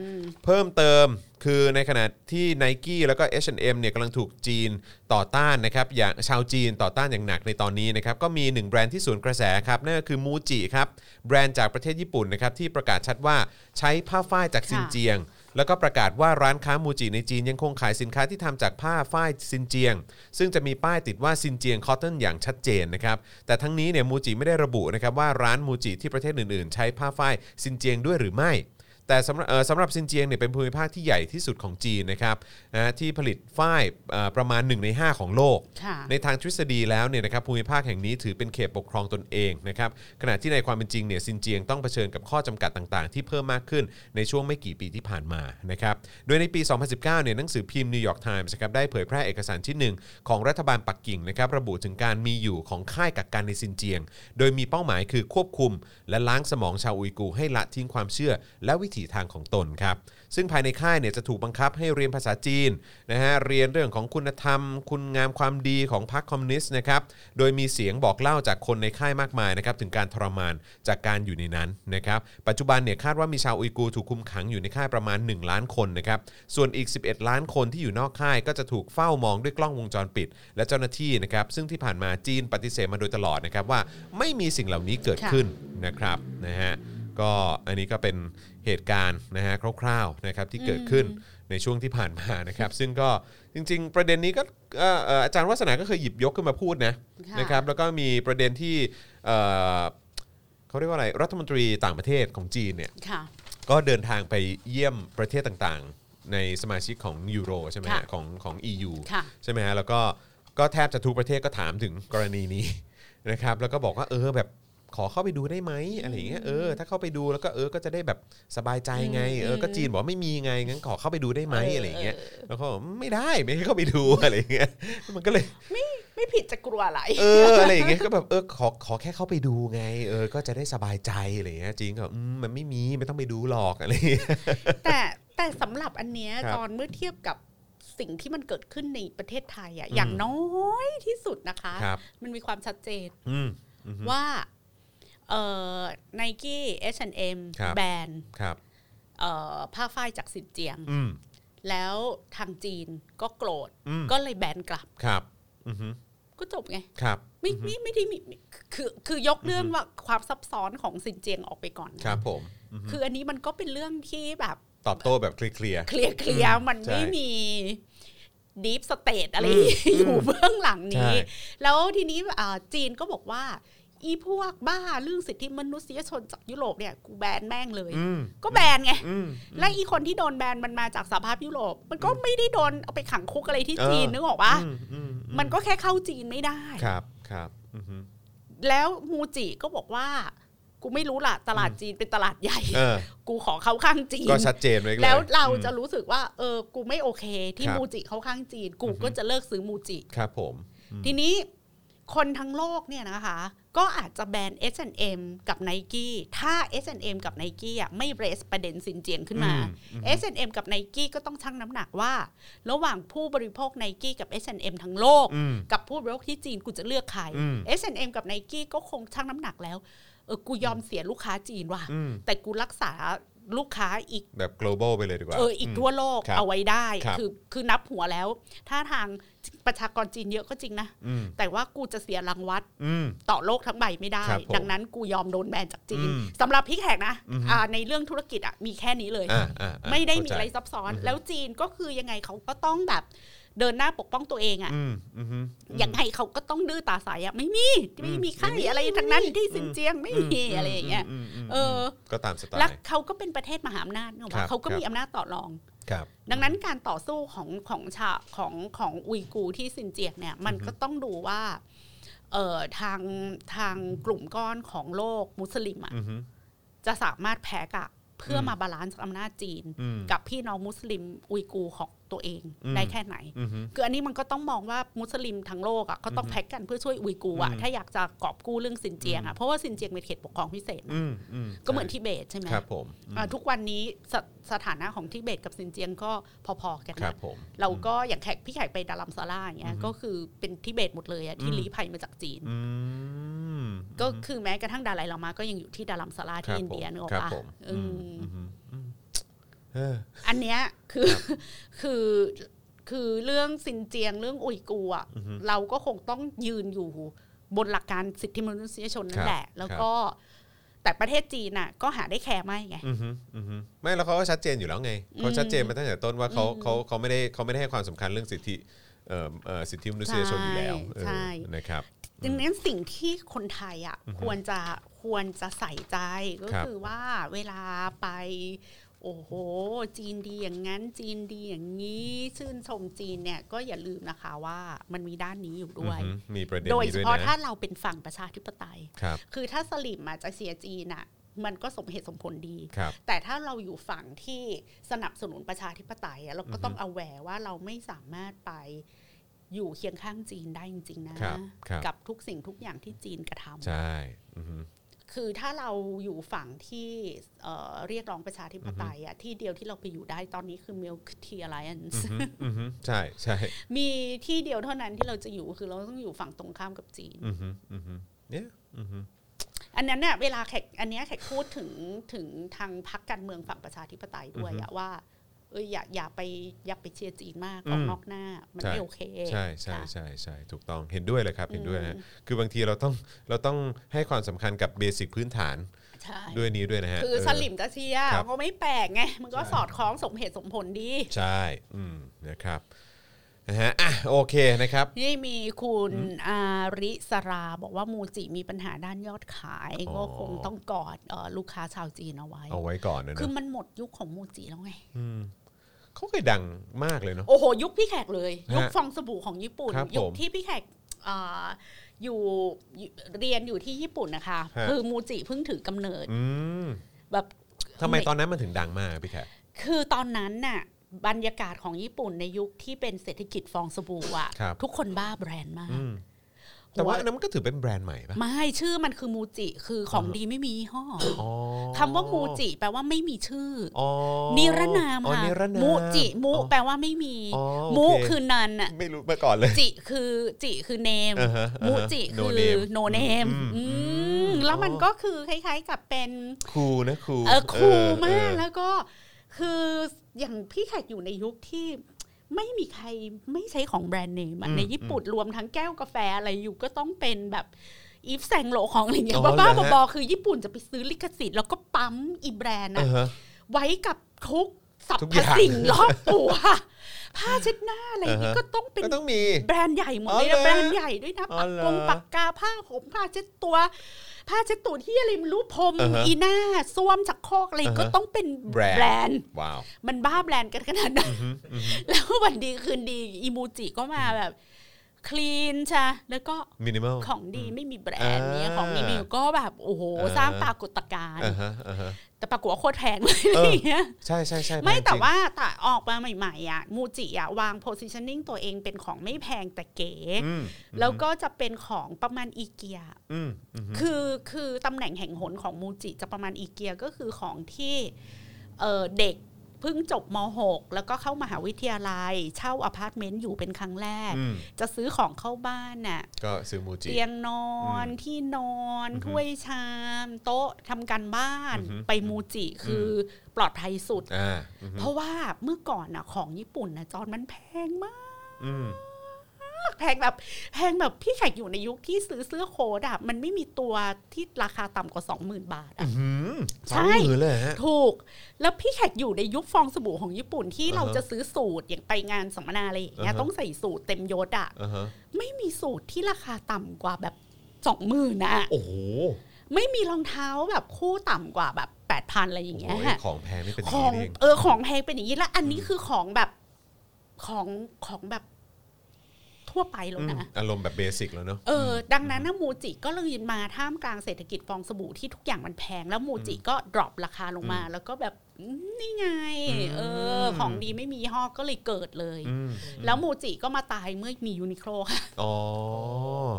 B: เพิ่มเติมคือในขณะที่ n i กี้แล้วก็ H&M เนี่ยกำลังถูกจีนต่อต้านนะครับอย่างชาวจีนต่อต้านอย่างหนักในตอนนี้นะครับก็มีหนึ่งแบรนด์ที่สวนกระแสครับนั่นก็คือมูจิครับแบรนด์จากประเทศญี่ปุ่นนะครับที่ประกาศชัดว่าใช้ผ้าฝ้ายจากซินเจียง แล้วก็ประกาศว่าร้านค้ามูจิในจีนยังคงขายสินค้าที่ทำจากผ้าฝ้ายซินเจียง ซึ่งจะมีป้ายติดว่าซินเจียงคอตเทนอย่างชัดเจนนะครับ แต่ทั้งนี้เนี่ยมูจิไม่ได้ระบุนะครับว่าร้านมูจิที่ประเทศอื่นๆ ใช้ผ้าฝ้ายซินเจียงด้วยหรือไม่ แต่สำหรับเอ่อสำหรับซินเจียงเนี่ยเป็นภูมิภาคที่ใหญ่ที่สุดของจีนนะครับนะฮะที่ผลิตฝ้ายเอ่อประมาณ 1 ใน 5 ของโลก
C: ค่ะ
B: ในทางทฤษฎีแล้วเนี่ยนะครับภูมิภาคแห่งนี้ถือเป็นเขตปกครองตนเองนะครับขณะที่ในความเป็นจริงเนี่ยซินเจียงต้องเผชิญกับข้อจำกัดต่างๆ ที่เพิ่มมากขึ้นในช่วงไม่กี่ปีที่ผ่านมานะครับโดยในปี 2019เนี่ยหนังสือพิมพ์นิวยอร์กไทมส์ครับได้เผยแพร่เอกสารชิ้นหนึ่งของรัฐบาลปักกิ่งนะครับระบุถึงการมีอยู่ของค่ายกักกันในซินเจียง โดยมีเป้าหมายคือควบคุม และล้างสมองชาวอุยกูร์ให้ละทิ้งความเชื่อ และวิถีทางของตนครับ ซึ่งภายในค่ายเนี่ยจะถูกบังคับให้เรียนภาษาจีนนะฮะเรียนเรื่องของคุณธรรม คุณงามความดีของพรรคคอมมิวนิสต์นะครับโดยมีเสียงบอกเล่าจากคนในค่ายมากมายนะครับถึงการทรมานจากการอยู่ในนั้นนะครับปัจจุบันเนี่ยคาดว่ามีชาวอุยกูร์ถูกคุมขังอยู่ในค่ายประมาณ 1 ล้านคนนะครับส่วนอีก 11 ล้านคนที่อยู่นอกค่ายก็จะถูกเฝ้ามองด้วยกล้องวงจรปิด และเจ้าหน้าที่นะครับซึ่งที่ผ่านมาจีนปฏิเสธมาโดยตลอดนะครับว่าไม่มีสิ่งเหล่านี้เกิด
C: ค่ะ
B: ขึ้นนะครับนะฮะก็อันนี้ก็เป็นเหตุการณ์นะฮะคร่าวๆนะครับ ที่เกิดขึ้นในช่วงที่ผ่านมานะครับ ซึ่งก็จริง ๆ ประเด็นนี้ก็เอ่อเอ่ออาจารย์วัฒนาก็เคยหยิบยกขึ้นมาพูดนะ
C: ค่ะ
B: นะครับ แล้วก็มีประเด็นที่เอ่อเขาเรียกว่าอะไรรัฐมนตรีต่างประเทศของจีนเนี่ย
C: ค่ะ
B: ก็เดินทางไปเยี่ยมประเทศต่างๆ ในสมาชิกของยูโรใช่ไหมฮะ
C: ค่ะ
B: ของของ EU
C: ค่ะ
B: ใช่ไหมฮะแล้วก็ก็แทบจะทุกประเทศก็ถามถึงกรณีนี้ นะครับแล้วก็บอกว่าเออแบบขอเข้าไปดูได้ไหมอะไรอย่างเงี้ยเออถ้าเข้าไปดูแล้วก็เออก็จะได้แบบสบายใจไงเออก็จีนบอกว่าไม่มีไงงั้นขอเข้าไปดูได้ไหมอะไรอย่างเงี้ยแล้วเขาบอกไม่ได้ไม่ให้เข้าไป ดูอะไรอย่างเงี้ยมันก็เลย
C: ไม่ผิดจะกลัวอะไร
B: เอออะไรอย่างเงี้ยก็แบบเออขอขอแค่เข้าไปดูไง เออก็จะได้สบายใจอะไรอย่างเงี้ยจีนก็อืมมันไม่มีไม่ต้องไปดูหรอกอะไรอย่างเงี้ย
C: แต่แต่สำหรับอันเนี้ย
B: ครับ
C: ตอนเมื่อเทียบกับสิ่งที่มันเกิดขึ้นในประเทศไทยอะอย่าง
B: อืม
C: น้อยที่สุดนะคะ
B: ครับ
C: มันมีความชัดเจน
B: อืมอืม
C: ว่าเอ่อไนกี้ H&M
B: ครับ
C: แบรนด์
B: ครับ
C: เอ่อผ้าฝ้ายจากสินเจียง
B: อืม
C: แล้วทางจีนก็โกรธ
B: อืม
C: ก็เลยแบนกลับ
B: ครับอือฮึ
C: ก็จบไง
B: ครับ
C: ไม่ไม่ไม่ได้มีคือคือยกเรื่องว่าความซับซ้อนของสินเจียงออกไปก่อนนะครับ
B: ผมอือฮึ
C: คืออันนี้มันก็เป็นเรื่องที่แบบ
B: ตอบโต้แบบเคลียร์
C: เคลียร์เคลียร์
B: อืม
C: มันไม่
B: ใช่
C: มีดีฟสเตทอะไร
B: อืม
C: อยู่เบื้องหลังนี้
B: ใช่
C: แล้วทีนี้อ่าจีนก็บอกว่า อีพวกบ้าเรื่องสิทธิมนุษยชนจากยุโรปเนี่ยกูแบนแม่งเลย
B: ๆอืม
C: ก็แบนไง
B: อืม
C: และอีคนที่โดนแบนมันมาจากสหภาพยุโรป มันก็ไม่ได้โดนเอาไปขังคุกอะไรที่จีน
B: เออ
C: นึกออกปะ
B: อืมอืมอื
C: มันก็แค่เข้าจีนไม่ได้
B: ครับครับอือฮึ
C: แล้วมูจิก็บอกว่า กูไม่รู้ล่ะ ตลาด
B: อืม
C: จีนเป็นตลาดใหญ่
B: เออ
C: กูขอเข้าข้างจีน
B: ก็ชัดเจนไว้ย
C: แล้วเรา
B: อืม
C: จะรู้สึกว่า เออ กูไม่โอเค ที่
B: ครับ
C: มูจิเขาข้างจีน กู
B: อือฮึ
C: ก็จะเลิกซื้อมูจิ
B: ครับผมอืม
C: ทีนี้คนทั้งโลกเนี่ยนะคะ ก็อาจจะแบน H&M กับ n i กี้ถ้า H&M กับ n i กี้อ่ะไม่เรสประเด็นสินเจียงขึ้นมา
B: อืม
C: H&M กับ n i กี้ก็ต้องชั่งน้ำหนักว่า ระหว่างผู้บริโภค n i กี้กับ H&M ทั้งโลก
B: อืม
C: กับผู้บริโภคที่จีนกูจะเลือกใคร
B: อืม
C: H&M กับ n i กี้ก็คงชั่งน้ำหนักแล้วเออกูยอมเสียลูกค้าจีนว่ะ
B: อืม
C: แต่กูรักษาลูกค้าอีก
B: แบบ global ไปเลยดีกว่า
C: เอออีกทั่วโลก
B: ครับ
C: เอาไว้ได้
B: ครับ
C: อคือนับหัวแล้ว ถ้าทางประชากรจีนเยอะก็จริงนะ
B: อืม
C: แต่ว่ากูจะเสียรางวัล
B: อืม
C: ต่อโลกทั้งใบไม่ได้
B: ครับผม
C: ดังนั้นกูยอมโดนแบนจากจีน
B: อืม
C: สำหรับพริกแขกนะ
B: อือฮึ
C: อ่าในเรื่องธุรกิจอ่ะมีแค่นี้เลย
B: อ่าอ่าอ่า
C: ไม่ได้มี
B: เข้าใจ
C: อะไรซับซ้อน
B: อือฮึ
C: แล้วจีนก็คือยังไงเขาก็ต้องแบบเดินหน้าปกป้องตัวเองอ่ะ
B: อืมอืมอืม
C: ยังไงเขาก็ต้องดื้อตาใสอ่ะไม่มีไม่มี
B: ไม่
C: ค่าย
B: มี
C: อะไรทั้งนั้นที่
B: อืม
C: ซินเจียงไม่มีอะไรอย่างเงี้ย
B: มมม
C: เออ
B: ก็ตามสไต
C: แล้ว
B: ล์
C: เขาก็เป็นประเทศมหาอำนาจเนอะ
B: ครั
C: วะ
B: บ
C: เขาก็
B: ครับ
C: มีอำนาจต่อรอง
B: ครับ
C: ดังนั้นการต่อสู้ของของชาของของอุยกูร์ที่ซินเจียงเนี่ยมัน
B: อือฮึ
C: ก็ต้องดูว่าเอ่อทางทางกลุ่มก้อนของโลกมุสลิมอะ
B: อืมอืม
C: จะสามารถแพ้กะเพื่ออ
B: ม
C: มาบาลานซ์อำนาจจีน
B: อืม
C: กับพี่น้องมุสลิมอุยกูร์ของตัวเอง
B: อืม
C: ได้แค่ไหน
B: อืมอืม
C: คืออันนี้มันก็ต้องมองว่ามุสลิมทั้งโลกอะก็ต้อง
B: อือฮึ
C: แพ็กกันเพื่อช่วยอุยกูร์อะ
B: อืม
C: ถ้าอยากจะกอบกู้เรื่องซินเจียงอะเพราะว่าซินเจียงเป็นเขตปกครองพิเศษนะ
B: อืมอืม
C: ก็เหมือนทิเบตใช่ไหม
B: ครับผม
C: อ่าทุกวันนี้สสถานะของทิเบตกับซินเจียงก็พอๆกัน
B: ครั
C: นะ
B: บผม
C: เราก็อย่างแขกพี่แขกไปดารัมซาร่าอย่างเงี้ยก็คือเป็นทิเบตหมดเลยอะที่ลี้ภัยมาจากจีน
B: อืม
C: ก็คือแม้กระทั่งดาไลลามาก็ยังอยู่ที่ดารัมซาร่า
B: ครั
C: ที่
B: บ
C: อินเดีย
B: ผม
C: เนกอะ
B: ครับ
C: ปะ
B: ผม
C: อืม
B: อืมอืมอืมเออ
C: อันเนี้ยคือคือคือเรื่องซินเจียงเรื่องอุยกูร์อะ
B: อือฮึ
C: เราก็คงต้องยืนอยู่บนหลักการสิทธิมนุษยชน
B: ค
C: นั่
B: รับ
C: นแหละ แล้ว
B: ครับ
C: ก็ แต่ประเทศจีนน่ะก็หาได้แคร์ไม่ไง
B: อือฮึอือฮึไม่แล้วเขาก็ชัดเจนอยู่แล้วไงเขาชัดเจนมาตั้งแต่ต้นว่าเขา
C: อืม
B: เขาเขาไม่ได้เขาไม่ได้ให้ความสำคัญเรื่องสิทธิเอ่อเอ่อสิทธิมนุษยชนอยู่แล้วเออ
C: ใช่
B: นะครับ
C: ดังนั้นสิ่งที่คนไทยอ่ะ
B: อือฮึ
C: ควรจะควรจะใส่ใจก็
B: ครับ
C: คือว่าเวลาไป โอ้โห จีนดีอย่างนั้น จีนดีอย่างนี้ ชื่นชมจีนเนี่ยก็อย่าลืมนะคะว่ามันมีด้านนี้อยู่ด้วย
B: อือฮึมีประเด็น
C: โดย
B: นี้
C: เฉ
B: ด้วย
C: พาะถ้า
B: นะ
C: เราเป็นฝั่งประชาธิปไตย
B: ครับ
C: คือถ้าสลิมอาจจะเชียร์จีนอ่ะมันก็สมเหตุสมผลดี
B: ครับ
C: แต่ถ้าเราอยู่ฝั่งที่สนับสนุนประชาธิปไตยอะเราก็ต้องเอาแวร์ว่าเราไม่สามารถไปอยู่เคียงข้างจีนได้จริงๆนะครับ
B: ครับ
C: กับทุกสิ่งทุกอย่างที่จีนกระทำ
B: ใช่อือฮึ
C: คือถ้าเราอยู่ฝั่งที่เอ่อเรียกร้องประชาธิปไตยอะที่เดียวที่เราไปอยู่ได้ตอนนี้คือ Milk Tea Alliance
B: อืมอืมใช่ใช่
C: มีที่เดียวเท่านั้นที่เราจะอยู่คือเราต้องอยู่ฝั่งตรงข้ามกับจีน
B: อืมอืมเนี่ยอืม
C: อันนั้นเนี่ยเวลาแขกอันเนี้ยแขกพูดถึงถึงทางพักการเมืองฝั่งประชาธิปไตยด้วยอะว่าเอยอย่าอย่าไปอย่าไปเชียร์จีนมากออกนอกหน้า มันไม่โอเค
B: ใช่ใช่
C: ค่ะ
B: ใช่ใช่ถูกต้องเห็นด้วยเลยครับเห็นด้วยนะ
C: อืม
B: คือบางทีเราต้องเราต้องให้ความสำคัญกับเบสิกพื้นฐาน
C: ใช่
B: ด้วยนี้ด้วยนะฮะ
C: คือ
B: เ
C: สลิมจะเชียร์
B: ครับ
C: ก็ไม่แปลกไง มันก็สอดคล้องสมเหตุสมผลดี
B: ใช่อืมนะครับนะฮะอ่ะโอเคนะครับ
C: นี่มีคุณอาริสราบอกว่ามูจิมีปัญหาด้านยอดขาย
B: อ๋อ
C: ก็คงต้องกอดเอ่อลูกค้าชาวจีนเอาไว้
B: เอาไว้ก่อนนะ
C: คือ
B: เนาะ
C: มันหมดยุคของมูจิแล้วไง
B: เขาเคยดังมากเลยเนาะ
C: โอ้โห ยุคพี่แขกเลย
B: ฮะ
C: ยุคฟองสบู่ของญี่ปุ่น
B: ครับผม
C: ยุคที่พี่แขกเอ่ออยู่อยู่เรียนอยู่ที่ญี่ปุ่นนะคะ
B: ฮะ
C: คือมูจิเพิ่งถือกำเนิด
B: อืม
C: แบบ
B: ทำไมตอนนั้นมันถึงดังมากพี่แขก
C: คือตอนนั้นน่ะบรรยากาศของญี่ปุ่นในยุคที่เป็นเศรษฐกิจฟองสบู่อะ
B: ครับ
C: ทุกคนบ้าแบรนด์มาก
B: อืมแต่ว่า
C: หัว
B: อันนั้นมันก็ถือเป็นแบรนด์ใหม่ป่ะ
C: ไม่ชื่อมันคือมูจิคือของดีไม่มียี่ห้อ
B: อ๋อ
C: คำว่ามูจิแปลว่าไม่มีชื่อ
B: อ๋อ
C: นิรนาม
B: อ๋อ
C: ค่ะ
B: นิรนาม
C: มูจิมุ
B: อ๋อ
C: แปลว่าไม่มี
B: อ๋อโอเค
C: มุคือนันอะ
B: ไม่รู้มาก่อนเลย
C: จิคือจิคือเนม
B: อ่าฮะ
C: มู
B: อ่าฮะ
C: จิ
B: no
C: คือ
B: name
C: โนเนม
B: อืมอืม
C: แล้วมัน
B: อ๋อ
C: ก็คือคล้ายๆกับเป็น
B: ครูนะครู
C: เออคูล
B: เอ
C: มาก
B: อ
C: แล้วก็คืออย่างพี่แขกอยู่ในยุคที่ไม่มีใครไม่ใช้ของแบรนด์เนมอะ
B: อืม
C: ในญี่ปุ่นรวมทั้งแก้วกาแฟอะไรอยู่ก็ต้องเป็นแบบอีฟแซงโลของอะไรอย่างเงี้ย
B: อ๋อ
C: บ้า
B: เหรอฮะ
C: ๆบอๆคือญี่ปุ่นจะไปซื้อลิขสิทธิ์แล้วก็ปั๊มอีแบรนด์
B: เอ
C: อะ
B: อฮะ
C: ไว้กับทุกสัพ
B: ทุก
C: พ
B: อย่าง
C: สิ่งรอบตัว ผ้าเช็ดหน้าอะไรอย่างเงี้ยก็ต้องเป็น
B: ก็ต้องมี
C: แบรนด์ใหญ่หมด
B: อ๋
C: เล
B: อย เหร
C: นะ
B: อ
C: แบรนด์ใหญ่ด้วยนะ
B: อ๋
C: ปา
B: อก เหรอก
C: งปากกาผ้าห่มผ้าเช็ดตัว ผ้าเช็ดตัวที่อะไรไม่รู้พรม
B: อ่าฮะ
C: อีหน้าส้วมจักรโครกอะไร
B: อ่าฮะ
C: ก็ต้องเป็น
B: แบรนด์
C: นด์
B: ว้าว
C: มันบ้าแบรนด์กันขนาดนั้นแล้ววันดีคืนดีอีมูจิก็มาแบบ คลีนใช่แล้วก็
B: มินิมอล
C: ของดีไม่มีแบรนด์เนี่ย
B: อ่า
C: ของมีมีก็แบบ โอ้โห
B: อ่าฮะ
C: สร้างปรากฏการณ์
B: อ่าฮะอ่าฮะ
C: แต่ปรากฏว่าโคตรแพงเลยอะไรอย่างเงี้ย
B: ใช่ใช่ใช่
C: ไม่
B: พง
C: แต่
B: จริง
C: ว่าแต่ออกมาใหม่ๆอ่ะมูจิอ่ะวาง positioning ตัวเองเป็นของไม่แพงแต่เก๋
B: อืม
C: แล้วก็จะเป็นของประมาณอีเกีย
B: อืมอืม
C: คือคือตำแหน่งแห่งหนของมูจิจะประมาณอีเกียก็คือของที่เอ่อเด็กเพิ่งจบม .6 แล้วก็เข้ามหาวิทยาลัย เช่าอพาร์ตเมนต์อยู่เป็นครั้งแรก
B: อืม
C: จะซื้อของเข้าบ้านน่ะ
B: ก็ซื้อมูจิ
C: เตียงนอน
B: อืม
C: ที่นอน
B: อือฮึ
C: ถ้วยชามโต๊ะทำการบ้าน
B: อือฮึ
C: ไปมูจิคืออปลอดภัยสุด
B: อ่าอืม
C: เพราะว่าเมื่อก่อนน่ะของญี่ปุ่นน่ะจอนมันแพงมาก
B: อืม
C: แพงแบบแพงแบบพี่แขกอยู่ในยุคที่ซื้อเสื้อโค้ดอะมันไม่มีตัวที่ราคาต่ำกว่า 20,000 บาทอะ
B: อืม
C: ใช่
B: สองหมื่นเลยฮะ
C: ถูก แล้วพี่แขกอยู่ในยุคฟองสบู่ของญี่ปุ่นที่
B: อ่าฮะ
C: เราจะซื้อสูตรอย่างไปงานสัมมนาอะไรอย่างเงี้ย
B: อ่าฮะ
C: ต้องใส่สูตรเต็มยศอะ
B: อ่าฮะ
C: ไม่มีสูตรที่ราคาต่ำกว่าแบบสองหมื่นอะ
B: โอ้โห
C: ไม่มีรองเท้าแบบคู่ต่ำกว่าแบบแปดพันอะไรอ
B: โอ้
C: ย่าง
B: โห
C: เงี้ย
B: ไอ้
C: ฮะ
B: ของแพงนี่เป็น
C: ข
B: ย่า
C: อง
B: นี้นี่เอง
C: เออของแพงเป็นอย่างนี้แล้วอันนี้คือของแบบของของแบบทั่วไปแล้วนะ
B: อารมณ์แบบเบสิกแล้วเนอะ
C: เอออดังนั้นนะมูจิก็เลยมาท่ามกลางเศรษฐกิจฟองสบู่ที่ทุกอย่างมันแพง แล้วมูจิก็ดรอปราคาลงมา แล้วก็แบบอืมนี่ไง
B: อืม
C: เออ ของดีไม่มียี่ห้อก็เลยเกิดเลย
B: อืม
C: แล้วมูจิก็มาตายเมื่อมียูนิโคลค่ะ
B: อ๋อ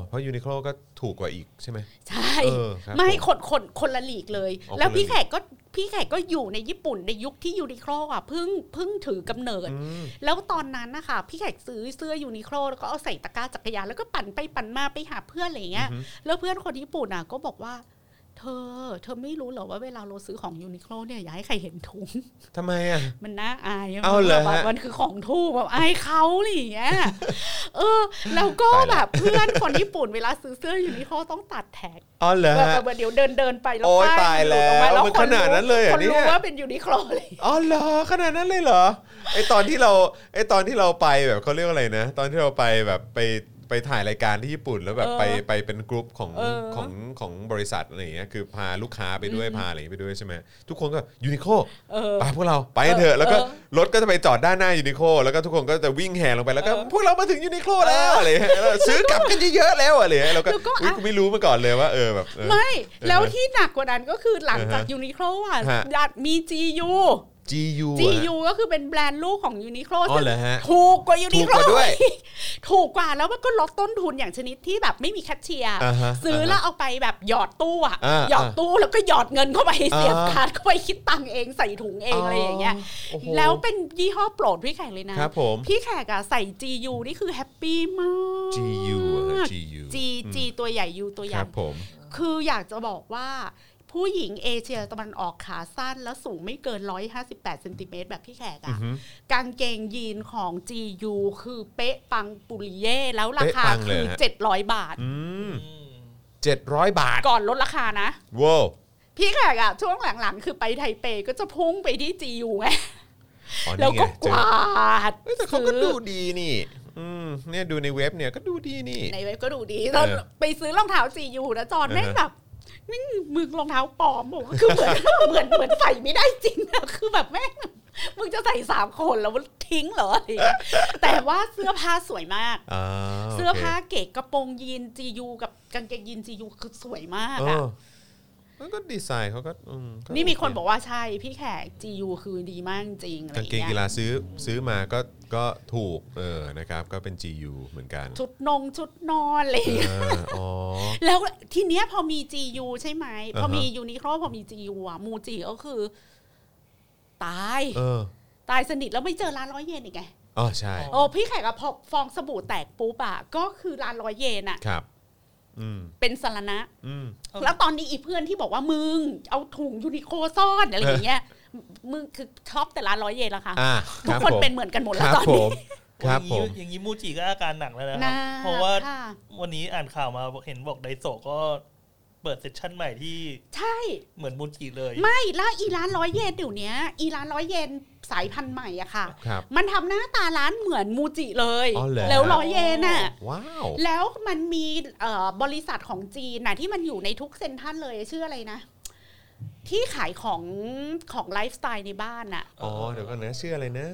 B: เพราะยูนิโคลก็ถูกกว่าอีกใช่ไหม
C: ใช่
B: เออครับ
C: ไม่
B: ผม
C: คนคนคนละหลีกเลย
B: อ๋อ
C: แล้
B: ค
C: ว
B: นละหลีก
C: พี่แขกก็พี่แขกก็อยู่ในญี่ปุ่นในยุคที่ยูนิโคลอ่ะเพิ่งเพิ่งถือกำเนิด
B: อืม
C: แล้วตอนนั้นนะคะพี่แขกซื้อเสื้อยูนิโคลแล้วก็เอาใส่ตะกร้าจักรยานแล้วก็ปั่นไปปั่นมาไปหาเพื่อนอะไรอย่างเงี้ย
B: อือฮึ
C: แล้วเพื่อนคนญี่ปุ่นน่ะก็บอกว่า เธอ เธอไม่รู้เหรอว่าเวลาเราซื้อของยูนิโคลเนี่ยอย่าให้ใครเห็นถุง
B: ทำไมอ่ะ
C: มันน่าอายะ
B: เอาเหรอฮะ
C: แบบมันคือของถูกแบบอายเขาอะไรอย่างเงี้ย เออ แล้วก็
B: ตายละ
C: แบบเพื่อนคนญี่ปุ่นเวลาซื้อเสื้อยูนิโคลต้องตัดแท็ก
B: อ๋อเหรอ
C: แบบ
B: ฮะ
C: แบบเดี๋ยวเดินเดินๆไปแล้ว
B: โอ๊ย
C: ป้ายมัน
B: ตายแล้ว
C: หดออกมาแล้ว
B: มันขนาดนั้นเลยเหรอ
C: คน
B: เนี่
C: รู้
B: ย
C: ว่าเป็นยูนิโคลเลย
B: อ๋อเหรอขนาดนั้นเลยเหรอไอตอนที่เราไอตอนที่เราไปแบบเขาเรียกว่าอะไรนะ ตอนที่เราไปแบบไปไปถ่ายรายการที่ญี่ปุ่นแล้วแบบ
C: เออ
B: ไปไปเป็นกรุ๊ปของ
C: เออ
B: ของของบริษัทอะไรอย่างเงี้ยคือพาลูกค้าไปด้วย
C: อืม
B: พาอะไรอย่างเงี้ยไปด้วยใช่ไหมทุกคนก็ยูนิโค
C: เออ
B: ไปพวกเราไปกันเถอะแล้วก็
C: เอ
B: รถก็จะไปจอดด้านหน้ายูนิโคแล้วก็ทุกคนก็จะวิ่งแห่ลงไปแล้วก็
C: เออ
B: พวกเรามาถึงยูนิโคแล้วอะไรอย่างเงี้ยแล้วซื้อกลับกันเยอะๆแล้วอะไรอย่างเงี้ยแล้วก็
C: แล้วก็
B: อุ๊ย
C: อ่ะ
B: กูไม่รู้มาก่อนเลยว่าเออแบบเออ
C: ไม่ แล้ว
B: เออ
C: ที่หนักกว่านั้นก็คือหลังจาก
B: เออฮะ
C: ยูนิโคลอ่ะ
B: ฮะ
C: ดัดมี GU
B: GU อะ
C: GU ก็คือเป็นแบรนด์ลูกของยูนิโคล
B: อ๋อเหรอฮะ
C: ถูกกว่ายูนิ
B: ถูก
C: โค
B: ก
C: ล
B: ว่าด้วย
C: ถูกกว่าแล้วมันก็ลดต้นทุนอย่างชนิดที่แบบไม่มีแคชเชียร์
B: อ่าฮะ
C: ซื้อแล้วเอาไปแบบหยอดตู้อะ
B: อ่า
C: หยอดตู้แล้วก็หยอดเงินเข้าไป
B: อ่า
C: เสียบการ์ดเข้าไปคิดตังค์เองใส่ถุงเองอะไรอย่างเงี้ย
B: โอ้โห
C: แล้วเป็นยี่ห้อโปรดพี่แขกเลยนะ
B: ครับผม
C: พี่แขกอะใส่ GU นี่คือแฮปปี้มาก
B: GU อะฮะ GU
C: G G ตัวใหญ่ U ตัวให
B: ค
C: ญ่
B: รับผม
C: คืออยากจะบอกว่า ผู้หญิงเอเชียตะวันออกขาสั้นแล้วสูงไม่เกิน 158เซนติเมตรแบบพี่แขก
B: อื
C: อะ
B: อฮึ
C: กางเกงยีนของ GU คือเป๊ะปังปุริเย่แล้วราคา
B: เป๊ะปังเล
C: คื
B: ย
C: อ
B: ฮะ
C: 700 บาท
B: อืมเจ็ดร้อยบาท
C: ก่อนลดราคานะ
B: ว้าว
C: พี่แขกอะช่วงหลังๆ คือไปไทเปก็จะพุ่งไปที่จียูไง
B: อ๋อนี่
C: แล้วก็
B: ไง
C: ก
B: เจอ
C: วาด
B: เอ้ยแต่เขาก็ดูดีนี่ อืมเนี่ยดูในเว็บเนี่ยก็ดูดีนี่
C: ในเว็บก็ดูดีตอน
B: เออ
C: ไปซื้อรองเท้าจียูนะจอน
B: เออ
C: แม่งแบบนี่มึงรองเท้าปลอมบอกว่าคือเหมือน เหมือนเห มือนใส่ไม่ได้จริงอะคือแบบแม่งมึงจะใส่สามคนแล้วทิ้งเหรออะไรอย่างเงี้ยแต่ว่าเสื้อผ้าสวยมาก
B: อ่า
C: เสื้อผ้า
B: โ
C: เก๋กระโปรงยีนจียูกับกางเกงยีนจียูคือสวยมาก
B: คเอ
C: อะ
B: อมันก็ดีไซน์เขาก็อืมก็
C: นี่มีคน
B: โเ
C: บอกว่าใช่พี่แขก GU คือดีมากจริงอะไรอก
B: าง
C: ย่าง
B: เกง
C: เงี้
B: กี
C: ย
B: ฬาซื้อซื้อมาก็ก็ถูกเออนะครับ ก็เป็น GU เหมือนกัน
C: ชุดนงชุดนอนอะไรอย่างเงี้ย
B: เอออ๋อ
C: แล้วทีเนี้ยพอมี GU ใช่ไหม พอมี
B: อ่าฮะ
C: ยูนิโคลพอมี GU อ่ะมูจิก็คือ ตาย
B: เออ
C: ตายสนิทแล้วไม่เจอร้านร้อยเยนอีกไง
B: อ๋อใช่
C: โอ้พี่แขกอะพอฟองสบู่แตกปุ๊บอะก็คือร้านร้อยเยนอะ
B: ครับ อืม
C: เป็นสารณะ
B: อืม
D: เออ
C: แล้วตอนนี้อีเพื่อนที่บอกว่ามึง เอาถุงยูนิโคลซ่อนอะไรอย่างเงี้ยมึงคือชอบแต่ร้านร้อยเยนละค่ะ
B: อ่า
C: ทุก
B: รับ
C: คน
B: ผม
C: เป็นเหมือนกันหมด
B: ค
C: แล้ว
B: รับ
C: ตอน
B: ผ
C: นี้
B: มครับ
D: โอ้ย
B: ผม
D: อย่างนี้มูจิก็อาการหนักแล้วนะค
C: นะ
D: รับเพราะว่า
C: ค่ะ
D: วันนี้อ่านข่าวมาเห็นบอกไดโซะก็เปิดเซสชั่นใหม่ที่
C: ใช่
D: เหมือนมูจิเลย
C: ไม่แล้วอีร้านร้อยเยนเดี๋ยวเนี้ย อีร้านร้อยเยนสายพันธุ์ใหม่อะค่ะ
B: ครับ
C: มันทำหน้าตาร้านเหมือนมูจิเลย
B: อ๋อเหรอ
C: แล้วร้อยเยนอะ
B: ว้าว
C: แล้วมันมีเอ่อบริษัทของจีนนะที่มันอยู่ในทุกเซ็นทรัลเลยชื่ออะไรนะ ที่ขายของของไลฟ์สไตล์ในบ้านอะ
B: อ๋อเดี๋ยวก่อนนะชื่ออะไรนะ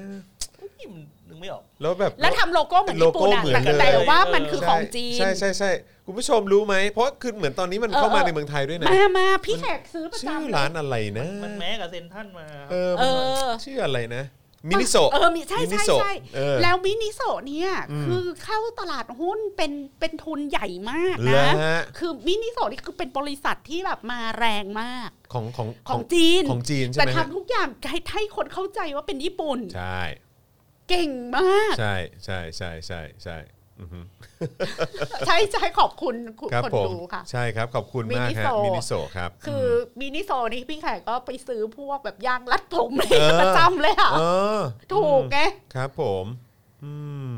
D: เฮ้ยมันนึกไม่ออก
B: แล้วแบบ
C: แล้วทำโลโก้เหมือนญี่ปุ่นอะ
B: โลโก้เหมื
C: แต่
B: อนเลย
C: แต่ว่ามันคือ
B: ใช่
C: ของจีน
B: ใช่ใช่ใช่คุณผู้ชมรู้ไหมเพราะคือเหมือนตอนนี้มัน
C: เออ
B: เข้ามา
C: เออ
B: ในเมืองไทยด้วยนะ
C: มามาพี่แขกซื้อประ
B: ชื่อ
C: จำ
B: ร้านอะไรนะ
D: มันแม้กับเซนท่านมา
B: เออ
C: เออ
B: ชื่ออะไรนะ มินิโซะ
C: เออมีใช่
B: มินิ
C: ใช่
B: โซะ
C: ใช่
B: เออ
C: แล้วมินิโซะเนี่ย
B: อืม
C: คือเข้าตลาดหุ้นเป็นเป็นทุนใหญ่มาก
B: แล้
C: นะ
B: วฮะ
C: คือมินิโซะนี่คือเป็นบริษัทที่แบบมาแรงมาก
B: ของของ
C: ของจีน
B: ของจีนใช่
C: แต่
B: ไหมฮะ
C: ทำทุกอย่างให้ให้คนเข้าใจว่าเป็นญี่ปุ่น
B: ใช่
C: เก่งมาก
B: ใช่ใช่ใช่ใช่ใช่อือฮึ
C: ใช่ใช่ขอบคุณคุณ
B: ครับ
C: คน
B: ผม
C: ดูค่ะ
B: ใช่ครับขอบคุณมากฮะ
C: มิ
B: มิ
C: นิ
B: นิโซ
C: โซะ
B: ครับ
C: คือ
B: ม
C: มินิโซะนี่พี่แขกก็ไปซื้อพวกแบบย่างรัดผมเลย
B: เออ
C: ประจำเลยค่ะ
B: เออ
C: ถูกไง
B: ครับผม อืม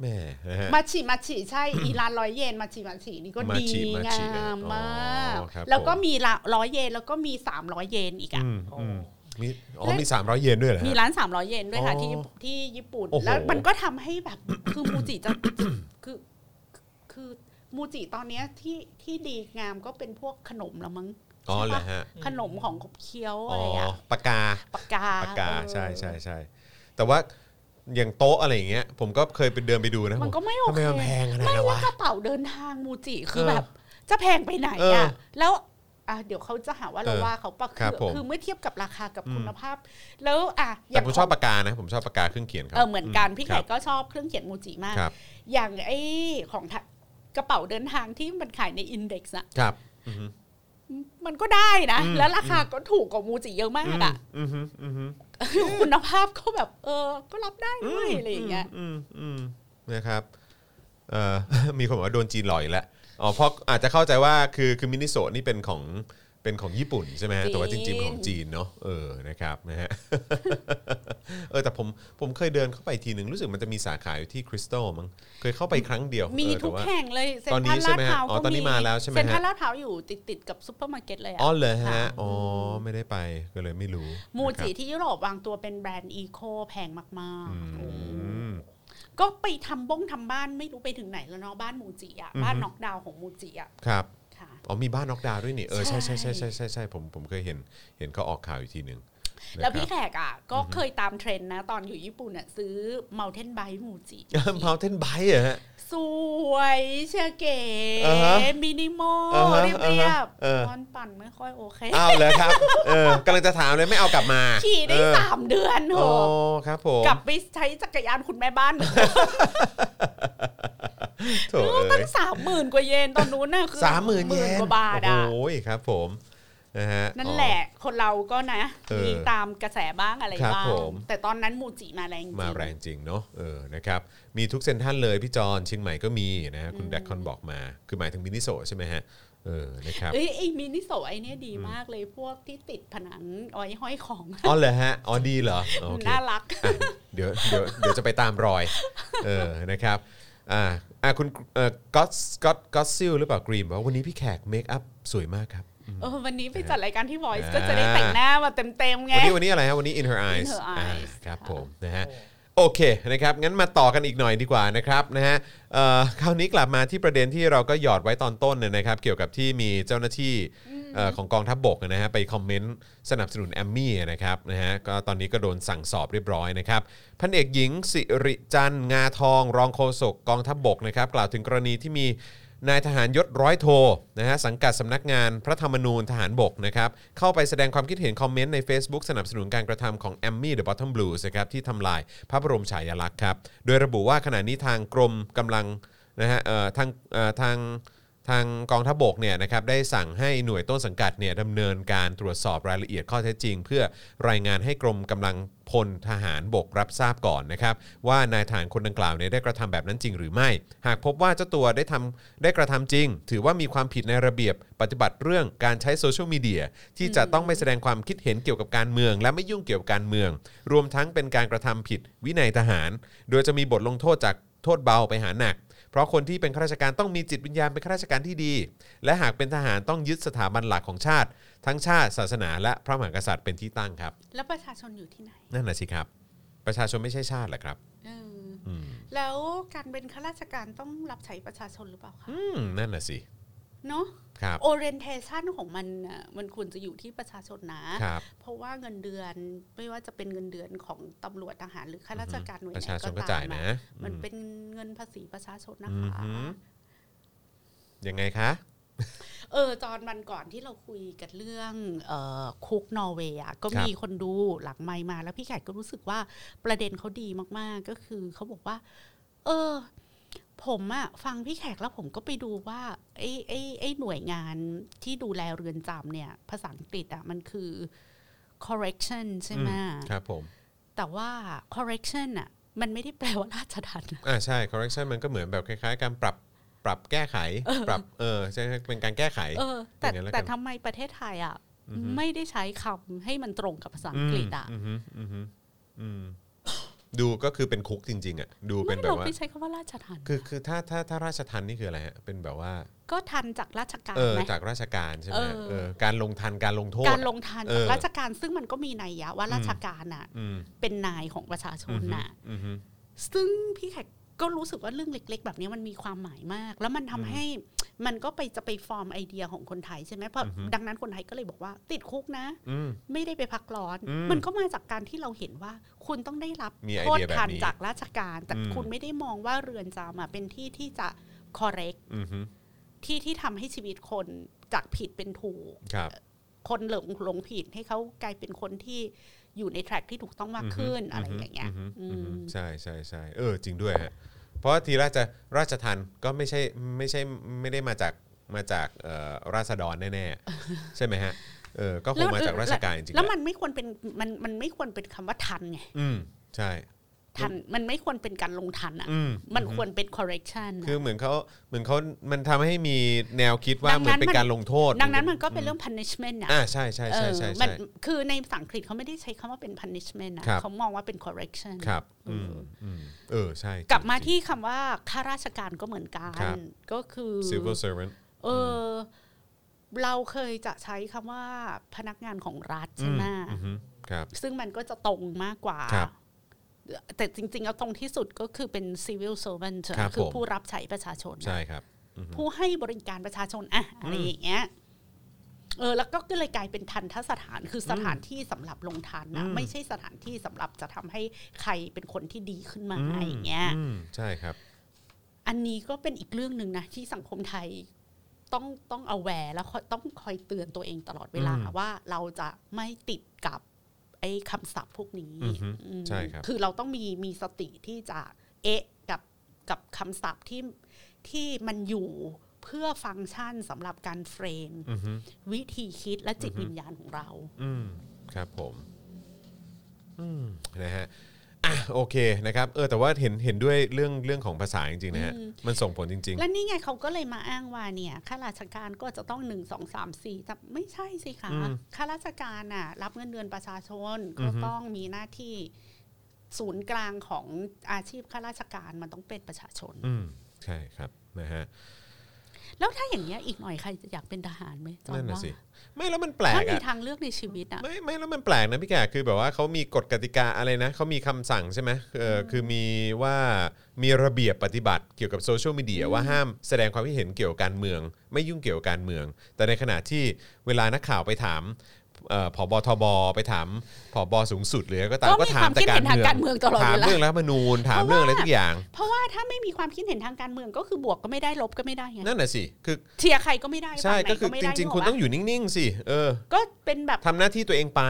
B: แหมนะฮะ
C: มาชิมาชิใช่ อีรานร้อยเยนมาชิมาชินี่ก็
B: มา
C: ดี
B: ชิมางชิ
C: ามมาก
B: อ๋อครับ
C: แล้วก็
B: ผม
C: มีละร้อยเยนแล้วก็มีสามร้อยเยนอีกอะ
B: อืมอืมมีอ๋อ
C: และ
B: มีสามร้อยเยนด้วยเหรอ
C: มี
B: ฮะ
C: ร้าน 300 เยนด้วยค่ะ
B: อ๋อ
C: ที่ที่ญี่ปุ่น
B: โอ้โห
C: แล้วมันก็ทำให้แบบ คือมูจิจะ คือคือมูจิตอนเนี้ยที่ที่ดีงามก็เป็นพวกขนมละมั้ง
B: อ๋อเหรอ
C: ใช่ปะ
B: ฮะ
D: ม
C: ขนมของขบเคี้ยว
B: อ๋อ
C: อะไรอะ
B: ปากกา
C: ปากกา
B: ปากกา
C: เออ
B: ใช่ใช่ใช่แต่ว่าอย่างโต๊ะอะไรอย่างเงี้ยผมก็เคยไปเดินไปดูนะ
C: มัน
B: ผ
C: ก็ไม่โอ
B: ทำไม
C: เค
B: มันแพงขนาดนั้
C: ไม่
B: น
C: แล้ว
B: วะ
C: กระเป๋าเดินทางมูจิคือ
B: เออ
C: แบบ จะแพงไปไหน
B: เออ
C: อะแล้วอ่ะเดี๋ยวเขาจะหาว่าเรา
B: เออ
C: ว่าเขาปะ
B: ครับผ
C: คือ
B: ม
C: คือเมื่อเทียบกับราคากับ
B: อืม
C: คุณภาพ แล้วอ่ะ
B: แต่ผม
C: ข
B: ชอง บปากกานะ ผมชอบปากกาเครื่องเขียนครับ
C: เออเหมือนกันพี่ไข่
B: ครับ
C: ก็ชอบเครื่องเขียนมูจิมาก
B: ครับ
C: อย่างไอ้ของทะกระเป๋าเดินทางที่มันขายในอินเด็กซ์อะ
B: ครับอือฮึ
C: มันก็ได้นะ
B: อืม
C: แล้วราคาก็ถูกกว่ามูจิเยอะมากอะ
B: อือฮึอือฮึ
C: คุณภาพก็แบบ เออ ก็รับได้ด้วยอะไรอย่างเงี้ย
B: อืมอืมอืมนะครับเอ่อ มีคนบอกว่าโดนจีนหลอกอีกแล้ว อ๋อเพราะอาจจะเข้าใจว่าคือคือมินิโซะนี่เป็นของเป็นของญี่ปุ่นใช่ไหมฮะแต่ว่าจ
C: จี
B: ริ
C: น
B: งๆของจีนเนาะเออนะครับนะฮ ะ เออแต่ผมผมเคยเดินเข้าไปทีหนึ่งรู้สึกมันจะมีสาขาอยู่ที่คริสตัลมั้งเคยเข้าไปครั้งเดียว
C: มี
B: เออ
C: ทุก
B: แต่ว่า
C: แห่งเลยเซ็น
B: ตอน
C: ท
B: นี้
C: รัล
B: ใช่
C: ลาด
B: ไหม
C: พ
B: ฮะ
C: ร้าว
B: อ๋อ
C: ก็
B: ตอนนี้มาแล้วใช่ไหมฮะ
C: เซ็นทรัลลาดพร้าวอยู่ติดติดๆกับซุปเปอร์มาร์เก็ตเลยอะ
B: อ๋อเลยฮะ
C: ค่ะ
B: อ๋อไม่ได้ไปก็เลยไม่รู้
C: มู
B: นะค
C: จิ
B: รับ
C: ที่ยุโรปวางตัวเป็นแบรนด์อีโคแพงมาก
B: อืม
C: ๆ ก็ไปทำบ้งทำบ้านไม่รู้ไปถึงไหนแล้วเนาะบ้านมูจิอะบ้าน
B: อือฮึ
C: น็อกดาวน์ของมูจิอะ
B: ครับ
C: ค่ะ
B: อ๋อมีบ้านน็อกดาวน์ด้วยนี่เออใช่
C: ใช่
B: ใช่ใช่ใช่ใช่ใช่ผมผมเคยเห็นเห็นเขาออกข่าวอยู่ทีหนึ่งนะ
C: แล้วพี่
B: ค
C: แขกอ่ะก็เคยตามเทรนด์นะ ตอนอยู่ญี่ปุ่นอ่ะซื้อ Mountain Bike มูจิ
B: รับ เมาเทนไบค์เหรอฮะ
C: สวยเชียเก๋
B: อ่าฮะ
C: มินิมอล
B: อ่าฮะ
C: เรียบเรีย
B: อ่า
C: บ
B: ฮะเออ
C: ตอนปั่นไม่ค่อยโอเค
B: อ้าวเลยครับเออกำลังจะถามเลยไม่เอากลับมา
C: ขี่ได้
B: เออ
C: สามเดือนโห
B: โอ้ครับผม
C: กลับไปใช้จักรยานคุณแม่บ้านเหมือนเดิม
B: โถ่เอ้
C: ตั้
B: ย
C: งสามหมื่นกว่าเยนตอนนู้นน่ะคือ
B: สามหมื่นเยน
C: กว่าบาทอ่ะ
B: โอ้ยครับผมนะฮะ
C: นั่นแหละคนเราก็นะ
B: เออ
C: มีตามกระแสบ้างอะไร
B: ครับ
C: บ้าง
B: ผม
C: แต่ตอนนั้นมูจิมาแรงจริง
B: มาแรงจริงเนาะเออนะครับมีทุกเซนทรันเลยพี่จอนเชียงใหม่ก็มีนะฮะคุณแดกคอนบอกมา คือหมายถึงมินิโซะใช่ไหมฮะเออนะครับ
C: เอ้ยไอ้มินิโซะไอเนี้ยดีมากเลยพวกที่ติดผนังเอาไว้ห้อยของ
B: อ๋อเหรอฮะอ๋อดีเหรอโอเค
C: น่ารัก
B: อ่ะเดี๋ยวเดี๋ยวเดี๋ยวจะไปตามรอยเออนะครับอ่าอ่าคุณเอ่อก็สก็สก็ซิลหรือเปล่ากรีมบอกว่าวันนี้พี่แขกเมคอัพสวยมากครับ
C: เออวันนี้ไปจัดรายการที่ Voice
B: อ่า
C: ก็จะได้แต่งหน้ามาเต็มๆไง
B: วันนี้วันนี้อะไรฮะวันนี้ in her eyes
C: her
B: อ่า
C: eyes
B: ครับ
C: ค่ะ
B: ผมนะฮะโอเคนะครับงั้นมาต่อกันอีกหน่อยดีกว่านะครับนะฮะเอ่อคราวนี้กลับมาที่ประเด็นที่เราก็หยอดไว้ตอนต้นเนี่ยนะครับ เกี่ยวกับที่มีเจ้าหน้าที่เอ่อของกองทัพบบกนะฮะไปคอมเมนต์สนับสนุนแอมมี่นะครับนะฮะก็ตอนนี้ก็โดนสั่งสอบเรียบร้อยนะครับพันเอกหญิงสิริจันทร์งาทอง รองโฆษกกองทัพบบกนะครับกล่าวถึงกรณีที่มี นายทหารยศร้อยโทนะฮะสังกัดสำนักงานพระธรรมนูญทหารบกนะครับเข้าไปแสดงความคิดเห็นคอมเมนต์ใน Facebook สนับสนุนการกระทำของแอมมี่เดอะบอททอมบลูสครับที่ทำลายพระบรมฉายาลักษณ์ครับ โดยระบุว่าขณะนี้ทางกรมกำลังนะฮะเอ่อทางเอ่อทาง ทางกองทัพบกเนี่ยนะครับได้สั่งให้หน่วยต้นสังกัดเนี่ยดำเนินการตรวจสอบรายละเอียดข้อเท็จจริง เพื่อรายงานให้กรมกำลังพลทหารบกรับทราบก่อนนะครับ ว่านายทหารคนดังกล่าวเนี่ยได้กระทำแบบนั้นจริงหรือไม่ หากพบว่าเจ้าตัวได้ทำได้กระทำจริง ถือว่ามีความผิดในระเบียบปฏิบัติเรื่องการใช้โซเชียลมีเดียที่จะต้องไม่แสดงความคิดเห็นเกี่ยวกับการเมือง และไม่ยุ่งเกี่ยวกับการเมือง รวมทั้งเป็นการกระทำผิดวินัยทหาร โดยจะมีบทลงโทษจากโทษเบาไปหาหนัก เพราะคนที่เป็นข้าราชการต้องมีจิตวิญญาณเป็นข้าราชการที่ดี และหากเป็นทหารต้องยึดสถาบันหลักของชาติ ทั้งชาติศาสนาและพระมหากษัตริย์เป็นที่ตั้งครับ
C: แล้วประชาชนอยู่ที่ไหน
B: นั่นน่ะสิครับ ประชาชนไม่ใช่ชาติเหรอครับ
C: เออ
B: อืม
C: แล้วการเป็นข้าราชการต้องรับใช้ประชาชนหรือเปล่าคะ
B: อืมนั่นน่ะสิ
C: เนาะ
B: ครับ
C: orientation ของมันน่ะมันควรจะอยู่ที่ประชาชนนะ
B: ครับ
C: เพราะว่าเงินเดือนไม่ว่าจะเป็นเงินเดือนของตำรวจทหารหรือข้าราชการหน่วย
B: ประ
C: ไหน
B: ชาชน
C: ก็
B: ก็
C: ตา
B: จ่าย
C: ม
B: นะ
C: อะมัน
B: อื
C: เป็นเงินภาษีประชาชนนะ
B: อืม
C: คะ
B: หืมยังไงคะ
C: เออตอนวันก่อนที่เราคุยกันเรื่องเออคุกนอร์เวย์อะก็
B: ครับ
C: มีคนดูหลังไมค์มาแล้วพี่แขกก็รู้สึกว่าประเด็นเขาดีมากๆ ก็คือเขาบอกว่า เออ ผมอะฟังพี่แขกแล้วผมก็ไปดูว่าไอ้ไอ้ไอ้หน่วยงานที่ดูแลเรือนจำเนี่ย ภาษาอังกฤษอะมันคือ correction ใช่ไหม
B: อื ครับผม
C: แต่ว่า correction อะมันไม่ได้แปลว่าราชทัณฑ์นะ
B: อ่าใช่ correction มันก็เหมือนแบบคล้ายๆ การปรับปรับแก้ไข ปรับเออใช่เป็นการแก้ไข
C: เออ แต่
B: อย่างนั้นแล้วกัน
C: แต่ทำไมประเทศไทยอ่ะ ไม่ได้ใช้คำให้มันตรงกับภาษาอังกฤษอ่ะ
B: มมอืมอืมดูก็คือเป็นคุกจริง ๆอ่ะดูเป็น
C: ไม่
B: แบ
C: เรา
B: บว่า
C: ไม่ใช้คำว่าราชทัน
B: คือคือถ้าถ้าถ้าราชทันนี่คืออะไรฮะเป็นแบบว่า
C: ก็ทันจากราชการ
B: เออ
C: ไหม
B: จากราชการใช่ไหมฮะ
C: เออ
B: เออการลงทันการลงโทษ
C: การลงทัน
B: เอ
C: จาก
B: อ
C: ราชการซึ่งมันก็มีนัยยะว่าราชการน่ะ
B: อืม
C: เป็นนายของประชาช
B: อื
C: น
B: ม
C: น่ะ
B: อืม
C: ซึ่งพี่แขกก็รู้สึกว่าเรื่องเล็ก ๆ แบบนี้มันมีความหมายมาก แล้วมันทำให้มันก็ไปจะไปฟอร์มไอเดียของคนไทยใช่ไหมเพราะ
B: อือฮึ
C: ดังนั้นคนไทยก็เลยบอกว่า ติดคุกนะ
B: อืม
C: ไม่ได้ไปพักร้อน
B: อืม
C: มันก็มาจากการที่เราเห็นว่า คุณต้องได้รับ
B: มีไอ
C: โทษ
B: เดียแบบนี้
C: ทันจากราชการ แต่
B: อืม
C: คุณไม่ได้มองว่าเรือนจำอะเป็นที่ที่จะ correct
B: อืมฮึ
C: ที่ที่ทำให้ชีวิตคนจากผิดเป็นถูก
B: ครับ
C: คนหลงหลงผิดให้เขากลายเป็นคนที่อยู่ในแทร็กที่ถูกต้องมากขึ้นอะไรอย่างเงี้ย
B: มฮึ
C: อื
B: อืมฮึ
C: ม
B: ใช่ใช่ใช่เออจริงด้วยฮะเพราะว่าทีราชราชทันก็ไม่ใช่ไม่ใช่ไม่ได้มาจากมาจากเอ่อราษฎรแน่ๆ ใช่ไหมฮะเออก็คงมาจากราชการจริงๆ
C: แล้ว
B: แหละ
C: มันไม่ควรเป็นมันมันไม่ควรเป็นคำว่าทันไง
B: อืมใช่
C: ทัน มันไม่ควรเป็นการลงทันอ่ะ
B: อืม
C: มันควรเป็น correction นะ
B: คือเหมือนเขาเหมือนเขามันทำให้มีแนวคิดว่า
C: ดังนั้น
B: เหมือนเป็น
C: มัน
B: การลงโทษ
C: ดังนั้นมันก็เป็นเรื่อง punishment นะ
B: อ่าใช่ใช่
C: เอ
B: ใช่
C: อ
B: ใช่
C: มั
B: ใช่
C: นคือในภาษาอังกฤษเขาไม่ได้ใช้คำว่าเป็น punishment นะครับ เขามองว่าเป็น correction
B: ครับ
C: เอออ
B: อืมอืมเออใช่
C: กลับมา
B: จริง
C: ที่คำว่าข้าราชการก็เหมือนกั
B: ครั
C: น
B: บ
C: ก็คือ
B: ๆ civil servant
C: เอออเราเคยจะใช้คำว่าพนักงานของรัฐใช่ไหม
B: อือฮึครับ
C: ซึ่งมันก็จะตรงมากกว่า
B: ครับ
C: แต่จริงๆเอาตรงที่สุดก็คือเป็น civil servant
B: ครับ
C: คือ
B: ผม
C: ผู้รับใช้ประชาชน
B: ใช่ครับ
C: ผู้ให้บริการประชาชนอะอะไรอย่างเงี้ยเออแล้วก็ก็เลยกลายเป็นทันทสถานคือสถานที่สำหรับลงทันนะไม่ใช่สถานที่สำหรับจะทำให้ใครเป็นคนที่ดีขึ้นมาอะไรอย่างเงี้ย
B: อืมใช่ครับ
C: อันนี้ก็เป็นอีกเรื่องหนึ่งนะ ที่สังคมไทยต้องต้องเอาแวร์แล้วคอยต้องคอยเตือนตัวเองตลอดเวลา
B: อืม
C: ว่าเราจะไม่ติดกับไอ้คำศัพท์พวกนี้
B: อือฮึ
C: อืม
B: ใช่ครับ
C: คือเราต้องมีมีสติที่จะเอะกับกับคำศัพท์ที่ที่มันอยู่เพื่อฟังก์ชันสำหรับการเฟรม
B: อือฮึ
C: วิธีคิดและจิตวิญญาณของเรา
B: อืมครับผม อืมนะฮะอ่ะโอเคนะครับ เออ แต่ว่าเห็นเห็นด้วยเรื่องเรื่องของภาษาจริงๆนะฮะ
C: อืม
B: มันส่งผลจริง
C: และนี่ไงเขาก็เลยมาอ้างว่าเนี่ยข้าราชการก็จะต้องหนึ่งสองสามสี่แต่ไม่ใช่สิคะ
B: อืม
C: ข้าราชการน่ะ รับเงินเดือนประชาชน
B: อื
C: ก็
B: อฮึ
C: ต้องมีหน้าที่ศูนย์กลางของอาชีพข้าราชการมันต้องเป็นประชาชน
B: ๆ อืมใช่ครับนะฮะ
C: แล้วถ้าอย่างเงี้ยอีกหน่อยใครจะอยากเป็นทหารไหมจอม
B: นั่นน่ะ
C: ว่า
B: สิ ไม่แล้วมันแปล
C: ถ้าก มี
B: อะ
C: ทางเลือกในชีวิตอ่ะ
B: ไม่ไม่แล้วมันแปลกนะพี่แกคือแบบว่าเขามีกฎกติกาอะไรนะเขามีคำสั่งใช่ไหมเอออคือมีว่ามีระเบียบปฏิบัติเกี่ยวกับโซเชียลมีเดียว่าห้ามแสดงความคิดเห็นเกี่ยวกับการเมือง ไม่ยุ่งเกี่ยวกับการเมือง แต่ในขณะที่เวลานักข่าวไปถามเอ่อผบทบไปถามผบสูงสุดหรืออะไรก็ตาม
C: ก็มี
B: ก็ถามแต่
C: ความคิดเห็นทางการเมืองตลอดเวลา
B: ถามเรื่องรัฐธรรมนูญถามเรื่องอะไรทุกอย่าง
C: เพราะว่าถ้าไม่มีความคิดเห็นทางการเมืองก็คือบวกก็ไม่ได้ลบก็ไม่ได้ไง
B: นั่นแหะสิคือ
C: เชียร์ใครก็ไม่ได้
B: ใช่
C: ฝั่งไหน
B: ก็คือ
C: ไม่
B: จ
C: ได้
B: ริง ๆ คุณ
C: นึก
B: ต้อง
C: กปะ
B: อยู่นิ่งๆสิเออ
C: ก็เป็นแบบ
B: ทำหน้าที่ตัวเองไป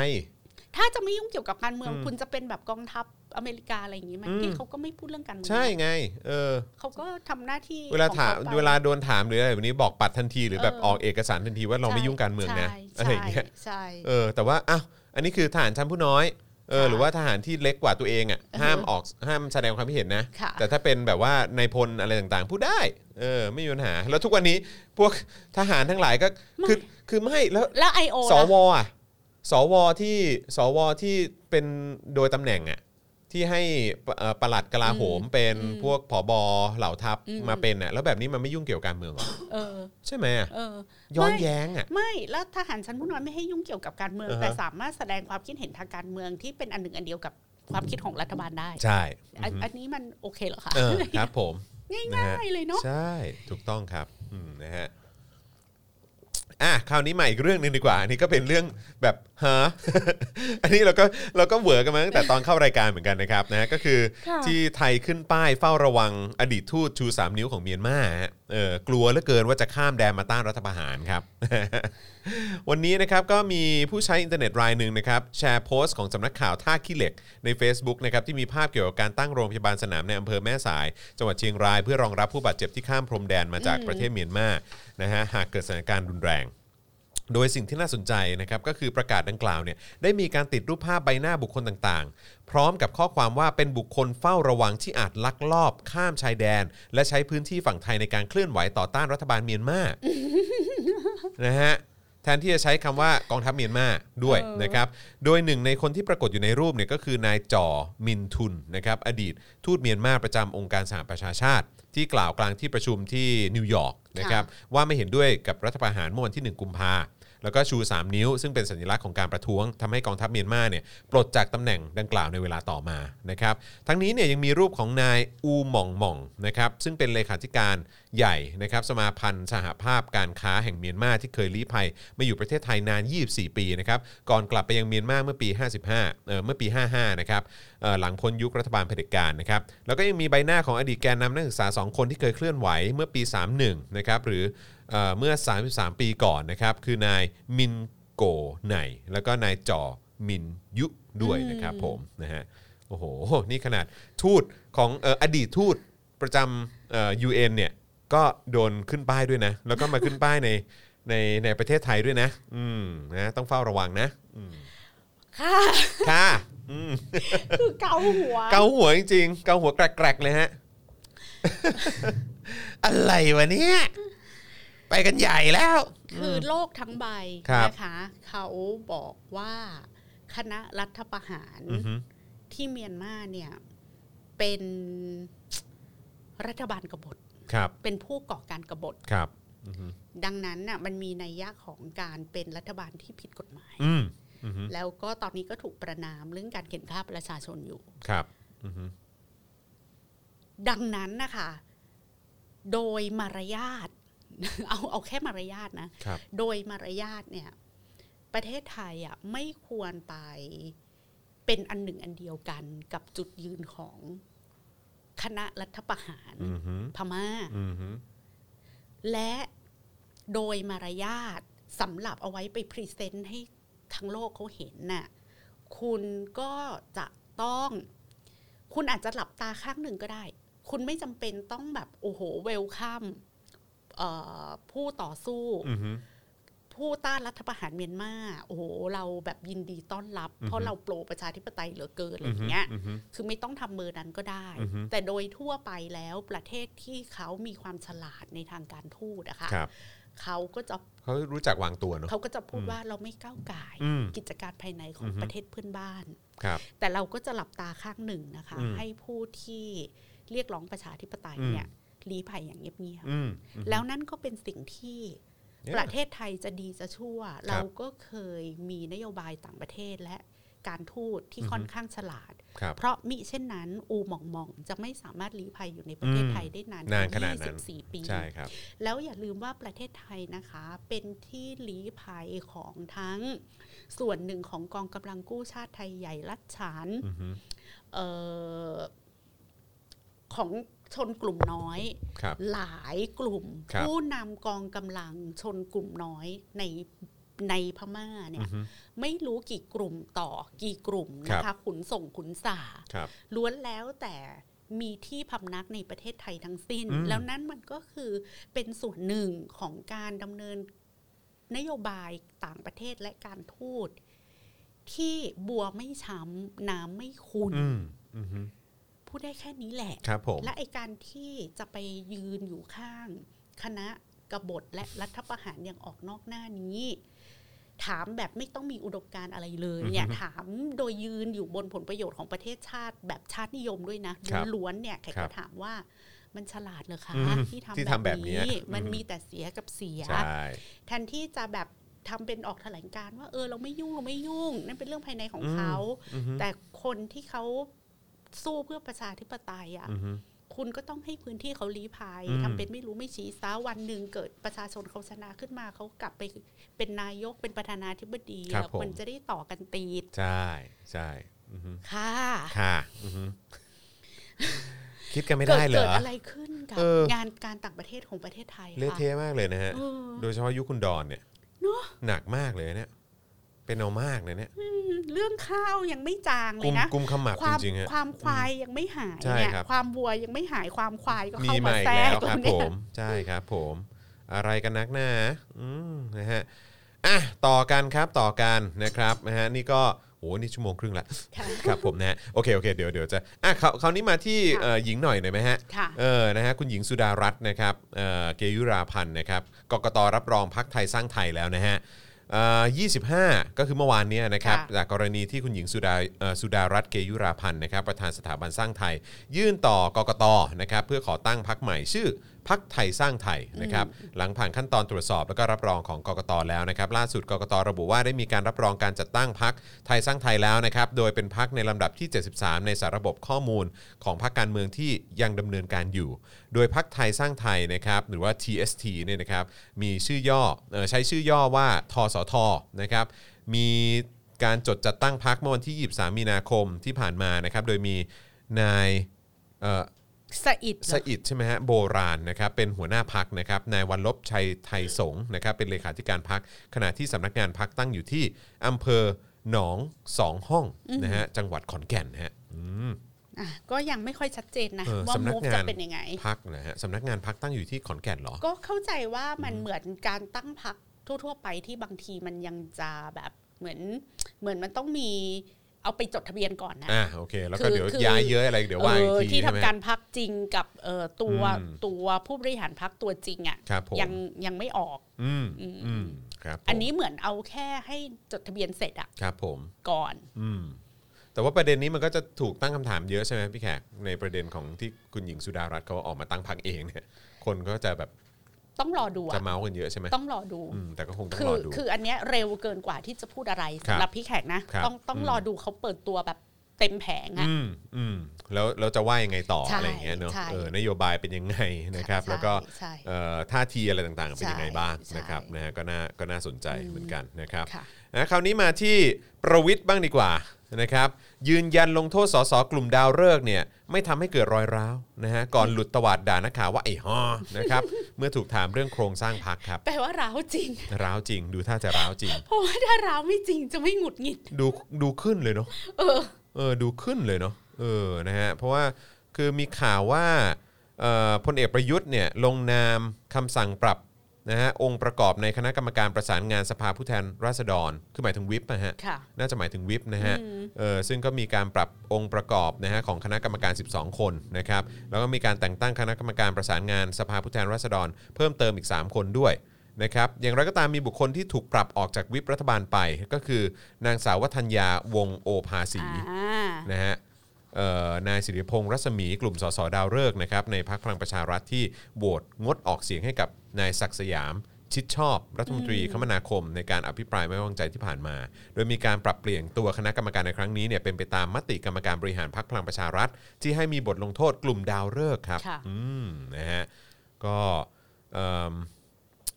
C: ถ้าจะไม่ยุ่งเกี่ยวกับการเมือง
B: อืม
C: คุณจะเป็นแบบกองทัพอเมริกาอะไรอย่างนี้ไหม
B: อืม
C: ที่เขาก็ไม่พูดเรื่องการเมือง
B: ใช่ไงเออ
C: เขาก็ทำหน้าที่
B: เวลาถาม
C: ของขไป
B: เวลาโดนถามหรืออะไรแบบนี้บอกปัดทันทีหรือแบบ
C: เออ
B: ออกเอกสารทันทีว่าเราไม่ยุ่งการเมืองนะ
C: ใช่
B: อะไรอย่างเงี้ย
C: ใช่
B: เออแต่ว่าอ้าวอันนี้คือทหารชั้นผู้น้อยเออ
C: ค่ะ
B: หรือว่าทหารที่เล็กกว่าตัวเองอ่ะ
C: อือฮึ
B: ห้ามออกห้ามแสดงความคิดเห็นนะ
C: ค่ะ
B: แต่ถ้าเป็นแบบว่านายพลอะไรต่างๆพูดได้เออไม่มีปัญหา แล้วทุกวันนี้พวกทหารทั้งหลายก็
C: ไม่
B: คือคือไม่แล้ว
C: แล้วไอโอ
B: สวอ่ะสวที่สวที่เป็นโดยตำแหน่งอ่ะที่ให้ปเอ่อประหลัดกลาโหมเป็นพวกผบเหล่าทัพมาเป็นอ่ะแล้วแบบนี้มันไม่ยุ่งเกี่ยวกับการเมืองเหรอ
C: เออ
B: ใช่ไหมอะ
C: เออ
B: ย้อน
C: ไม่
B: แย้งอ่ะ
C: ไม่แล้วทหารชั้นผู้น้อยไม่ให้ยุ่งเกี่ยวกับการเมือง
B: อ่าฮะ
C: แต่สามารถแสดงความคิดเห็นทางการเมืองที่เป็นอันหนึ่งอันเดียวกับความคิดของรัฐบาลได้
B: ใช่
C: อันอันนี้มันโอเคเหรอคะ
B: เออครับผมนะ
C: ง่า
B: ฮะ
C: ยๆเลยเนาะ
B: ใช่ถูกต้องครับอืมนะฮะอ่ะคราวนี้มาอีกเรื่องหนึ่งดีกว่า อันนี้ก็เป็นเรื่องแบบฮะ อันนี้เราก็เราก็เหวอกันมาตั้งแต่ตอนเข้ารายการเหมือนกันนะครับนะฮะก็คือที่ไทยขึ้นป้ายเฝ้าระวังอดีตทูตชู 3 นิ้วของเมียนมาฮะเออกลัวเหลือเกินว่าจะข้ามแดนมาต้านรัฐประหารครับ วันนี้นะครับก็มีผู้ใช้อินเทอร์เน็ตรายหนึ่งนะครับแชร์โพสต์ของสำนักข่าวท่าขี้เหล็กใน Facebook นะครับที่มีภาพเกี่ยวกับการตั้งโรงพยาบาลสนามในอำเภอแม่สาย จังหวัดเชียงรายเพื่อรองรับผู้บาดเจ็บที่ข้ามพรมแดนมาจากประเทศเมียนมานะฮะหากเกิดสถานการณ์รุนแรง โดยสิ่งที่น่าสนใจนะครับก็คือประกาศดังกล่าวเนี่ยได้มีการติดรูปภาพใบหน้าบุคคลต่างๆ พร้อมกับข้อความว่าเป็นบุคคลเฝ้าระวังที่อาจลักลอบ ข้ามชายแดน และใช้พื้นที่ฝั่งไทยในการเคลื่อนไหวต่อต้านรัฐบาลเมียนมา นะฮะแทนที่จะใช้คำว่ากองทัพเมียนมาด้วยนะครับ โดยหนึ่งในคนที่ปรากฏอยู่ในรูปเนี่ยก็คือนายจ่อมินทุนนะครับอดีตทูตเมียนมาประจำองค์การสหประชาชาติ ที่กล่าวกลางที่ประชุมที่นิวยอร์กนะครับว่าไม่เห็นด้วยกับรัฐประหารเมื่อวันที่ 1 กุมภาแล้วก็ชู 3 นิ้ว ซึ่งเป็นสัญลักษณ์ของการประท้วงทำให้กองทัพเมียนมาเนี่ยปลดจากตำแหน่งดังกล่าวในเวลาต่อมานะครับทั้งนี้เนี่ยยังมีรูปของนายอูหม่องหม่องนะครับซึ่งเป็นเลขาธิการ ใหญ่นะครับสมาพันธ์สหภาพการค้าแห่งเมียนมาที่เคยลี้ภัยมาอยู่ประเทศไทยนาน 24 ปีนะครับก่อนกลับไปยังเมียนมาเมื่อปี 55เอ่อเมื่อปี 55 นะครับเอ่อหลังพ้นยุครัฐบาลเผด็จการนะครับแล้วก็ยังมีใบหน้าของอดีตแกนนำนักศึกษา 2 คนที่เคยเคลื่อนไหวเมื่อปี 31 นะครับหรือเอ่อเมื่อ 33 ปีก่อนนะครับคือนายมินโกไหน แล้วก็นายจ่อมินยุด้วยนะครับผมนะฮะโอ้โหนี่ขนาดทูตของเอ่ออดีตทูตประจำเอ่อ UN เนี่ย ก็โดนขึ้นป้ายด้วยนะ แล้วก็มาขึ้นป้ายในในในประเทศไทยด้วยนะ อืมนะต้องเฝ้าระวังนะ
C: ค ค่ะ
B: ค่ะ
C: คือ เกาหัว
B: เกาหัวจริงๆเกาหัวแกรกๆเลยฮะ อะไรวะเนี่ย ไปกันใหญ่แล้ว
C: คือโลกทั้งใบ
B: ครับ
C: นะคะ เขาบอกว่าคณะรัฐประหาร
B: อือหือ
C: ที่เมียนมาเนี่ยเป็นรัฐบาลกบฏ
B: ครับ
C: เป็นผู้ก่อการกบฏ
B: ครับ อือหือ
C: ดังนั้นน่ะมันมีนัยยะของการเป็นรัฐบาลที่ผิดกฎหมาย
B: อืมอือหือ
C: แล้วก็ตอนนี้ก็ถูกประนามเรื่องการเข็นฆ่าประชาชนอยู่
B: ครับอือหือ
C: ดังนั้นนะคะ โดยมารยาท เอาเอาแค่มารยาทนะ
B: ครับ
C: โดยมารยาทเนี่ย ประเทศไทยอ่ะไม่ควรไปเป็นอันหนึ่งอันเดียวกันกับจุดยืนของคณะรัฐประหาร
B: อือหือ
C: พม่า
B: อือหือ
C: และโดยมารยาทสำหรับเอาไว้ไปพรีเซนต์ให้ทั้งโลกเขาเห็นน่ะคุณก็จะต้อง คุณอาจจะหลับตาข้างหนึ่งก็ได้ คุณไม่จำเป็นต้องแบบ โอ้โหเวลคัมผู้ต่อสู้
B: อือหือ
C: ผู้ต้านรัฐประหารเมียนมาโอ้โห เราแบบยินดีต้อนรับ เพ
B: อื
C: ราะ
B: อฮึ
C: เราโปรประชาธิปไตยเหลือเกินอะไร
B: อื
C: อ
B: อหื
C: ย่าง
B: อ
C: เงี้ย
B: อือหือ
C: คือไม่ต้องทำเบอร์นั้นก็ได้
B: อือฮึ
C: แต่โดยทั่วไปแล้วประเทศที่เขามีความฉลาดในทางการทูตอะค่ะ
B: ครับ
C: เขาก็จะ
B: เขารู้จักวางตัวเนอะ
C: เขาก็จะพูดว่าเราไม่ก้าวไก่าย
B: อืม
C: กิจการภายในของ
B: อือฮึ
C: ประเทศเพื่อนบ้าน
B: ครับ
C: แต่เราก็จะหลับตาข้างหนึ่งนะคะ
B: อืม
C: ให้ผู้ที่เรียกร้องประชาธิปไตย
B: อืม
C: เนี่ยลี้ภัยอย่างเงียบ
B: อืมอืม
C: ๆแล้วนั่นก็เป็นสิ่งที่
B: เนี่ย
C: ประเทศไทยจะดีจะชั่ว เราก็เคยมีนโยบายต่างประเทศและการทูตที่
B: อือฮึ
C: ค่อนข้างฉลาด
B: ครับ
C: เพราะมิเช่นนั้น อูหม่องหม่องจะไม่สามารถลี้ภัยอยู่ในประเทศ
B: อืม
C: ไทยได้นาน
B: นาน
C: ถึง
B: ขนาดนั้น
C: 24 ปี
B: ใช่ครับ
C: แล้วอย่าลืมว่าประเทศไทยนะคะ เป็นที่ลี้ภัยของทั้งส่วนหนึ่งของกองกำลังกู้ชาติไทยใหญ่รัดฉาน
B: อือหือ
C: เออของชนกลุ่มน้อย
B: ครับ
C: หลายกลุ่ม
B: ครับ
C: ผู้นำกองกำลังชนกลุ่มน้อยในในพม่าเนี่
B: อื
C: ย
B: อหือ
C: ไม่รู้กี่กลุ่มต่อกี่กลุ่ม
B: ครั
C: นะ
B: บ
C: คะขุนส่งขุนสา
B: ครับ
C: ล้วนแล้วแต่มีที่พำนักในประเทศไทยทั้งสิ้น
B: อืม
C: แล้วนั่นมันก็คือเป็นส่วนหนึ่งของการดำเนินนโยบายต่างประเทศและการทูตที่บัวไม่ช้ำน้ำไม่ขุน
B: อืมอือหือ
C: พูดได้แค่นี้แหละ
B: ครับผม
C: และไอการที่จะไปยืนอยู่ข้างคณะกบฏและรัฐประหารอย่างออกนอกหน้านี้ ถามแบบไม่ต้องมีอุดมการณ์อะไรเลยเนี่ย
B: อือฮึ
C: ถามโดยยืนอยู่บนผลประโยชน์ของประเทศชาติ แบบชาตินิยมด้วยนะครับ ล้วนๆเนี่ยแขก
B: ครั
C: ก็
B: บ
C: ถามว่ามันฉลาดเหรอคะ
B: อืม
C: ที่
B: ที่
C: ทำ
B: ทำแบบนี้
C: มัน
B: อือฮึ
C: มีแต่เสียกับเสีย
B: ใช่
C: แทนที่จะแบบทำเป็นออกแถลงการณ์ว่าเออเราไม่ยุ่งเราไม่ยุ่ง นั่นเป็นเรื่องภายในของ
B: อืม
C: เขา
B: อือหือ
C: แต่คนที่เขาสู้เพื่อประชาธิปไตยอ่ะ
B: อือหือ
C: คุณก็ต้องให้พื้นที่เขาลี้ภัย
B: อืม
C: ทำเป็นไม่รู้ไม่ชี้ซะวันหนึ่งเกิดประชาชนเขาชนะขึ้นมาเขากลับไปเป็นนายกเป็นประธานาธิบดี
B: ครับ
C: แล้ว
B: ผม
C: มันจะได้ต่อกันตีด
B: ใช่ใช่อือหือ
C: ค่ะ
B: ค่ะอือ หือคิดกันไม่
C: เกิ
B: ได้
C: ด
B: เหร
C: เกิ
B: อ
C: ดอะไรขึ้นกับ
B: เออ
C: งานการต่างประเทศของประเทศไทย
B: เละ
C: คะ
B: เทะมากเลยนะฮะ
C: เออ
B: โดยเฉพาะยุคคุณดอนเนี่ยหนักมากเลยเนี่ย เป็นเอามากเลยเนี่ย
C: เรื่องข้าวยังไม่จางเล
B: กุ
C: ย
B: ม
C: นะ
B: กุมขมับจ
C: ความ
B: ริงๆฮะ
C: ความควายยังไม่หาย
B: ใช่
C: เนี่ย
B: ครับ
C: ความวัวยังไม่หายความควายก็
B: มี
C: เข้า
B: ให
C: มา
B: ม่อี
C: แท
B: กแล้
C: รก
B: วค
C: ตรง
B: รับ
C: เนี้
B: ผ
C: ย
B: มใช่ครับผมอะไรกันนักหนาอืมนะฮะอ่ะต่อกันครับต่อกันนะครับนะฮะนี่ก็โหนี่ชั่วโมงครึ่งละ
C: ค่ะ
B: ครับผมนะฮะโอเคโอเคเดี๋ยวเดี๋ยวจะอ่ะเขาคราวนี้มาที่
C: ค่ะ
B: เอ่อหญิงหน่อยหน่อยไหมฮะ
C: ค่ะ
B: เออนะฮะคุณหญิงสุดารัตน์นะครับเอ่อเกยุราพันธ์นะครับกกตรับรองพักไทยสร้างไทยแล้วนะฮะเอ่อ25 ก็คือเมื่อวานเนี้นะครับจากกรณีที่คุณหญิงสุดาเอ่อสุดารัตน์เกยุราพันธ์นะครับประธานสถาบันสร้างไทย ยื่นต่อกกตนะครับเพื่อขอตั้งพักใหม่ชื่อพักไทยสร้างไทยนะครับหลังผ่านขั้นตอนตรวจสอบแล้วก็รับรองของกกตแล้วนะครับล่าสุดกกตระบุว่าได้มีการรับรองการจัดตั้งพักไทยสร้างไทยแล้วนะครับโดยเป็นพักในลำดับที่ 73 ในสารระบบข้อมูลของพักการเมืองที่ยังดำเนินการอยู่ โดยพักไทยสร้างไทยนะครับหรือว่า TST เนี่ยนะครับมีชื่อย่อเอ่อใช้ชื่อย่อว่าทสทนะครับมีการจดจัดตั้งพักเมื่อวันที่ 23 มีนาคมที่ผ่านมานะครับโดยมีนาย เอ่อ
C: สะอิดเหร
B: สะ
C: อ
B: อิดใช่ไหมฮะโบราณนะครับเป็นหัวหน้าพักนะครับนายวันลบชัยไทยสงฆ์นะครับเป็นเลขาธิการพักขณะที่สำนักงานพักตั้งอยู่ที่อำเภอหนองสองห้องนะฮะจังหวัดขอนแก่นนะฮะอืม
C: อ่ะก็ยังไม่ค่อยชัดเจนนะ
B: เออ
C: ว่า
B: สำนัก
C: มูฟ
B: งาน
C: จะเป็นยังไง
B: พักนะฮะสำนักงานพักตั้งอยู่ที่ขอนแก่นเหรอ
C: ก็เข้าใจว่ามันเหมือนการตั้งพักทั่ว ๆ ไปที่บางทีมันยังจะแบบ เหมือนเหมือนมันต้องมีเอาไปจดทะเบียนก่อนนะ
B: อ่าโอเค แล้ว
C: คื
B: ก็
C: อ
B: เดี๋ยว
C: คือ
B: ย้ายเยอะอะไรเดี๋ยวว่า
C: เอ
B: อีก
C: อ
B: ที
C: ที่ทำ
B: ใช่ไหม
C: การพักจริงกับเออตัว
B: อืม
C: ตัวผู้บริหารพักตัวจริงอ่ะ
B: ครับผม
C: ยังยังไม่ออก
B: อืม
C: อืม
B: อืมครับผม
C: อันนี้เหมือนเอาแค่ให้จดทะเบียนเสร็จอ่ะ
B: ครับผม
C: ก่อน
B: อืมแต่ว่าประเด็นนี้มันก็จะถูกตั้งคำถามเยอะใช่ไหมพี่แขกในประเด็นของที่คุณหญิงสุดารัตน์เขาออกมาตั้งพรรคเองเนี่ย คนก็จะแบบ
C: ต้องรอดู
B: จะ
C: อะ
B: เมาส์กันเยอะใช่ไหม
C: ต้องรอดู
B: อืมแต่ก็คงต้อง
C: คื
B: ร
C: อ
B: อดู
C: คืออันเนี้ยเร็วเกินกว่าที่จะพูดอะไร
B: ครับ
C: สำหรับพี่แขกนะ
B: ครับ
C: ต้องต้อง
B: อืม
C: รอดูเขาเปิดตัวแบบเต็มแผงอะ
B: อืมอืมแล้วเราจะว่ายังไงต่อ
C: ใช่
B: อะไรอย่างเงี้ยเนาะ
C: ใช่
B: เออนโยบายเป็นยัง ไงนะครับ
C: ใช่
B: แล้วก็
C: ใช่
B: เอ่อท่าทีอะไรต่างๆ เป็นยังไงบ้าง
C: ใช่
B: นะครับ
C: ใช่
B: นะฮะก็น่าก็น่าสนใจเหมือนกันนะครับ
C: ค่ะ
B: นะคราวนี้มาที่ประวิทย์บ้างดีกว่านะครับ ยืนยันลงโทษสสกลุ่มดาวฤกษ์เนี่ยไม่ทำให้เกิดรอยร้าวนะฮะก่อนหลุดตวาดด่านักข่าวว่าไอ้ฮอนะครับ เมื่อถูกถามเรื่องโครงสร้างพักครับ
C: แปลว่าร้าวจริง
B: ร้าวจริง ดูท่าจะร้าวจริง
C: เพราะว่าถ้าร้าวไม่จริงจะไม่หงุดหงิด
B: ดูดูขึ้นเลยเนาะ
C: เออ
B: เออดูขึ้นเลยเนาะเออนะฮะเพราะว่าคือมีข่าวว่าเอ่อพลเอกประยุทธ์เนี่ยลงนามคำสั่งปรับนะฮะองค์ประกอบในคณะกรรมการประสานงานสภาผู้แทนราษฎร คือหมายถึงวิปนะฮะ
C: ค่ะ
B: น่าจะหมายถึงวิปนะฮะเออซึ่งก็มีการปรับองค์ประกอบนะฮะของคณะกรรมการ 12 คนนะครับแล้วก็มีการแต่งตั้งคณะกรรมการประสานงานสภาผู้แทนราษฎร เพิ่มเติมอีก 3 คนด้วยนะครับอย่างไรก็ตามมีบุคคลที่ถูกปรับออกจากวิปรัฐบาลไป ก็คือนางสาววัฒนยาวงศ์โอภาสี
C: อ่า
B: นะฮะเอ่อนายสิริพงษ์รัศมีกลุ่มสสดาวฤกษ์นะครับในพักพลังประชารัฐที่โหวตงดออกเสียงให้กับนายศักดิ์สยามชิดชอบ รัฐมนตรีคมนาคม ในการอภิปรายไม่ไว้วางใจที่ผ่านมา โดยมีการปรับเปลี่ยนตัวคณะกรรมการในครั้งนี้เนี่ยเป็นไปตามมติกรรมการบริหารพักพลังประชารัฐ ที่ให้มีบทลงโทษกลุ่มดาวฤกษ์ครับ
C: ค่ะ
B: อืมนะฮะก็เอิ่ม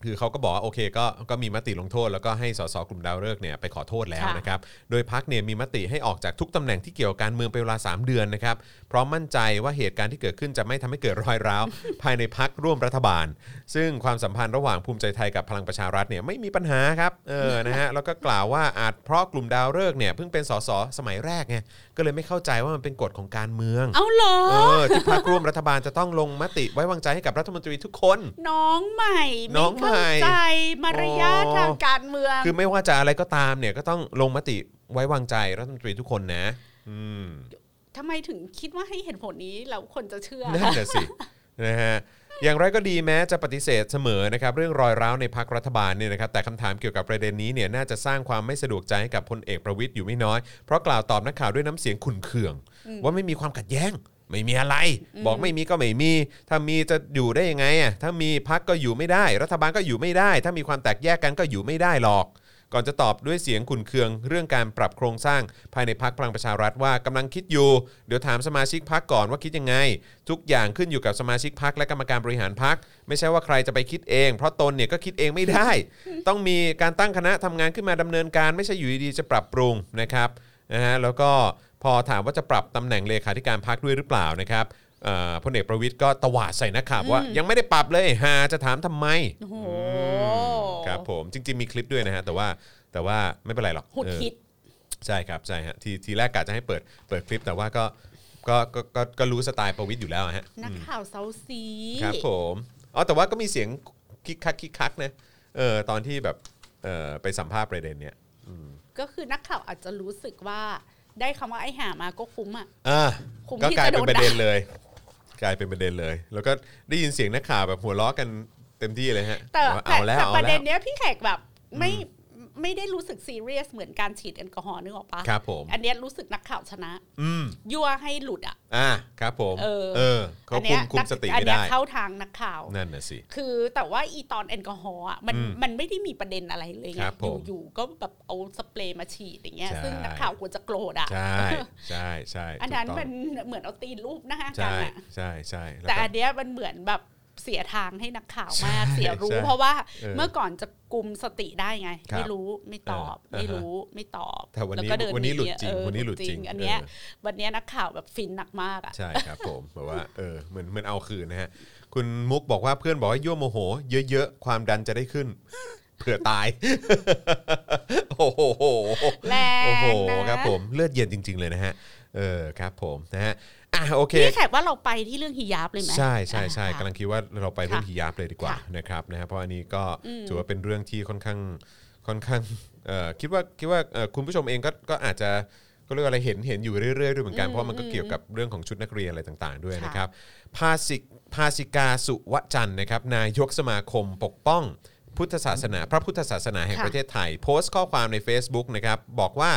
B: คือเขาก็บอกว่าโอเคก็ก็มีมติลงโทษ แล้วก็ให้สสกลุ่มดาวฤกษ์เนี่ยไปขอโทษแล้ว
C: ค่ะ
B: นะครับ โดยพักเนี่ยมีมติให้ออกจากทุกตำแหน่งที่เกี่ยวกับการเมืองเป็นเวลา 3 เดือนนะครับเพราะมั่นใจว่าเหตุการณ์ที่เกิดขึ้นจะไม่ทำให้เกิดรอยร้าว ภายในพักร่วมรัฐบาล ซึ่งความสัมพันธ์ระหว่างภูมิใจไทยกับพลังประชารัฐเนี่ยไม่มีปัญหาครับเอ อนะฮะแล้วก็กล่าวว่าอาจเพราะกลุ่มดาวฤกษ์เนี่ยเพิ่งเป็นสสสมัยแรกไงก็เลยไม่เข้าใจว่ามันเป็นกฎของการเมือง
C: เอาเหรอ
B: เออที่พักร่วมรัฐบาลจะต้องลงมติไว้วางใจให้กับรัฐมนตรีทุกคน
C: น้องใหม่
B: น้
C: ไม่
B: องใหม่
C: เข้าใจมารยาททางการเมือง
B: คือไม่ว่าจะอะไรก็ตามเนี่ยก็ต้องลงมติไว้วางใจรัฐมนตรีทุกคนนะ อืม
C: ทำไมถึงคิดว่าให้เหตุผลนี้แล้วคนจะเชื่อ
B: นั่นแหะ สิ นะฮะอย่างไรก็ดีแม้จะปฏิเสธเสมอนะครับ เรื่องรอยร้าวในพักรัฐบาลเนี่ยนะครับแต่คำถามเกี่ยวกับประเด็นนี้เนี่ยน่าจะสร้างความไม่สะดวกใจให้กับพลเอกประวิทย์อยู่ไม่น้อย เพราะกล่าวตอบนักข่าวด้วยน้ำเสียงขุนเคือง ว่าไม่มีความขัดแย้ง ไม่มีอะไร บอกไม่มีก็ไม่มี ถ้ามีจะอยู่ได้ยังไงอ่ะถ้ามีพักก็อยู่ไม่ได้ รัฐบาลก็อยู่ไม่ได้ ถ้ามีความแตกแยกกันก็อยู่ไม่ได้หรอก ก่อนจะตอบด้วยเสียงขุนเคือง เรื่องการปรับโครงสร้างภายในพักพลังประชารัฐว่ากำลังคิดอยู่ เดี๋ยวถามสมาชิกพักก่อนว่าคิดยังไง ทุกอย่างขึ้นอยู่กับสมาชิกพักและกรรมการบริหารพัก ไม่ใช่ว่าใครจะไปคิดเอง เพราะตนเนี่ยก็คิดเองไม่ได้ ต้องมีการตั้งคณะทำงานขึ้นมาดำเนินการ ไม่ใช่อยู่ดีๆจะปรับปรุงนะครับนะฮะแล้วก็พอถามว่าจะปรับตำแหน่งเลขาธิการพักด้วยหรือเปล่านะครับเอ่อพลเอกประวิทย์ก็ตวาดใส่นักข่าวว่ายังไม่ได้ปรับเลยหาจะถามทำไม
C: โอ้โห
B: ครับผมจริงๆมีคลิปด้วยนะฮะแต่ว่าแต่ว่าไม่เป็นไรหรอก
C: หุด
B: เออ
C: คิด
B: ใช่ครับใช่ฮะทีทีแรกกะจะให้เปิดเปิดคลิปแต่ว่าก็ก็ก็ก็ก็รู้สไตล์ประวิทย์อยู่แล้วอะฮะ
C: นักข่าวเซาซี
B: ครับผมอ๋อแต่ว่าก็มีเสียงคิกคักคิกคักนะเออตอนที่แบบเออไปสัมภาษณ์ประเด็นเนี้ย
C: ก็คือนักข่าวอาจจะรู้สึกว่า ได้คำว่าไอ้ห่ามาก็คุ้มอ่ะ
B: อ่า
C: คุม
B: ก็
C: ที่
B: กลาย
C: จะโด
B: เป็น
C: น
B: ประเด็น
C: ด่า
B: เลย กลายเป็นประเด็นเลย แล้วก็ได้ยินเสียงนักข่าวแบบหัวล้อกันเต็มที่เลยฮะ
C: แต่
B: ว่า
C: แต่
B: เอาแล้ว
C: แต่
B: เอา
C: ประ
B: แล้
C: เด็
B: วน
C: เนี้ยพี่แขกแบบไม่ไม่ได้รู้สึกซีเรียสเหมือนการฉีดแอลกอฮอล์นึกออกปะ
B: ครับผม
C: อันเนี้ยรู้สึกนักข่าวชนะ
B: อืม
C: ยั่วให้หลุดอ่ะ
B: อ่าครับผม
C: เออ
B: เออเขาคุ
C: เนี้
B: ม
C: ย
B: คุม
C: นัก
B: สติ
C: อั
B: ไม่
C: เนี้ย
B: ได้
C: เข้าทางนักข่าว
B: นั่นน่ะสิ
C: คือแต่ว่าอีตอนแอลกอฮอล์อ่ะมัน
B: อืม
C: มันไม่ได้มีประเด็นอะไรเลยไง
B: ครับผม
C: อยู่ๆก็แบบเอาสเปรย์มาฉีดอย่างเงี้ย
B: ใช่
C: ซึ่งนักข่าวควรจะโกรธอ่ะ
B: ใช่ ใช่ใช่
C: อันนั้น
B: ถูกต้
C: มั
B: ง
C: นเหมือนเอาตีนรูปหน้ากั
B: ใช่
C: นอ่ะ
B: ใช่ใช่ล้ว
C: แต่
B: ก็
C: อันเนี้ยมันเหมือนแบบเสียทางให้นักข่าวมาก
B: ใช่
C: เสีย
B: ใช่
C: รู้ เพราะว่า
B: เออ
C: เมื่อก่อนจะกุมสติได้ไง
B: ครับ
C: ไม่รู้ไม่ตอบ
B: เออ
C: ไม่
B: อ่าฮะ
C: รู้ไม่ตอบ
B: แต่วันนี้
C: แก็เดิ
B: วันนี้หลุดจริง
C: เออ
B: วันนี้หลุดจริง
C: อันเนี้ย
B: เออ
C: วันเนี้ยนักข่าวแบบฟินหนักมากอ่ะ
B: ใช่ครับผมแบบว่าเออเหมือนเหมือนเอาคืนนะฮะ คุณมุกบอกว่าเพื่อนบอกว่ายั่วโมโห เยอะๆ ความดันจะได้ขึ้น เผื่อตาย โอ้โห
C: แรง
B: โอ้โห
C: นะ
B: ครับผมเลือดเย็นจริง ๆ เลยนะฮะ เออครับผมนะฮะอ่ะโอเค
C: พี่แขกว่าเราไปที่เรื่องฮิยาบเลยไหม
B: ใช่ใช่ใช่
C: อ่า
B: กำลังคิดว่าเราไปเรื่อง
C: ค่ะ
B: ฮิยาบเลยดีกว่า
C: ค่ะ
B: นะครับนะฮะเพราะอันนี้ก็ถือว่าเป็นเรื่องที่ค่อนข้าง ค่อนข้างเอ่อคิดว่าคิดว่าเอ่อคุณผู้ชมเองก็ก็อาจจะก็เรื่องอะไรเห็นเห็นอยู่เรื่อยๆด้วยเหมือนกัน
C: อืม
B: เพราะมันก็
C: อืม
B: เกี่ยวกับเรื่องของชุดนักเรียนอะไรต่าง ๆ ด้วย
C: ค่ะ
B: นะครับภาสิกภาสิกาสุวจันทร์นะครับนายกสมาคมปกป้อง พุทธศาสนา พระพุทธศาสนาแห่ง
C: ค่ะ
B: ประเทศไทย โพสต์ข้อความใน Facebook นะครับบอกว่า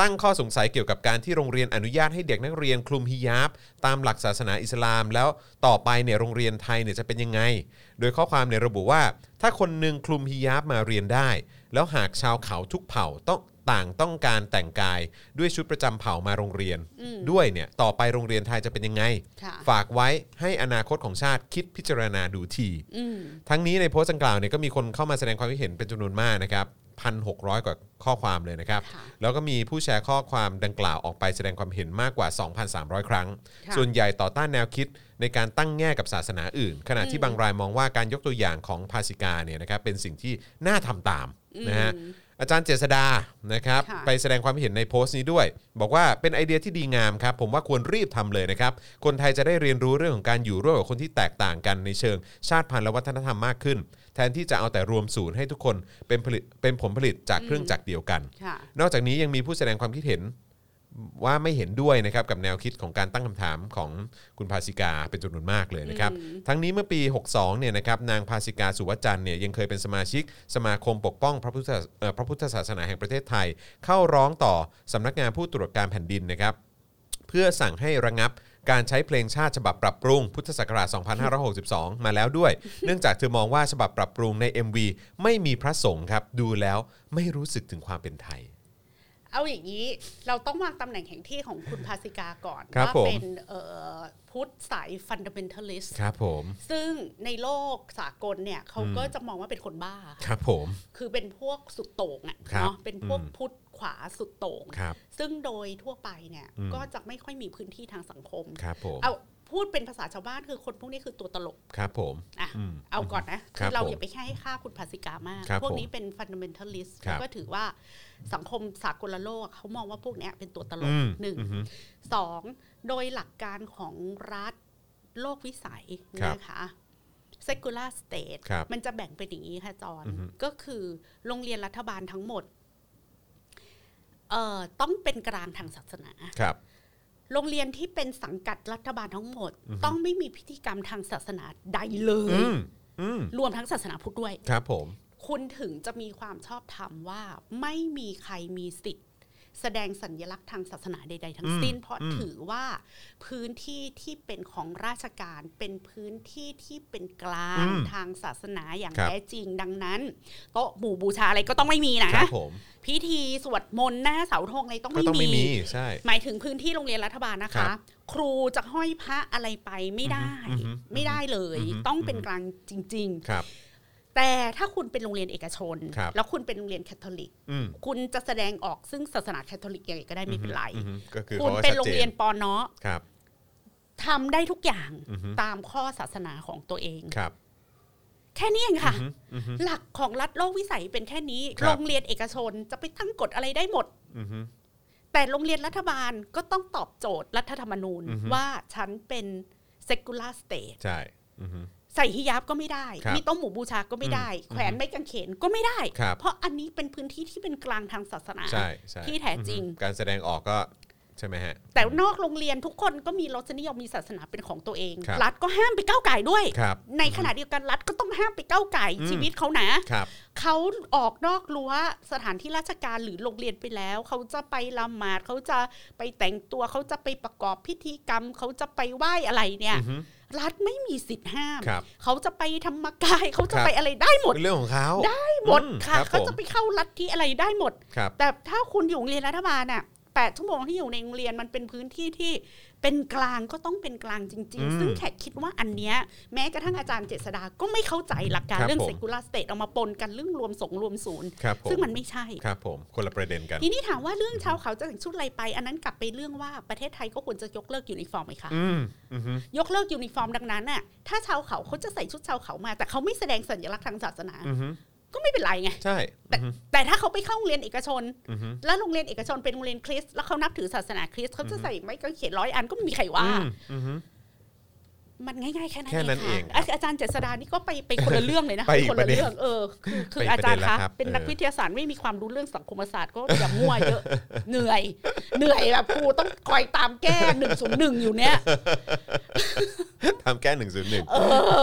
B: ตั้งข้อสงสัยเกี่ยวกับการที่โรงเรียนอนุญาตให้เด็กนักเรียนคลุมฮิญาบ ตามหลักศาสนาอิสลาม แล้วต่อไปเนี่ยโรงเรียนไทยเนี่ยจะเป็นยังไง โดยข้อความเนี่ยระบุว่า ถ้าคนหนึ่งคลุมฮิญาบมาเรียนได้ แล้วหากชาวเขาทุกเผ่าต้องต่างต้องการแต่งกายด้วยชุดประจำเผ่ามาโรงเรียน
C: อืม
B: ด้วยเนี่ยต่อไปโรงเรียนไทยจะเป็นยังไง
C: ค่ะ
B: ฝากไว้ให้อนาคตของชาติคิดพิจารณาดูที
C: อืม
B: ทั้งนี้ในโพสต์ดังกล่าวเนี่ยก็มีคนเข้ามาแสดงความคิดเห็นเป็นจำนวนมากนะครับพันหกกว่าข้อความเลยนะครับ
C: ค่ะ
B: แล้วก็มีผู้แชร์ข้อความดังกล่าวออกไปแสดงความเห็นมากกว่า 2,300 ครั้ง
C: ค่ะ
B: ส่วนใหญ่ต่อต้านแนวคิดในการตั้งแง่กับศาสนาอื่น ขณะที่บางรายมองว่าการยกตัวอย่างของภาสิกาเนี่ยนะครับเป็นสิ่งที่น่าทำตามนะฮะ
C: อืม
B: อาจารย์เจษดานะครับ
C: ค่ะ
B: ไป ไปแสดงความเห็นในโพสต์นี้ด้วย บอกว่าเป็นไอเดียที่ดีงามครับ ผมว่าควรรีบทำเลยนะครับ คนไทยจะได้เรียนรู้เรื่องของการอยู่ร่วมกับคนที่แตกต่างกันในเชิง ชาติพันธุ์และวัฒนธรรมมากขึ้น แทนที่จะเอาแต่รวมศูนย์ให้ทุกคนเป็นผลิตเป็นผลผลิตจากเครื่องจักรเดียวกัน
C: ค่ะ
B: นอกจากนี้ยังมีผู้แสดงความคิดเห็นว่าไม่เห็นด้วยนะครับกับแนวคิดของการตั้งคำถามของคุณภาสิกาเป็นจำนวนมากเลยนะครับ
C: อืม
B: ทั้งนี้เมื่อปี 62 เนี่ยนะครับนางภาสิกาสุวจันทร์เนี่ยยังเคยเป็นสมาชิก สมาคมปกป้องพระพุทธเอ่อพระพุทธศาสนาแห่งประเทศไทย เข้าร้องต่อสำนักงานผู้ตรวจการแผ่นดินนะครับ เพื่อสั่งให้ระงับการใช้เพลงชาติฉบับปรับปรุง พุทธศักราช 2562 มาแล้วด้วย เนื่องจากเธอมองว่าฉบับปรับปรุงใน MV ไม่มีพระสงฆ์ครับ ดูแล้วไม่รู้สึกถึงความเป็นไทย
C: เอาอย่างนี้เราต้องวางตำแหน่งแห่งที่ของคุณภาสิกาก่อน
B: ครับ
C: ว่า
B: ผม
C: เป็นเอ่อพุทธสายฟันเดเมนทัลิสต์
B: ครับผม
C: ซึ่งในโลกสากลเนี่ยเขาก็จะมองว่าเป็นคนบ้า
B: ครับผม
C: คือเป็นพวกสุดโต่งอะ
B: ครับ
C: เนาะเป็นพวก
B: อืม
C: พุทธขวาสุดโต่ง
B: ครับ
C: ซึ่งโดยทั่วไปเนี่ย
B: อืม
C: ก็จะไม่ค่อยมีพื้นที่ทางสังคม
B: ครับผม
C: เอาพูดเป็นภาษาชาวบ้านคือคนพวกนี้คือตัวตลก
B: ครับผม
C: อ่ะ
B: อืม
C: เอาก่อนนะ
B: ครั
C: คื
B: บ
C: อเรา
B: ผม
C: อย่าไปแค่ให้ค่าคุณภาสิกามาก
B: ครับ
C: พวก
B: ผม
C: นี้เป็นฟันเดเมนทัลลิสต์
B: ครับ
C: ก็ถือว่าสังคมสากลโลกเขามองว่าพวกเนี้ยเป็นตัวตล
B: อื
C: ก
B: ม
C: หนึ่ง
B: อือฮึ
C: สองโดยหลักการของรัฐโลกวิสัย
B: ครับ
C: นะคะ secular state
B: ครับ
C: มันจะแบ่งเป็นอย่างนี้ค่ะจอน
B: อือฮึ
C: ก็คือโรงเรียนรัฐบาลทั้งหมดเอ่อต้องเป็นกลางทางศาสนา
B: ครับ
C: โรงเรียนที่เป็นสังกัดรัฐบาลทั้งหมด ต้องไม่มีพิธีกรรมทางศาสนาใดเลย
B: อืมอืม
C: รวมทั้งศาสนาพุทธด้วย
B: ครับผม
C: คุณถึงจะมีความชอบธรรมว่าไม่มีใครมีสิทธิ์ แสดงสัญลักษณ์ทางศาสนาใด ๆ ทั้งสิ้น
B: อืม
C: เพราะ
B: อืม
C: ถือว่าพื้นที่ที่เป็นของราชการเป็นพื้นที่ที่เป็นกลาง
B: อืม
C: ทางศาสนาอย่าง
B: ครับ
C: แท้จริงดังนั้นโต๊ะหมู่บูชาอะไรก็ต้องไม่มีนะครับ
B: ผม
C: พิธีสวดมนต์หน้าเสาธงอะไรต้อง
B: ก็
C: ไม่
B: ต้องไม่มี
C: มี
B: ใช่
C: หมายถึงพื้นที่โรงเรียนรัฐบาลนะ
B: ครั
C: คะ
B: บ
C: ครูจะห้อยพระอะไรไปไม่ได้
B: อือฮึอือฮึ
C: ไม่ได้เลย
B: อือฮึ
C: ต้องเป็น
B: อือฮึ
C: กลางจริง ๆ
B: ครับ
C: แต่ถ้าคุณเป็นโรงเรียนเอกชน
B: ครับ
C: แล้วคุณเป็นโรงเรียนแคทอลิก
B: อืม
C: คุณจะแสดงออกซึ่งศาสนาแคทอลิกยังไงก็ได้ไม่เป็นไร
B: อือฮึก็คือ
C: คุณ
B: ขาก็
C: เป็น
B: ชัดจ
C: โรงเรียนปอนเนาะ
B: ครับ
C: ทำได้ทุกอย่าง
B: อือฮึ
C: ตามข้อศาสนาของตัวเอง
B: ครับ
C: แค่นี้เองค่ะ
B: อือฮึอือฮึ
C: หลักของรัฐโลกวิสัยเป็นแค่นี้
B: ครับ
C: โรงเรียนเอกชนจะไปตั้งกฎอะไรได้หมด
B: อือฮึ
C: แต่โรงเรียนรัฐบาลก็ต้องตอบโจทย์รัฐธรรมนูญ
B: อือฮึ
C: ว่าฉันเป็น secular state
B: ใช่ อือฮึ
C: ใส่ฮิญาบก็ไม่ได้
B: ครับ
C: มีโต้มหมู่บูชาก็ไม่ได้ แขวนไม้กางเขนก็ไม่ได้
B: ครับ
C: เพราะอันนี้เป็นพื้นที่ที่เป็นกลางทางศาสนา
B: ใช่ใช่
C: ที่แท้จริง
B: อือฮึการแสดงออกก็ ใช่ไหมฮะ
C: แต่นอกโรงเรียนทุกคนก็มีรสนิยมมีศาสนาเป็นของตัวเอง
B: ครับ
C: รัฐก็ห้ามไปก้าวไก่ายด้วย
B: ครับ
C: ในขณะเดียวกันรัฐก็ต้องห้ามไปก้าวไก่าย
B: อืม
C: ชีวิตเขานะครับ เขาออกนอกรั้วสถานที่ราชการหรือโรงเรียนไปแล้ว เขาจะไปละหมาดเขาจะไปแต่งตัวเขาจะไปประกอบพิธีกรรม เขาจะไปไหว้อะไรเนี่ย
B: อือฮึ
C: รัฐไม่มีสิทธิ์ห้าม
B: ครับ
C: เขาจะไปธรรมกายเขาจะ
B: ครับ
C: ไปอะไรได้หมด
B: เป็นเรื่องของเขา
C: ได้ หมด
B: อื
C: ค่ะ
B: รับ
C: เขา
B: ผม
C: จะไปเข้ารัฐที่อะไรได้หมด
B: ครับ
C: แต่ถ้าคุณอยู่โรงเรียนรัฐบาลน่ะแปดชั่วโมงที่อยู่ในโรงเรียนมันเป็นพื้นที่ที่เป็นกลางก็ต้องเป็นกลางจริง
B: อืม
C: ๆ ซึ่งแขกคิดว่าอันเนี้ยแม้กระทั่งอาจารย์เจษดาก็ไม่เข้าใจหลักการ
B: ครับ
C: เรื่อง
B: ผม
C: เซกูลาสเต e เอามาปนกันเรื่องรวมสงฆ์รวมศูนย์
B: ครับผม
C: ซึ่งมันไม่ใช่
B: ครับผม คนละประเด็นกัน
C: ทีนี้ถามว่าเรื่องชาวเขาจะแต่งชุดอะไรไป อันนั้นกลับไปเรื่องว่าประเทศไทยก็ควรจะยกเลิกยูนิฟอร์มไหมคะ
B: อืมอือฮึ
C: ยกเลิกยูนิฟอร์มดังนั้นน่ะถ้าชาวเขาเขาจะใส่ชุดชาวเขามา แต่เขาไม่แสดงสัญลักษณ์ทางศาสนา
B: อือฮึ
C: ก็ไม่เป็นไรไง
B: ใช่อือฮึ
C: แต่ถ้าเขาไปเข้าโรงเรียนเอกชน
B: อือฮึ
C: แล้วโรงเรียนเอกชนเป็นโรงเรียนคริสต์แล้วเขานับถือศาสนาคริสต์เขาจะใส่ไม้กางเขนร้อยอันก็ไม่มีใครว่า
B: อืมอือฮึ
C: มันง่ายๆแค่นั้น
B: แค่นั้นเอง
C: ค่ะอาจารย์เจษดานี่ก็ไปไปคนละเรื่องเลยนะ
B: ไปอีก
C: คน
B: ประ
C: ละ
B: เด็น
C: เรื่องเออคือคื
B: ไป
C: อ
B: อีก
C: อาจาร
B: ป
C: ย์
B: ระเด็นละค
C: คะ
B: รับ
C: เป็นนัก
B: เออ
C: วิทยาศาสตร์ไม่มีความรู้เรื่องสังคมศาสตร์ก็อย่า มั่วเยอะ เหนื่อย เหนื่อยแบบครูต้องคอยตามแก้หนึ่งศูนย์หนึ่งอยู่เนี่ย
B: ทำแก้หนึ่งศูนย์หนึ่ง
C: เออ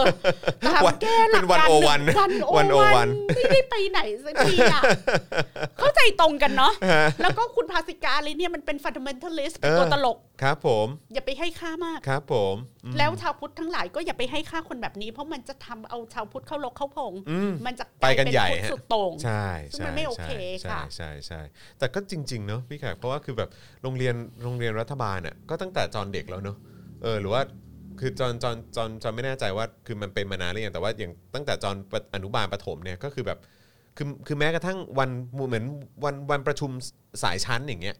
C: ตามแก้หลัก
B: วั
C: การ
B: น
C: หงวันโอ
B: วันโอวั
C: วัน นไม่ได้ไปไหนสักทีอ่ะเข้าใจตรงกันเนาะแล้วก็คุณภาสิกาเลยเนี่ยมันเป็นฟันเดเมนทัลลิสต์เป็นตัวตลก
B: ครับผม
C: อย่าไปให้ค่ามาก
B: ครับผมอืม
C: แล้วชาวพุทธทั้งหลายก็อย่าไปให้ค่าคนแบบนี้ เพราะมันจะทำเอาชาวพุทธเข้าลกเข้าพง
B: อืม
C: มันจะ
B: ไปกัน
C: ลายเป็
B: ใหญ่
C: พุทธ
B: ฮะ
C: สุดโต่ง
B: ใช่
C: ซึ่ง
B: ใช่
C: มันไม่โอเค
B: ใช่
C: ค่ะ
B: ใช่ใช่ใช่แต่ก็จริง ๆ เนอะพี่แขกเพราะว่าคือแบบโรงเรียนโรงเรียนรัฐบาลอ่ะก็ตั้งแต่จอนเด็กแล้วเนอะเออหรือว่าคือจอนจอนจอนจอนไม่แน่ใจว่าคือมันเป็นมานานหรือยังแต่ว่าอย่างตั้งแต่จอนอนุบาลประถมเนี่ยก็คือแบบคือคือแม้กระทั่งวันเหมือนวันวันประชุมสายชั้นอย่างเงี้ย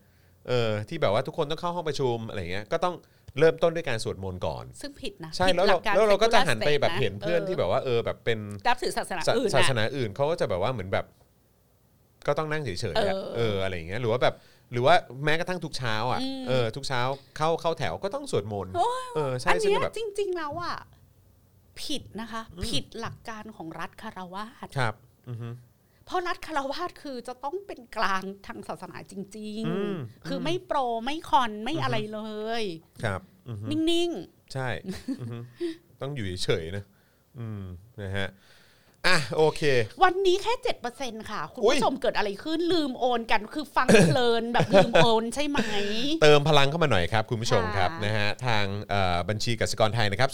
B: เออที่แบบว่าทุกคนต้องเข้าห้องประชุมอะไรเงี้ยก็ต้องเริ่มต้นด้วยการสวดมนต์ก่อน
C: ซึ่งผิดนะ
B: ใช่
C: ผิด
B: แล้ว
C: ห
B: เรา
C: ก
B: แล้วเราก็จะ
C: secular
B: หันไปแบบ
C: state ะ
B: เห็นเพื่อนที่แบบว่าเออแบบเป็น
C: นับถือศาสนา
B: ศา
C: อื่น
B: ศาส
C: นะ
B: นาอื่นเขาก็จะแบบว่าเหมือนแบบ ก็ต้องนั่งเฉยๆอะ
C: เออ
B: เอออะไรอย่างเงี้ยหรือว่าแบบหรือว่าแม้กระทั่งทุกเช้าอ่ะ
C: อืม
B: เออทุกเช้าเข้าเข้าแถวก็ต้องสวดมนต์
C: โอ้ย
B: เออใช่
C: อัน
B: ซึ่ง
C: เนี้ย
B: แบบ
C: จริง ๆ แล้วอ่ะผิดนะคะ ผิดหลักการของรัฐคารวาส
B: ครับ อือฮึ
C: เพราะรัฐคารวาสคือจะต้องเป็นกลางทางศาสนาจริง
B: อืม
C: ๆ คือไม่โปรไม่คอนไม่
B: อือฮึ
C: อะไรเลย
B: ครับอือฮึ
C: นิ่ง
B: ใช่อือฮึต้องอยู่เฉยๆนะอืมนะฮะอ่ะโอเค
C: ๆ วันนี้แค่เจ็ดเปอร์เซ็นค่ะ คุณ
B: อุ๊ย
C: ผู้ชมเกิดอะไรขึ้นลืมโอนกันคือฟัง เพลินแบบลืมโอนใช่ไหม
B: เติมพลังเข้ามาหน่อยครับ คุณผู้ชมครับ
C: ค่ะ
B: นะฮะทางเอ่อบัญชีกสิกรไทยนะครับ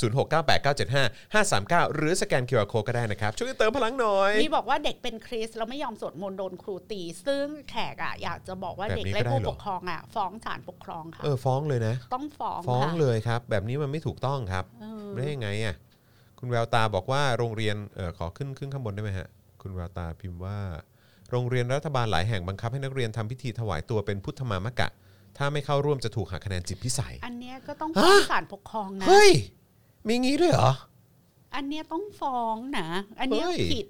B: 0698975539 หรือสแกน QR Code ก็ได้นะครับ ช่วยเติมพลังหน่อย
C: มีบอกว่าเด็กเป็นคริสต์แล้วไม่ยอมสวดมนต์โดนครูตี ซึ่งแขกอ่ะอยากจะบอกว่า
B: แบบ
C: เด็ก
B: นี้
C: และ
B: ก็ได้
C: ผู้
B: เหรอ
C: ปกครองอ่ะ ฟ้องศาลปกครองค่ะ
B: เออฟ้องเลยนะ
C: ต้องฟ้อง
B: ฟ้อง
C: ค่ะ
B: เลยครับ แบบนี้มันไม่ถูกต้องครับ
C: เออ
B: ได้ยังไงอ่ะคุณแววตาบอกว่าโรงเรียนเออขอขึ้นขึ้นข้างบนได้ไหมฮะ คุณแววตาพิมพ์ว่า โรงเรียนรัฐบาลหลายแห่งบังคับให้นักเรียนทำพิธีถวายตัวเป็นพุทธมามกะ ถ้าไม่เข้าร่วมจะถูกหักคะแนนจิตพิสัย
C: อันเนี้ยก็ต้องฟ้องศาลปกครองนะ
B: เฮ้ย มีงี้ด้วยเหรอ
C: อันเนี้ยต้องฟ้องนะ อันเนี้ย
B: เฮ้ย
C: ผิด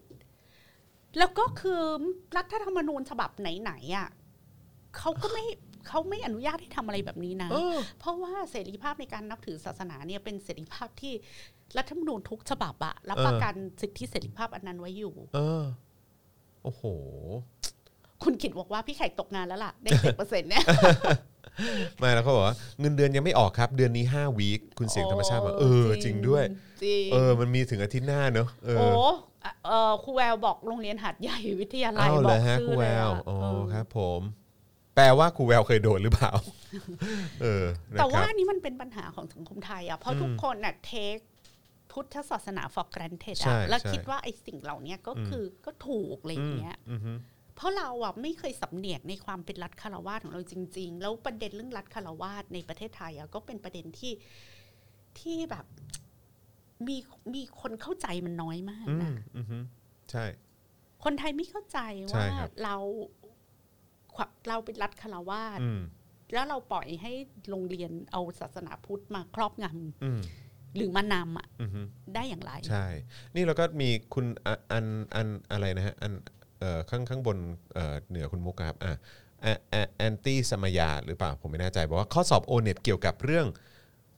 C: แล้วก็คือรัฐธรรมนูญฉบับไหนๆอ่ะเขาก็ไม่เขาไม่อนุญาตให้ทำอะไรแบบนี้นะ
B: เออ
C: เพราะว่าเสรีภาพในการนับถือศาสนาเนี่ยเป็นเสรีภาพที่รัฐธรรมนูญทุกฉบับอะรับ
B: เออ
C: ประกันสิทธิเสรีภาพอันนั้นไว้อยู่
B: เออโอ้โห
C: คุณขิดบอกว่าพี่แขกตกงานแล้วล่ะ ได้สิบเปอร์เซ็นต์เนี่ย
B: ไม่แล้วเขาบอกว่าเงินเดือนยังไม่ออกครับ เดือนนี้ห้าวีคคุณเสียงธรรมชาติบอกเออจริงด้วย
C: จริง
B: เออ มันมีถึงอาทิตย์หน้าเนอะเออ
C: โอ้เออครูแววบอกโรงเรียนหัดใหญ่วิทยาลัย
B: เอา
C: บ
B: เล
C: อย ก
B: ฮะ
C: ชื่
B: ค
C: อ
B: รู
C: เล
B: แวย ว
C: อะ
B: อ๋อ
C: เออ
B: ครับผม แปลว่าครูแววเคยโดนหรือเปล่า เออ
C: แต่ว่า
B: นะครับ
C: อันนี้มันเป็นปัญหาของสังคมไทยอ่ะ เพราะทุกคนน่ะเทคพุทธศาสนา for granted
B: ใช่
C: อ่ะ แล้ว
B: ใช่
C: คิดว่าไอ้สิ่งเหล่านี้ก็คือก็ถูกอะไรอย่างเงี้ย
B: อืมอืม
C: เพราะเราอ่ะไม่เคยสำเนียกในความเป็นรัฐคารวาสของเราจริง ๆ แล้วประเด็นเรื่องรัฐคารวาสในประเทศไทยอ่ะก็เป็นประเด็นที่ที่แบบมีมีคนเข้าใจมันน้อยมาก
B: อืม
C: นะ
B: อืมอืมใช่
C: คนไทยไม่เข้าใจ
B: ใช่
C: ว่า
B: ครับ
C: เราเราเป็นรัฐคารวาส
B: อืม
C: แล้วเราปล่อยให้โรงเรียนเอาศาสนาพุทธมาครอบงำ
B: อืม
C: หรือมานำอะ
B: อืม
C: ได้อย่างไร
B: ใช่ นี่เราก็มีคุณอ่ะอันอันอะไรนะฮะอันเอ่อข้างข้างบนเอ่อเหนือคุณมุกอะครับอ่ะแอนตี้สมยาหรือเปล่า ผมไม่แน่ใจบอกว่าข้อสอบโอเน็ตเกี่ยวกับเรื่อง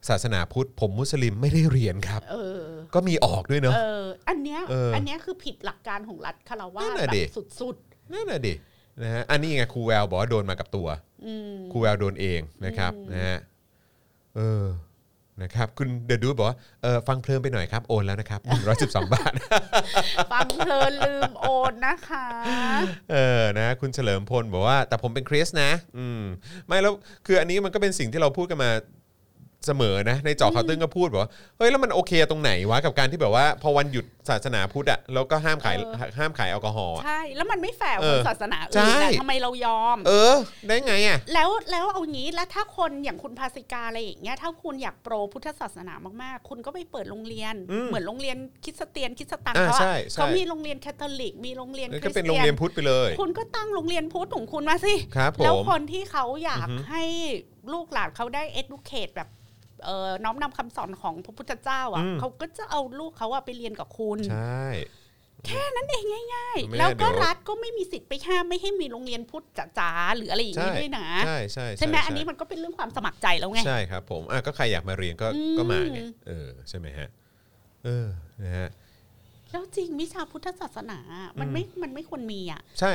B: ศาสนาพุทธ ผมมุสลิมไม่ได้เรียนครับ
C: เออ
B: ก็มีออกด้วยเนอะ
C: เออ อันเนี้ย
B: เอออั
C: อันเนี้ยคือผิดหลักการของรัฐคารวา
B: นั่
C: ส
B: น
C: แบ
B: น่ะดิ
C: บสุด
B: นั่นน่ะดินะฮะอันนี้ไงครูแววบอกว่าโดนมากับตัว
C: ๆ อืม
B: ครูแววโดนเองนะครับนะฮะเออนะครับ คุณเดอะดูดบอกว่าเออฟังเพลินไปหน่อยครับ โอนแล้วนะครับ 112 บาท
C: ฟังเพลินลืมโอนนะคะ
B: เออนะคุณเฉลิมพลบอกว่า แต่ผมเป็นคริสต์นะ อืมไม่แล้วคืออันนี้มันก็เป็นสิ่งที่เราพูดกันมาเสมอนะ ในเจอข่าวตึ้งก็พูดบอกว่าเฮ้ยแล้วมันโอเคตรงไหนวะกับการที่แบบว่า พอวันหยุดศาสนาพุทธอะแล้วก็ห้ามขาย
C: เออ
B: ห้ามขายแอลกอฮอล์อะ
C: ใช่ แล้วมันไม่แฝง
B: เออ
C: ศาสนา
B: ใช่
C: อื่นนะทำไมเรายอม
B: เออ ได้ไงอะ
C: แล้วแล้วเอางี้แล้วถ้าคนอย่างคุณภาสิกาอะไรอย่างเงี้ยถ้าคุณอยากโปรพุทธศาสนามากๆ คุณก็ไปเปิดโรงเรียน
B: อืม
C: เหมือนโรงเรียนคริดสเตียนคริดสตัน
B: อ่า
C: เขา
B: ใช่
C: อะ
B: ใช่
C: เขามีโรงเรียนแคทอลิก มีโรงเรียนค
B: ก็
C: ริส
B: เป็น
C: เตี
B: โรงเรียนพุทธไปเลย
C: คุณก็ตั้งโรงเรียนพุทธของคุณมาสิ
B: ครับผม
C: แล้วคนที่เขาอยาก
B: อือฮึ
C: ให้ลูกหลานเขาได้ educate แบบเอ่อน้อมนำคำสอนของพระพุทธเจ้าอ่ะเขาก็จะเอาลูกเขาอะไปเรียนกับคุณ
B: ใช่
C: นั่นเองง่าย
B: ไม่
C: ๆ
B: งั้
C: แล้
B: น
C: ว
B: เดี๋
C: ก็
B: ยว
C: รัฐก็ไม่มีสิทธิ์ไปห้ามไม่ให้มีโรงเรียนพุทธจ๋าๆหรืออะไรอย่าง
B: ใช่
C: นี้ด้วยนะ
B: ใช่ใช่
C: ใช่ไหม
B: ใช่
C: อันนี้มันก็เป็นเรื่องความสมัครใจแล้วไง
B: ใช่ครับผมอ่ะก็ใครอยากมาเรียนก็
C: อืม
B: ก็มาเนี่ยเออใช่ไหมฮะเออนะฮะ
C: แล้วจริงวิชาพุทธศาสนาอะมัน
B: อืม
C: ไม่มันไม่ควรมีอ่ะ
B: ใช่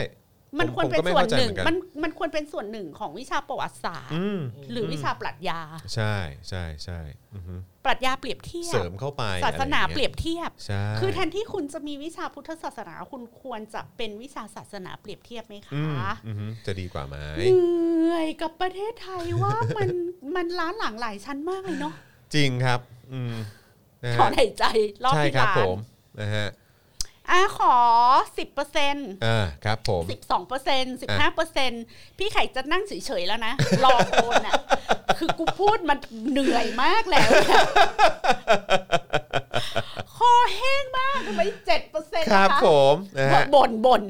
C: มั
B: ผ
C: น
B: ม
C: ควรเป็
B: ผมก็
C: น
B: ไม่
C: ส่วน
B: เข้าใจ
C: หนึ่ง
B: เหมือนกัน
C: มันมันควรเป็นส่วนหนึ่งของวิชาประวัติศาสตร์
B: อืม
C: หรือวิชาปรัชญา
B: ใช่ใช่ใช่อือฮึ
C: ปรัชญาเปรียบเทีย
B: เสริ
C: บ
B: มเข้าไป
C: ศาสนา
B: อะไรองงี้
C: เปรียบเทียบ
B: ใช่
C: คือแทนที่คุณจะมีวิชาพุทธศาสนา คุณควรจะเป็นวิชาศาสนาเปรียบเทียบไหมคะ
B: อืมอือฮึจะดีกว่าไหม
C: เหนื่อยกับประเทศไทยว่ามันมันล้าหลังหลายชั้นมากเลยเนาะ
B: จริงครับอืมนะ
C: ถอ
B: ฮะ
C: นหายใจรอบ
B: ใช่
C: ที่
B: ครับ
C: ล้า
B: ผ
C: น
B: มนะฮะ
C: อ่ะขอสิบเปอร์เซ็นต์
B: อ่าครับผม
C: สิบสองเปอร์เซ็นต์สิบห้าเปอร์เซ็นต์พี่ไข่จะนั่งเฉยๆแล้วนะ รอโอนอ่ะ คือกูพูดมันเหนื่อยมากแล้วเนี่ยคอแห้งมากทำไมเจ็ดเปอร์เซ็นต์
B: ครับ
C: นะคะ
B: ผมนะฮะ
C: บ่นบ่น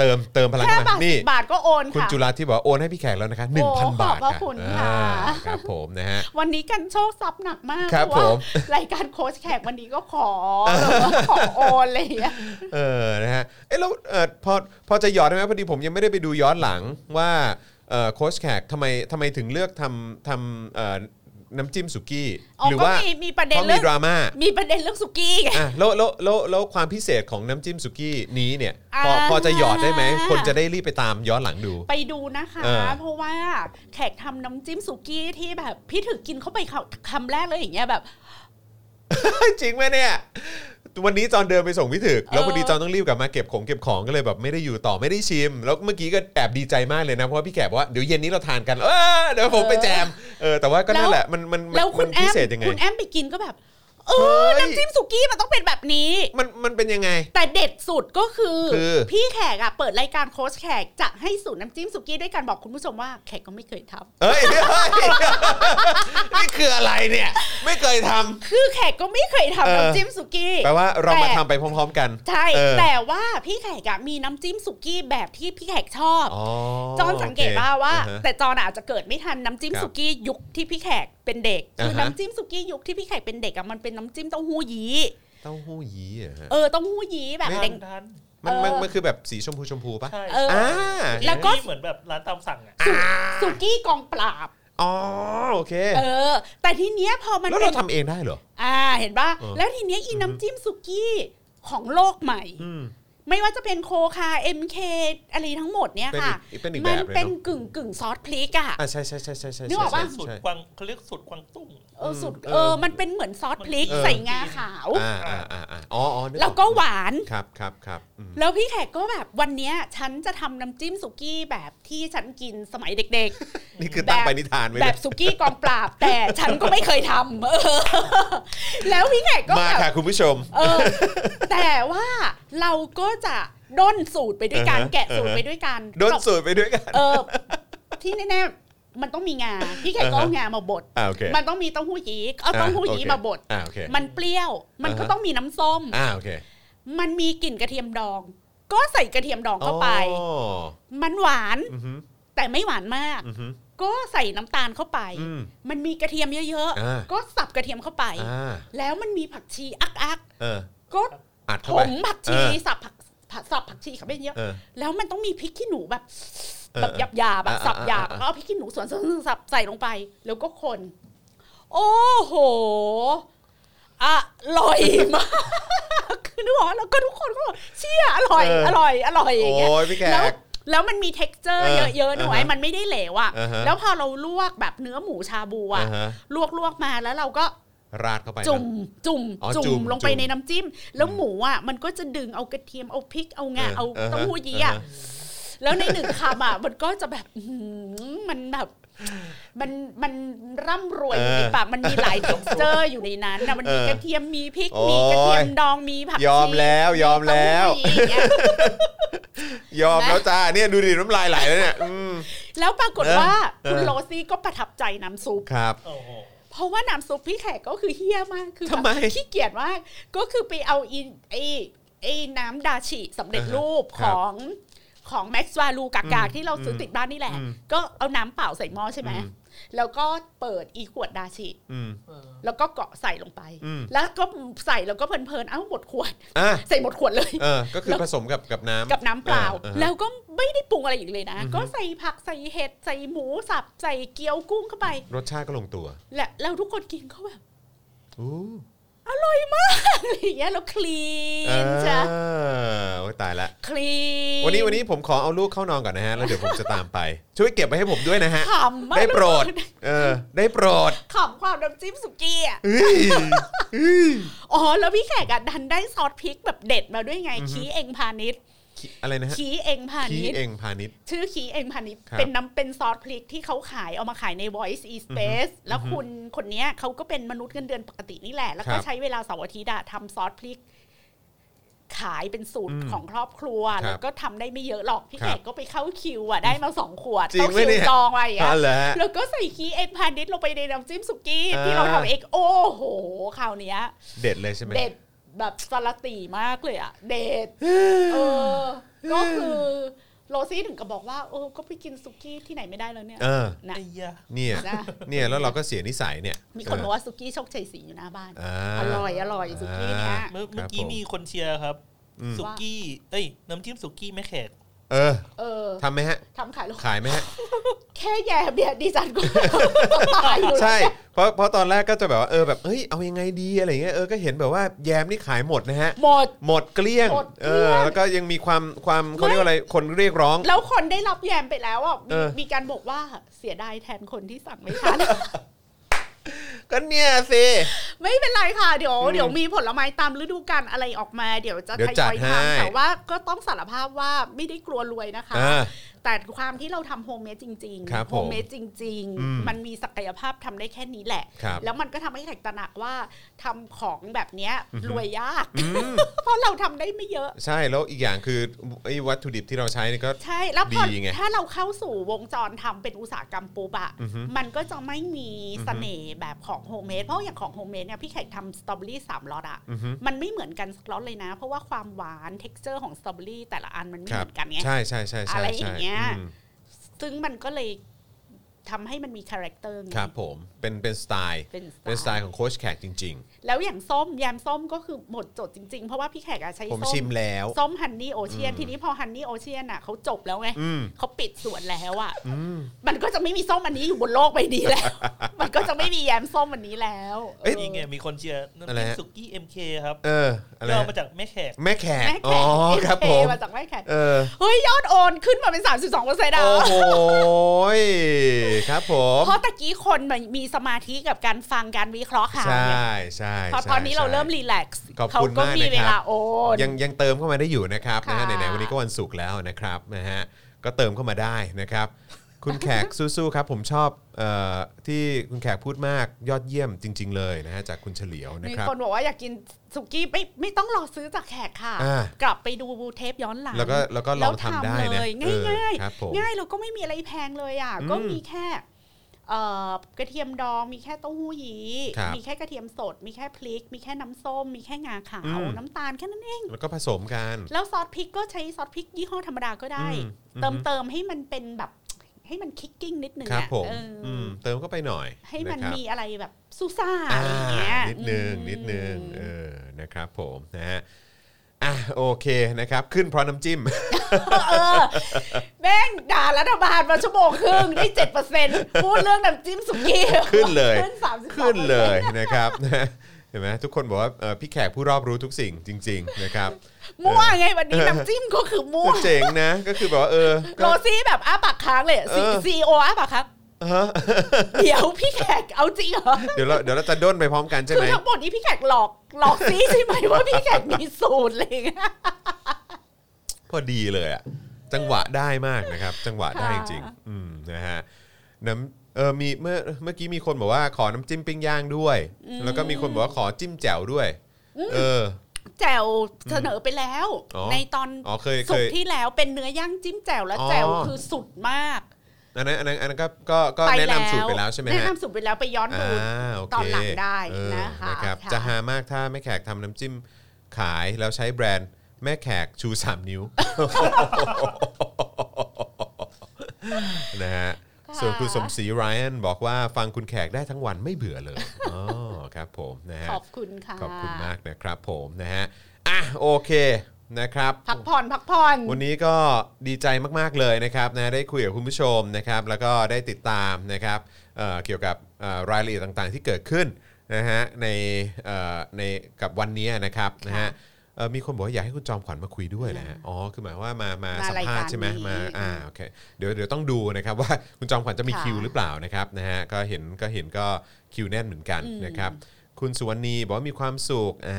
B: เติมเติมพลัง
C: แค่
B: มา
C: บาท
B: นี่
C: สิบบาทก็โอน
B: คุณ
C: ค่ะ
B: จุรัตน์ที่บอกโอนให้พี่แขกแล้วนะคะ
C: โอ้
B: 1,000 บาท
C: ขอบพระคุณค่ะ
B: อ่าครับผมนะฮะ
C: วันนี้กันโชคซับหนักมาก
B: ครับ
C: เพราะ
B: ผ
C: ว่า
B: ม
C: รายการโค้ชแขกวันนี้ก็ขอแบบว่าขอโอนอะไรอย่างเงี้ย
B: เออนะฮะเอ้แล้วเออพอพอจะหยอดได้ไหมพอดีผมยังไม่ได้ไปดูย้อนหลังว่าเออโค้ชแขกทำไมทำไมถึงเลือกทำทำเออน้ำจิ้มสุกี้
C: อ๋อ
B: หรือ
C: ก็
B: ว่า
C: มีมีประเด็
B: เพ
C: น
B: ราะ
C: เรื่
B: มี
C: อง
B: ดราม่า
C: มีประเด็นเรื่องสุกี้ไง
B: อ่ะแล้วแล้วแล้วแล้วความพิเศษของน้ำจิ้มสุกี้นี้เนี่ยพอ
C: อ่า
B: พอจะหยอดได้ไหมคนจะได้รีบไปตามย้อนหลัง ดู
C: ไปดูนะคะ
B: เออ
C: เพราะว่าแขกทำน้ำจิ้มสุกี้ที่แบบ พี่ถือกินเข้าไปเขาคำแรกเลยอย่างเงี้ยแบบ
B: จริงไหมเนี่ย วันนี้จอนเดินไปส่งพี่ถึก แล้ว
C: เออ
B: พอดีจอนต้องรีบกลับมาเก็บของเก็บของก็เลยแบบไม่ได้อยู่ต่อไม่ได้ชิม แล้วเมื่อกี้ก็แอบดีใจมากเลยนะเพราะว่าพี่แขกบอกว่าเดี๋ยวเย็นนี้เราทานกันเออเดี๋ยวผมไปแจมเออแต่ว่าก็นั่นแหละมันมันมัน
C: แล้วคุณ
B: มัน
C: แอ
B: พิ
C: ม
B: เศษยังไง
C: คุณแอมไปกินก็แบบ เออ
B: เฮ้ย
C: น้ำจิ้มสุกี้มันต้องเป็นแบบนี้
B: มันมันเป็นยังไง
C: แต่เด็ดสุดก็คือ
B: คือ
C: พี่แขกอะเปิดรายการโค้ชแขกจะให้สูตรน้ำจิ้มสุกี้ด้วยการบอกคุณผู้ชมว่าแขกก็ไม่เคยทำ
B: เอ้ยเฮ้ ยนี่คืออะไรเนี่ย ไม่เคยทำ
C: คือแขกก็ไม่เคย
B: เอ
C: ทำ
B: อ
C: น้ำจิ้มสุกี้
B: แปลว่าเรามา
C: แต่
B: ทำไปพร้อม ๆ กัน
C: ใช่
B: เออ
C: แต่ว่าพี่แขกอะมีน้ำจิ้มสุกี้แบบที่พี่แขกชอบ
B: อ๋อ
C: จอนสังเกตว่า
B: โอค
C: ว่า
B: อ่ฮะ
C: แต่จอนอาจจะเกิดไม่ทันน้ำจิ้ม
B: ครับ
C: สุกี้ยุคที่พี่แขกเป็นเด็กคืออา
B: ฮะ
C: น้ำจิ้มสุกี้ยุคที่พี่แขกเป็นเด็กอะมันเป็นน้ำจิ้มเต้าหู้ยี้
B: เต้าหู้ยี้เหรอฮะ
C: เออเต้าหู้ยี้แบบ
B: ไม่
C: แดง
D: ทัน
B: มันมัน
C: เออ
B: มันคือแบบสีชมพูชมพูปะ
D: ใช่
C: เออ
B: อ่า
C: แล้วก็
D: เหมือนแบบร้านตามสั่งอ่ะ
B: อ่า
C: สุกี้กองปราบ
B: อ๋อโอเค
C: เออ แต่ทีเนี้ยพอมัน
B: แล้ว
C: เป็
B: เรา
C: น
B: ทำเองได้เหรอ
C: อ่าเห็นป่ะ
B: เออ
C: แล้วทีเนี้ยอีน้ำจิ้มสุกี้ของโลกใหม่
B: อืม
C: ไม่ว่าจะเป็นโคคาเอ็มเคอะไรทั้งหมดเนี่ย
B: เป็น
C: ค่ะ
B: อีกเป็นอีกแบ
C: มั
B: บ
C: น
B: เลย
C: เป็น
B: เนาะ
C: กึ่งกึ่งซอสพริกอ่ะ
B: อ่ะใช่ใช่ใช่ใช่ใช่
C: นึกออกปะ
B: ใช่
D: สูตร
B: ใช่
D: กวางเขาเรียกสูตรกวางตุ้ง
C: เออสุด
B: เออ
C: เออ มันเป็นเหมือนซอสพริก
B: เออ
C: ใส่งาขาว
B: อ่าอ่าอ่าอ่าอ๋ออ๋อนึออ
C: แล้วก็หวาน
B: ครับครับครับอืม
C: แล้วพี่แขกก็แบบวันเนี้ยฉันจะทำน้ำจิ้มสุกี้แบบที่ฉันกินสมัยเด็ก
B: นี่คือตั้ง
C: แบบ
B: ไปนิทานไว้
C: ๆ
B: เล
C: แบบ
B: ย
C: สุกี้กองปราบ แต่ฉันก็ไม่เคยทำเออ แล้วพี่แขกก็
B: มา
C: แบบ
B: ค่ะคุณผู้ชม
C: เออ แต่ว่าเราก็จะด้นสูตรไปด้วยกัน
B: อ่าฮะ
C: แกะสูตรไปด้วยกัน
B: โดนสูตรไปด้วยกัน
C: เออ ที่แน่ๆมันต้องมีงาพี่แขกก็เอา
B: อ่าฮะ
C: งามาบด
B: อ่าโอเค
C: มันต้องมีเต้าหู้ยี้เอาเต้าหู้ยี้
B: อ่โอค
C: มาบด
B: อ่าโอเค
C: มันเปรี้ยว มันก็
B: อ่าฮะ
C: ต้องมีน้ำส้ม
B: อ่าโอเค
C: มันมีกลิ่นกระเทียมดอง ก็ใส่กระเทียมดองเข้าไป
B: อ๋อ
C: มันหวาน
B: อือฮึ
C: แต่ไม่หวานมาก
B: อือฮึ
C: ก็ใส่น้ำตาลเข้าไป
B: อืม
C: มันมีกระเทียมเยอะ
B: อ่า
C: ก็สับกระเทียมเข้าไป
B: อ่า
C: แล้วมันมีผักชีอักอัก
B: เออ
C: ก็
B: อัด
C: ผ
B: เข้าไป
C: มผัก
B: เอ
C: ชี
B: อ
C: สับผักผักสับผักชีเข้าไปเยอะ
B: เออ
C: แล้วมันต้องมีพริกขี้หนูแบบ
B: เออ
C: แบบหยาบๆแบบ
B: อ่า
C: สับหยาบ
B: อ่าอ่า
C: แล้วเอาพริกขี้หนูส่วนๆสับใส่ลงไป แล้วก็คน โอ้โหอร่อยมากคือนึก ว่าแล้วก็ทุกคนก็บอกเชี่ยอร่อยอร่อยอร่อยอย่างเงี้ย
B: โอ้ยพี่แข
C: แล้ว
B: ก
C: แล้วมันมี t e x t อร์
B: เออ
C: เยอะๆหน่อย
B: อ่าฮะ
C: มันไม่ได้เหลวอ่ะ
B: อ่าฮะ
C: แล้วพอเราลวกแบบเนื้อหมูชาบูอ่ะ
B: อ่าฮะ
C: ลวกลวกๆมาแล้วเราก็
B: ราดเข้าไปนะ
C: จุ่มจุ่ม
B: อ๋อจุ่
C: จุ่
B: ม
C: มลงไป
B: จุ่ม
C: ในน้ำจิ้ม แล้วหมูอ่ะมันก็จะดึงเอากระเทียมเอาพริกเอางา
B: เออ
C: เอา
B: อ่าฮะ
C: เต้าหู้ยี้อ่ะ
B: อ่าฮะ
C: แล้วในหนึ่งคำอ่ะ มันก็จะแบบอื้อหือมันแบบ มันมันร่ำรวยอยู่ในปากมันมี หลาย t e x t อร์อยู่ในนั้นนะมันมี
B: เออก
C: ระเทียมมีพริก
B: โอ้ย
C: มีกระเทียมดองมีผักชี
B: ยอมแล้วยอมแล้ว
C: มีเต้าหู้ยี้อย่างเงี้ย
B: ยอมแล้วจ้าเนี่ยดูดิน้ำลายไหลแล้วเนี่ยอืม
C: แล้วปรากฏว่า
B: เออ
C: คุณโรซี่ก็ประทับใจน้ำซุป
B: ครับ
D: โอ้โห
C: เพราะว่าน้ำซุปพี่แขกก็คือเฮี้ยมากคือ
B: ทำไม
C: แบบขี้เกียจมากก็คือไปเอาอีไอไอน้ำดาชิสำเร็จรูป
B: ค
C: ข
B: รับ
C: องของแม็กซ์วาลูกากา
B: อืม
C: ที่เราซื้ออ
B: ม
C: ติดบ้านนี่แหละ
B: อืม
C: ก็เอาน้ำเปล่าใส่หม้อใช่ไหม
B: อืม
C: แล้วก็เปิดอีขวดดาชิ
B: อืม
D: เออ
C: แล้วก็เกาะใส่ลงไป
B: อืม
C: แล้วก็ใส่แล้วก็เพลินๆเอ้าหมดขวด
B: อ่ะ
C: ใส่หมดขวดเลย
B: เออ ก็คือผสมกับกับน้ำ
C: กับน้ำเปล่า
B: ออออ
C: แล้วก็ไม่ได้ปรุงอะไรอีกเลยนะ
B: อือฮึ
C: ก็ใส่ผักใส่เห็ดใส่หมูสับใส่เกี๊ยวกุ้งเข้าไป
B: รสชาติก็ลงตัว
C: และแล้วทุกคนกินก็แบบ
B: อู้
C: อะไรอย่างเงี้ยแล้วคลี
B: เอน
C: จ้ะ
B: อโอ้ยตายละ
C: คลีน
B: วันนี้วันนี้ผมขอเอาลูกเข้านอนก่อนนะฮะ แล้วเดี๋ยวผมจะตามไป ช่วยเก็บไว้ให้ผมด้วยนะฮะ
C: ขำมาก
B: ได้โปรด เออ ได้โปรด
C: ขำความน้ำจิ้มสุกี้อ่ะ
B: เฮ้ย
C: อ๋อ แล้วพี่แขกอ่ะดันได้ซอสพริกแบบเด็ดมาด้วยไง
B: อือฮึ
C: ขี้เองพาณิชย์
B: ขี้อะไรนะฮะ
C: ขี้เองพา
B: ขี้
C: ณิชย์
B: เองพาณิชย์
C: ชื่อขี้เองพาณิชย์
B: ครับ
C: เป็นน้ำเป็นซอสพริกที่เขาขายเอามาขายใน Voice e Space แล้วคุณคนเนี้ยเขาก็เป็นมนุษย์เงินเดือนปกตินี่แหละ แล้วก็
B: ครับ
C: ใช้เวลาเสาร์อาทิตย์อะทำซอสพริก ขายเป็นสูตร
B: อืม
C: ของครอบครัว
B: ครับ
C: แล้วก็ทำได้ไม่เยอะหรอก พี่
B: ครั
C: แข
B: บ
C: กก็ไปเข้าคิวอะได้มาสองขวด
B: จริ
C: เข้าง
B: ไหม
C: คิว
B: เนี่ย
C: จองไว้
B: อ๋
C: อะ
B: อเหรอฮะ
C: แล้วก็ใส่ขี้เอ็นพาณิชย์ลงไปในน้ำจิ้มสุกี้
B: อ่า
C: ที่เราทำเองโอ้โหคราวเนี้ย
B: เด็ดเลยใช่ไหม
C: เด็ดแบบสลดตีมากเลยอะเด็ ดเออ ก็คือโรซี่ถึงก็บอกว่าเออก็ไปกินซุกี้ที่ไหนไม่ได้แล้วเนี่ย
B: เออ
C: นะ
D: ไอ้ยา
B: เนี่ย
C: นะ
B: เนี่ยแล้วเราก็เสียนิสัยเนี่ย
C: มีคน
B: เ
C: บอกว่าซุกี้โชคชัยศรีอยู่หน้าบ้าน
B: อ่า
C: อร่อยอร่อยซุกี้เนี้ย
D: เมื่อ
B: ครั
D: เมื่อบ กี้
B: ผม
D: มีคนเชียร์ครับ
B: อืม
D: สุกี้ เอ้ยน้ำจิ้มสุกี้แม่แขก
B: เออ
C: เออ
B: ทำไหมฮะ
C: ทำขายโล
B: ขายไหมฮะ
C: แค่แย่เบียร์ดีจันก็ตายอยู่แล้ ว
B: ใช่ เพราะเพราะตอนแรกก็จะแบบว่าเออแบบเอ้ยเอายังไงดีอะไรเงี้ยเออก็เห็นแบบว่าแยมนี่ขายหมดนะฮะ
C: หมด
B: หมดเกลี้ยง
C: หมดเกลี้ยง
B: เออแล้วก็ยังมีความความเขาเรียกว่าอะไรคนเรียกร้อง
C: แล้วคนได้รับแยมไปแล้วอ่ะมี
B: เออ
C: มีการบอกว่าเสียดายแทนคนที่สั่งไม่ทัน
B: ก็เนี่ยสิ
C: ไม่เป็นไรค่ะเดี๋ยว
B: อืม
C: เดี๋ยวมีผลไม้ตามฤดูกาลอะไรออกมา เดี๋ยวจะ
B: เดี๋ย
C: ท
B: วย
C: อย
B: จัดให้
C: ทำแต่ว่าก็ต้องสารภาพว่าไม่ได้กลัวรวยนะคะ
B: อ่า
C: แต่ความที่เราทำโฮมเมดจริง
B: ครับผม
C: โฮมเมดจริง
B: อืม
C: ๆ มันมีศักยภาพทำได้แค่นี้แหละ
B: ครับ
C: แล้วมันก็ทำให้แขกตระหนักว่าทำของแบบเนี้ย
B: อือฮึ
C: รวยยาก
B: อืม
C: เพราะเราทำได้ไม่เยอะ
B: ใช่แล้วอีกอย่างคือไอ้วัตถุดิบที่เราใช้เนี่ยก็
C: ใช่แล้วพอ
B: ดีไง
C: ถ้าเราเข้าสู่วงจรทำเป็นอุตสาหกรรมปุ๊บอะ
B: อือฮึ
C: มันก็จะไม่มีเสน่ห์แบบของโฮมเมดเพราะอย่างของโฮมเมดเนี่ยพี่แขกทำสตรอเบอรี่สามรสอะ
B: อือฮึ
C: มันไม่เหมือนกันสักรสเลยนะ เพราะว่าความหวานเท็กเจอร์ของสตรอเบอรี่แต่ละอันมันไม่
B: ค
C: เห
B: รับ
C: มือนกันไง
B: ใช่ใช่ใช่ใช่
C: อะไรอ
B: ใช่
C: ย่างเงี้ย
B: อืม
C: ซึ่งมันก็เลยทำให้มันมีคาแรคเตอร์ไง
B: ครับผมเป็นเป็นสไตล์
C: เป็น
B: เป็นส
C: ส
B: ไต
C: ไตล์
B: ล์ของโค้ชแขกจริง
C: แล้วอย่างส้มยามส้มก็คือหมดจดจริงๆ เพราะว่าพี่แขกอะใช้
B: ๆ ผม
C: ส้
B: ชิมแล้ว
C: ส้มฮันนี่โอเชียน
B: อืม
C: ทีนี้พอฮันนี่โอเชียนอะเขาจบแล้วไง
B: อืม
C: เขาปิดสวนแล้วอะ
B: อืม
C: มันก็จะไม่มีส้มอันนี้อยู่บนโลกใบนี้แล้ว มันก็จะไม่มีแยมส้มอันนี้แล้ว
B: เอ้ย
C: เออ
D: นี่ไงมีคนเชียร์น้ำ
B: อะไร
D: จิ้ม
B: ฮะ
D: สุกี้เอ็มเคครับ
B: เอออะไร
D: ย่อ
B: ฮะ
D: มาจากแม่แขก
B: แม่แขก
C: แม่แขก
B: อ๋อครับผม
C: เทมาจากแม่แขก
B: เออ
C: เฮ้ยยอดโอนขึ้นมาเป็น 32เปอร์เซ็นต์อ่ะ
B: โอ้โหยครับผม
C: เพราะตะกี้คนมันมีสมาธิกับการฟังการวิเคราะห์ข่าว
B: ใช่
C: ไง
B: ใช่
C: พอ
B: ใช่
C: ตอนนี้เรา
B: ใช่
C: เริ่มรีแลกซ์
B: ขอบ
C: เขา
B: คุณ
C: ก็
B: มากนะครับ
C: มีเวลาโอน
B: ยังยังเติมเข้ามาได้อยู่นะครับนะ
C: ค่ะ
B: ฮะไหนๆวันนี้ก็วันศุกร์แล้วนะครับนะฮะก็เติมเข้ามาได้นะครับ คุณแขก สู้ๆครับ ผมชอบเอ่อที่คุณแขกพูดมากยอดเยี่ยมจริง ๆ เลยนะฮะจากคุณเฉลียวนะ
C: มี
B: ครับ
C: คนบอกว่าอยากกินสุกี้ไม่ไม่ต้องรอซื้อจากแขกค่ะ
B: อ่าก
C: ลับไปดูเทปย้อนหลัง
B: แล้วก็แล้วก็ลองทำได้นะ
C: เลย
B: เออ
C: ง่าย
B: ครับผม
C: ๆ ง่ายแล้วก็ไม่มีอะไรแพงเลยอ่ะ
B: อืม
C: ก็มีแค่เอ่อกระเทียมดองมีแค่เต้าหู้ยี้
B: ครับ
C: มีแค่กระเทียมสด มีแค่พริก มีแค่น้ำส้ม มีแค่งาขาว
B: อืม
C: น้ำตาลแค่นั้นเอง
B: แล้วก็ผสมกัน
C: แล้วซอสพริกก็ใช้ซอสพริกยี่ห้อธรรมดาก็ได้
B: อืมอืม
C: เติมเติมให้มันเป็นแบบให้มันคิกกิ้งนิดนึง
B: ครับ
C: อ่ะ
B: ผม
C: เอออ
B: มเติมเข้าไปหน่อย
C: ให้มันะครับ มีอะไรแบบซูซ่า
B: อ่า
C: อะไรอย่างเงี้ย
B: นิดนึง
C: อืม
B: นิดนึงเออนะครับผมนะฮะอ่ะโอเคนะครับ ขึ้นเพราะน้ำจิ้ม
C: เออแม่งด่ารัฐบาลมาชั่วโมงครึ่งได้เจ็ดเปอร์เซ็นต์พูดเรื่องน้ำจิ้มสุกี้
B: ขึ้นเลย
C: ขึ้นสามสิบ
B: ขึ้นเลยนะครับนะเห็นไหมทุกคนบอกว่าเอ่อพี่แขกผู้รอบรู้ทุกสิ่งจริง ๆ นะครับ
C: มั่วไงวันนี้น้ำจิ้มก็คือมั่ว
B: เจ๋งนะ ก็คือแบบว่าเออ
C: โร
B: ก็
C: ซี่แบบอ้าปากค้างเลย
B: เออ
C: ซีโออ้าปากค้างเดี๋ยวพี่แขกเอาจริงเหรอ
B: เดี๋ยวเราเดี๋ยวเราจะด้นไปพร้อมกันใช่
C: คื
B: ไหม
C: อทั้งหมดนี้พี่แขกหลอกหลอกซีใช่ไหมว่าพี่แขกมีสูตรอะไรอย่างเงี้ย
B: พอดีเลยอะจังหวะได้มากนะครับ จังหวะได้จ
C: ค่ะ
B: ริงๆอืมนะฮะน้ำเออมีเมื่อเมื่อกี้มีคนบอกว่าขอน้ำจิ้มปิ้งย่างด้วย แล้วก็มีคนบอกว่าขอจิ้มแจ่วด้วย เออ
C: แจ่วเสนอไปแล้ว
B: อ๋อ
C: ในตอน
B: อ๋อเคย
C: สุ
B: เค
C: ก
B: ย
C: ร์ที่แล้วเป็นเนื้อย่างจิ้มแจ่วแล้ว
B: อ๋อ
C: แจ่วคือสุดมาก
B: อันนั้นอันนั้นอันนั้นก็ก็ก็แนะนำสูตรไปแล้วใช่ไหม
C: แนะ
B: ฮะ
C: นำสูตรไปแล้วไปย้อนดู
B: อ่าโอเค
C: ตอนหลังได้
B: เออ
C: นะคะ
B: ครับ
C: ค่ะ
B: จะหามากถ้าแม่แขกทำน้ำจิ้มขายแล้วใช้แบรนด์แม่แขกชู 3 นิ้ว นะฮะ
E: ค่ะ
B: ส่วนคุณสมศรีไรอันบอกว่าฟังคุณแขกได้ทั้งวันไม่เบื่อเลยอ๋อครับผมนะฮะ
C: ขอบคุณค่ะ
B: ขอบคุณมากนะครับผมนะฮะอ่ะโอเคนะครับ
C: พักผ่อนพักผ่อน
B: วันนี้ก็ดีใจมาก ๆ เลยนะครับนะได้คุยกับคุณผู้ชมนะครับ แล้วก็ได้ติดตามนะครับเอ่อเกี่ยวกับเอ่อรายละเอียดต่างๆ ที่เกิดขึ้นนะฮะในเอ่อในกับวันนี้นะครับนะฮะเอ่อมีคนบอกว่าอยากให้คุณจอมขวัญมาคุยด้วยนะฮะอ๋อคือหมายว่ามามา
C: มา
B: สัมภาษณ์ใช่ไหม
C: รายการนี้
B: มาอ่าโอเคเดี๋ยวเดี๋ยวต้องดูนะครับ ว่าคุณจอมขวัญจะมี
C: ค่ะ
B: คิวหรือเปล่านะครับนะฮะก็เห็นก็เห็นก็คิวแน่นเหมือนกัน
C: อืม
B: นะครับ คุณสุวรรณีบอกว่ามีความสุขอ่า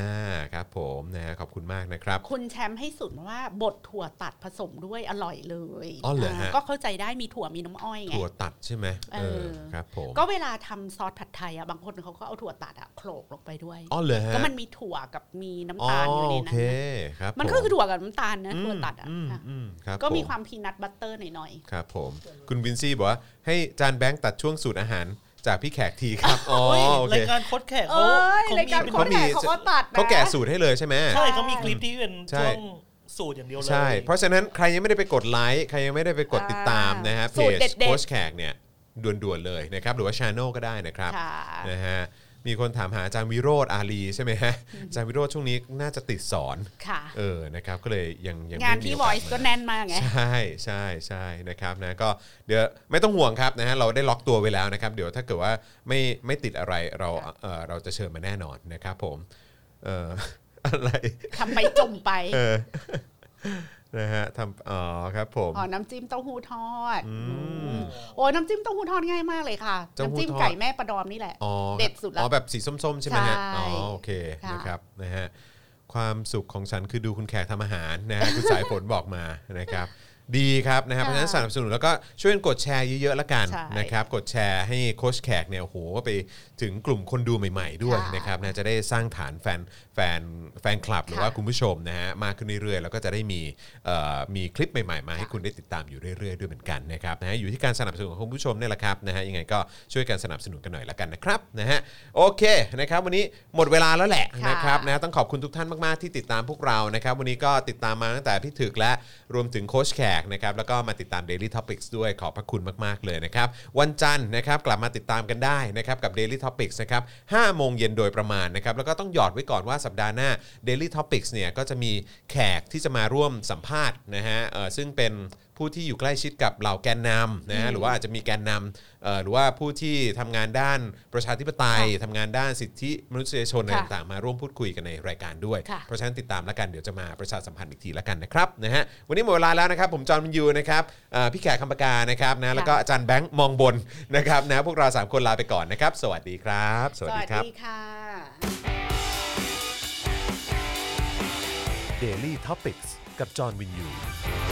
B: ครับผมนะฮะขอบคุณมากนะครับ
C: คุณแชมป์ให้สุดว่าบดถั่วตัดผสมด้วยอร่อยเลย
B: อ๋อเหรอฮะ
C: าก็เข้าใจได้มีถั่วมีน้ำอ้อยไง
B: ถั่วตัดใช่ไหมเอ
C: เอ
B: อ
C: อ
B: ครับผม
C: ก็เวลาทำซอสผัดไทยอ่ะบางคนเขาก็เอาถั่วตัดอ่ะโขลกลงไปด้วย
B: อ๋อเหรอฮะ
C: ก็มันมีถั่วกับมีน้ำตาลอยู่ใน
B: โอ
C: นั้
B: เคน
C: นะ
B: ครับ
C: มันก็คือถั่วกับน้ำตาลนะถั่วตัดอ่ะ
B: ม
C: ค่ะ
B: อืมครับ
C: ก็มี
B: ผ
C: ความพีนัทบัตเตอร์หน่อย
B: ครับผม คุณวินซี่บอกว่า ให้จานแบงค์ตัดช่วงสูตรอาหารจากพี่แขกทีครับ อ๋อ
D: เฮ้ย
B: โอเค
D: รายการโคดแขก
C: ๆ
D: เขา
C: เอ้ย
D: เขา
C: ราย
D: มี
C: การ
D: เป็น
C: เขาแก่เขาก็ตัดนะ
B: เขาแกะสูตรให้เลยใช่ไหม
D: ใช่เขามีคลิปที่เป็น
B: ใช่
D: ช่วงสูตรอย่างเดียวเลย
B: ใช่ เพราะฉะนั้นใครยังไม่ได้ไปกดไลค์ ใครยังไม่ได้ไปกดติดตามนะฮะเพ
C: สูตร
B: จ
C: เด็ดๆ
B: โคชแขกเนี่ยด่วนๆเลยนะครับ หรือว่าชาแนลก็ได้นะครับ
C: ค่ะ
B: นะฮะ มีคนถามหาอาจารย์วิโรธอาลีใช่ไหมฮะ อาจารย์วิโรธช่วงนี้น่าจะติดสอน
C: ค่ะ
B: เออ นะครับ ก็เลยยังยัง
C: งาน
B: ไม่มี
C: ที่
B: โอกส
C: Voice ก็แน่นมากไง
B: ใช่ใช่ใช่นะครับนะก็เดี๋ยวไม่ต้องห่วงครับนะฮะเราได้ล็อกตัวไว้แล้วนะครับ เดี๋ยวถ้าเกิดว่าไม่ไม่ติดอะไรเราเออเราจะเชิญมาแน่นอนนะครับผมเออ อะไร
C: ทำไปจมไป
B: เอ อนะฮะทำอ๋อครับผม
C: อ๋อน้ำจิ้มเต้าหู้ทอด
B: ม
C: โอ้ยน้ำจิ้มเต้าหู้ทอดง่ายมากเลยค่ะ
B: เต้าหู้
C: น้ำจิ้ม
B: ทอด
C: ไก่แม่ประดอมนี่แหละ
B: อ๋อ
C: เด็ดสุดละ
B: อ๋อแบบสีส้มๆ ใช่ไหมฮะ
C: ใช่
B: อ๋อโอเค
C: ค่ะ
B: นะครับนะฮะความสุขของฉันคือดูคุณแขกทำอาหารนะ ฮะคุณสายฝนบอกมานะครับ ดีครับนะฮะเพราะฉะนั้นสนับสนุนแล้วก็ช่วยกดแชร์เยอะๆละกัน
C: ใช่
B: นะครับกดแชร์ให้โค้ชแขกเนี่ยโอ้โหไปถึงกลุ่มคนดูใหม่ๆด้วย
C: ค่ะ
B: นะครับนะจะได้สร้างฐานแฟนแฟนแฟนคลับหรือว่าคุณผู้ชมนะฮะมากขึ้นเรื่อยๆ แล้วก็จะได้มีเอ่อมีคลิปใหม่ๆมาให้
C: ค่ะ
B: คุณได้ติดตามอยู่เรื่อยๆด้วยเหมือนกันนะครับนะฮะอยู่ที่การสนับสนุนของคุณผู้ชมเนี่ยแหละครับนะฮะยังไงก็ช่วยกันสนับสนุนกันหน่อยละกันนะครับนะฮะโอเคนะครับวันนี้หมดเวลาแล้วแหละ
C: ค่ะ
B: นะครับ นะต้องขอบคุณทุกท่านมาก ๆ ที่ติดตามพวกเรานะครับ วันนี้ก็ติดตามมาตั้งแต่พี่ถึกและรวมถึงโค้ชแขกนะครับ แล้วก็มาติดตาม Daily Topics ด้วยขอบพระคุณมาก ๆ เลยนะครับ วันจันทร์นะครับกลับมาติดตามกันได้นะครับกับ Daily Topics นะครับ5โมงเย็นโดยประมาณนะครับ แล้วก็ต้องหยอดไว้ก่อนว่าสัปดาห์หน้า Daily Topics เนี่ยก็จะมีแขกที่จะมาร่วมสัมภาษณ์นะฮะเอ่อซึ่งเป็นผู้ที่อยู่ใกล้ชิดกับเหล่าแกนนำนะฮะหรือว่าอาจจะมีแกนนำเอ่อหรือว่าผู้ที่ทำงานด้านประชาธิปไตยทำงานด้านสิทธิมนุษยชนอะไร
C: ค่ะ
B: ต่างๆ ต่างๆมาร่วมพูดคุยกันในรายการด้วย
C: ค่ะ
B: เพราะฉะนั้นติดตามแล้วกันเดี๋ยวจะมาประชาสัมพันธ์อีกทีแล้วกันนะครับนะฮะวันนี้หมดเวลาแล้วนะครับ ผมจอห์นวินยูนะครับเอ่อพี่แขกคำปากานะครับนะแล้วก็อาจารย์แบงค์มองบนนะครับนะพวกเราสามคนลาไปก่อนนะครับ สวัสดีครับ
C: สวัสดีค่ะ
A: Daily t o p i c กกับจอห์นวินยู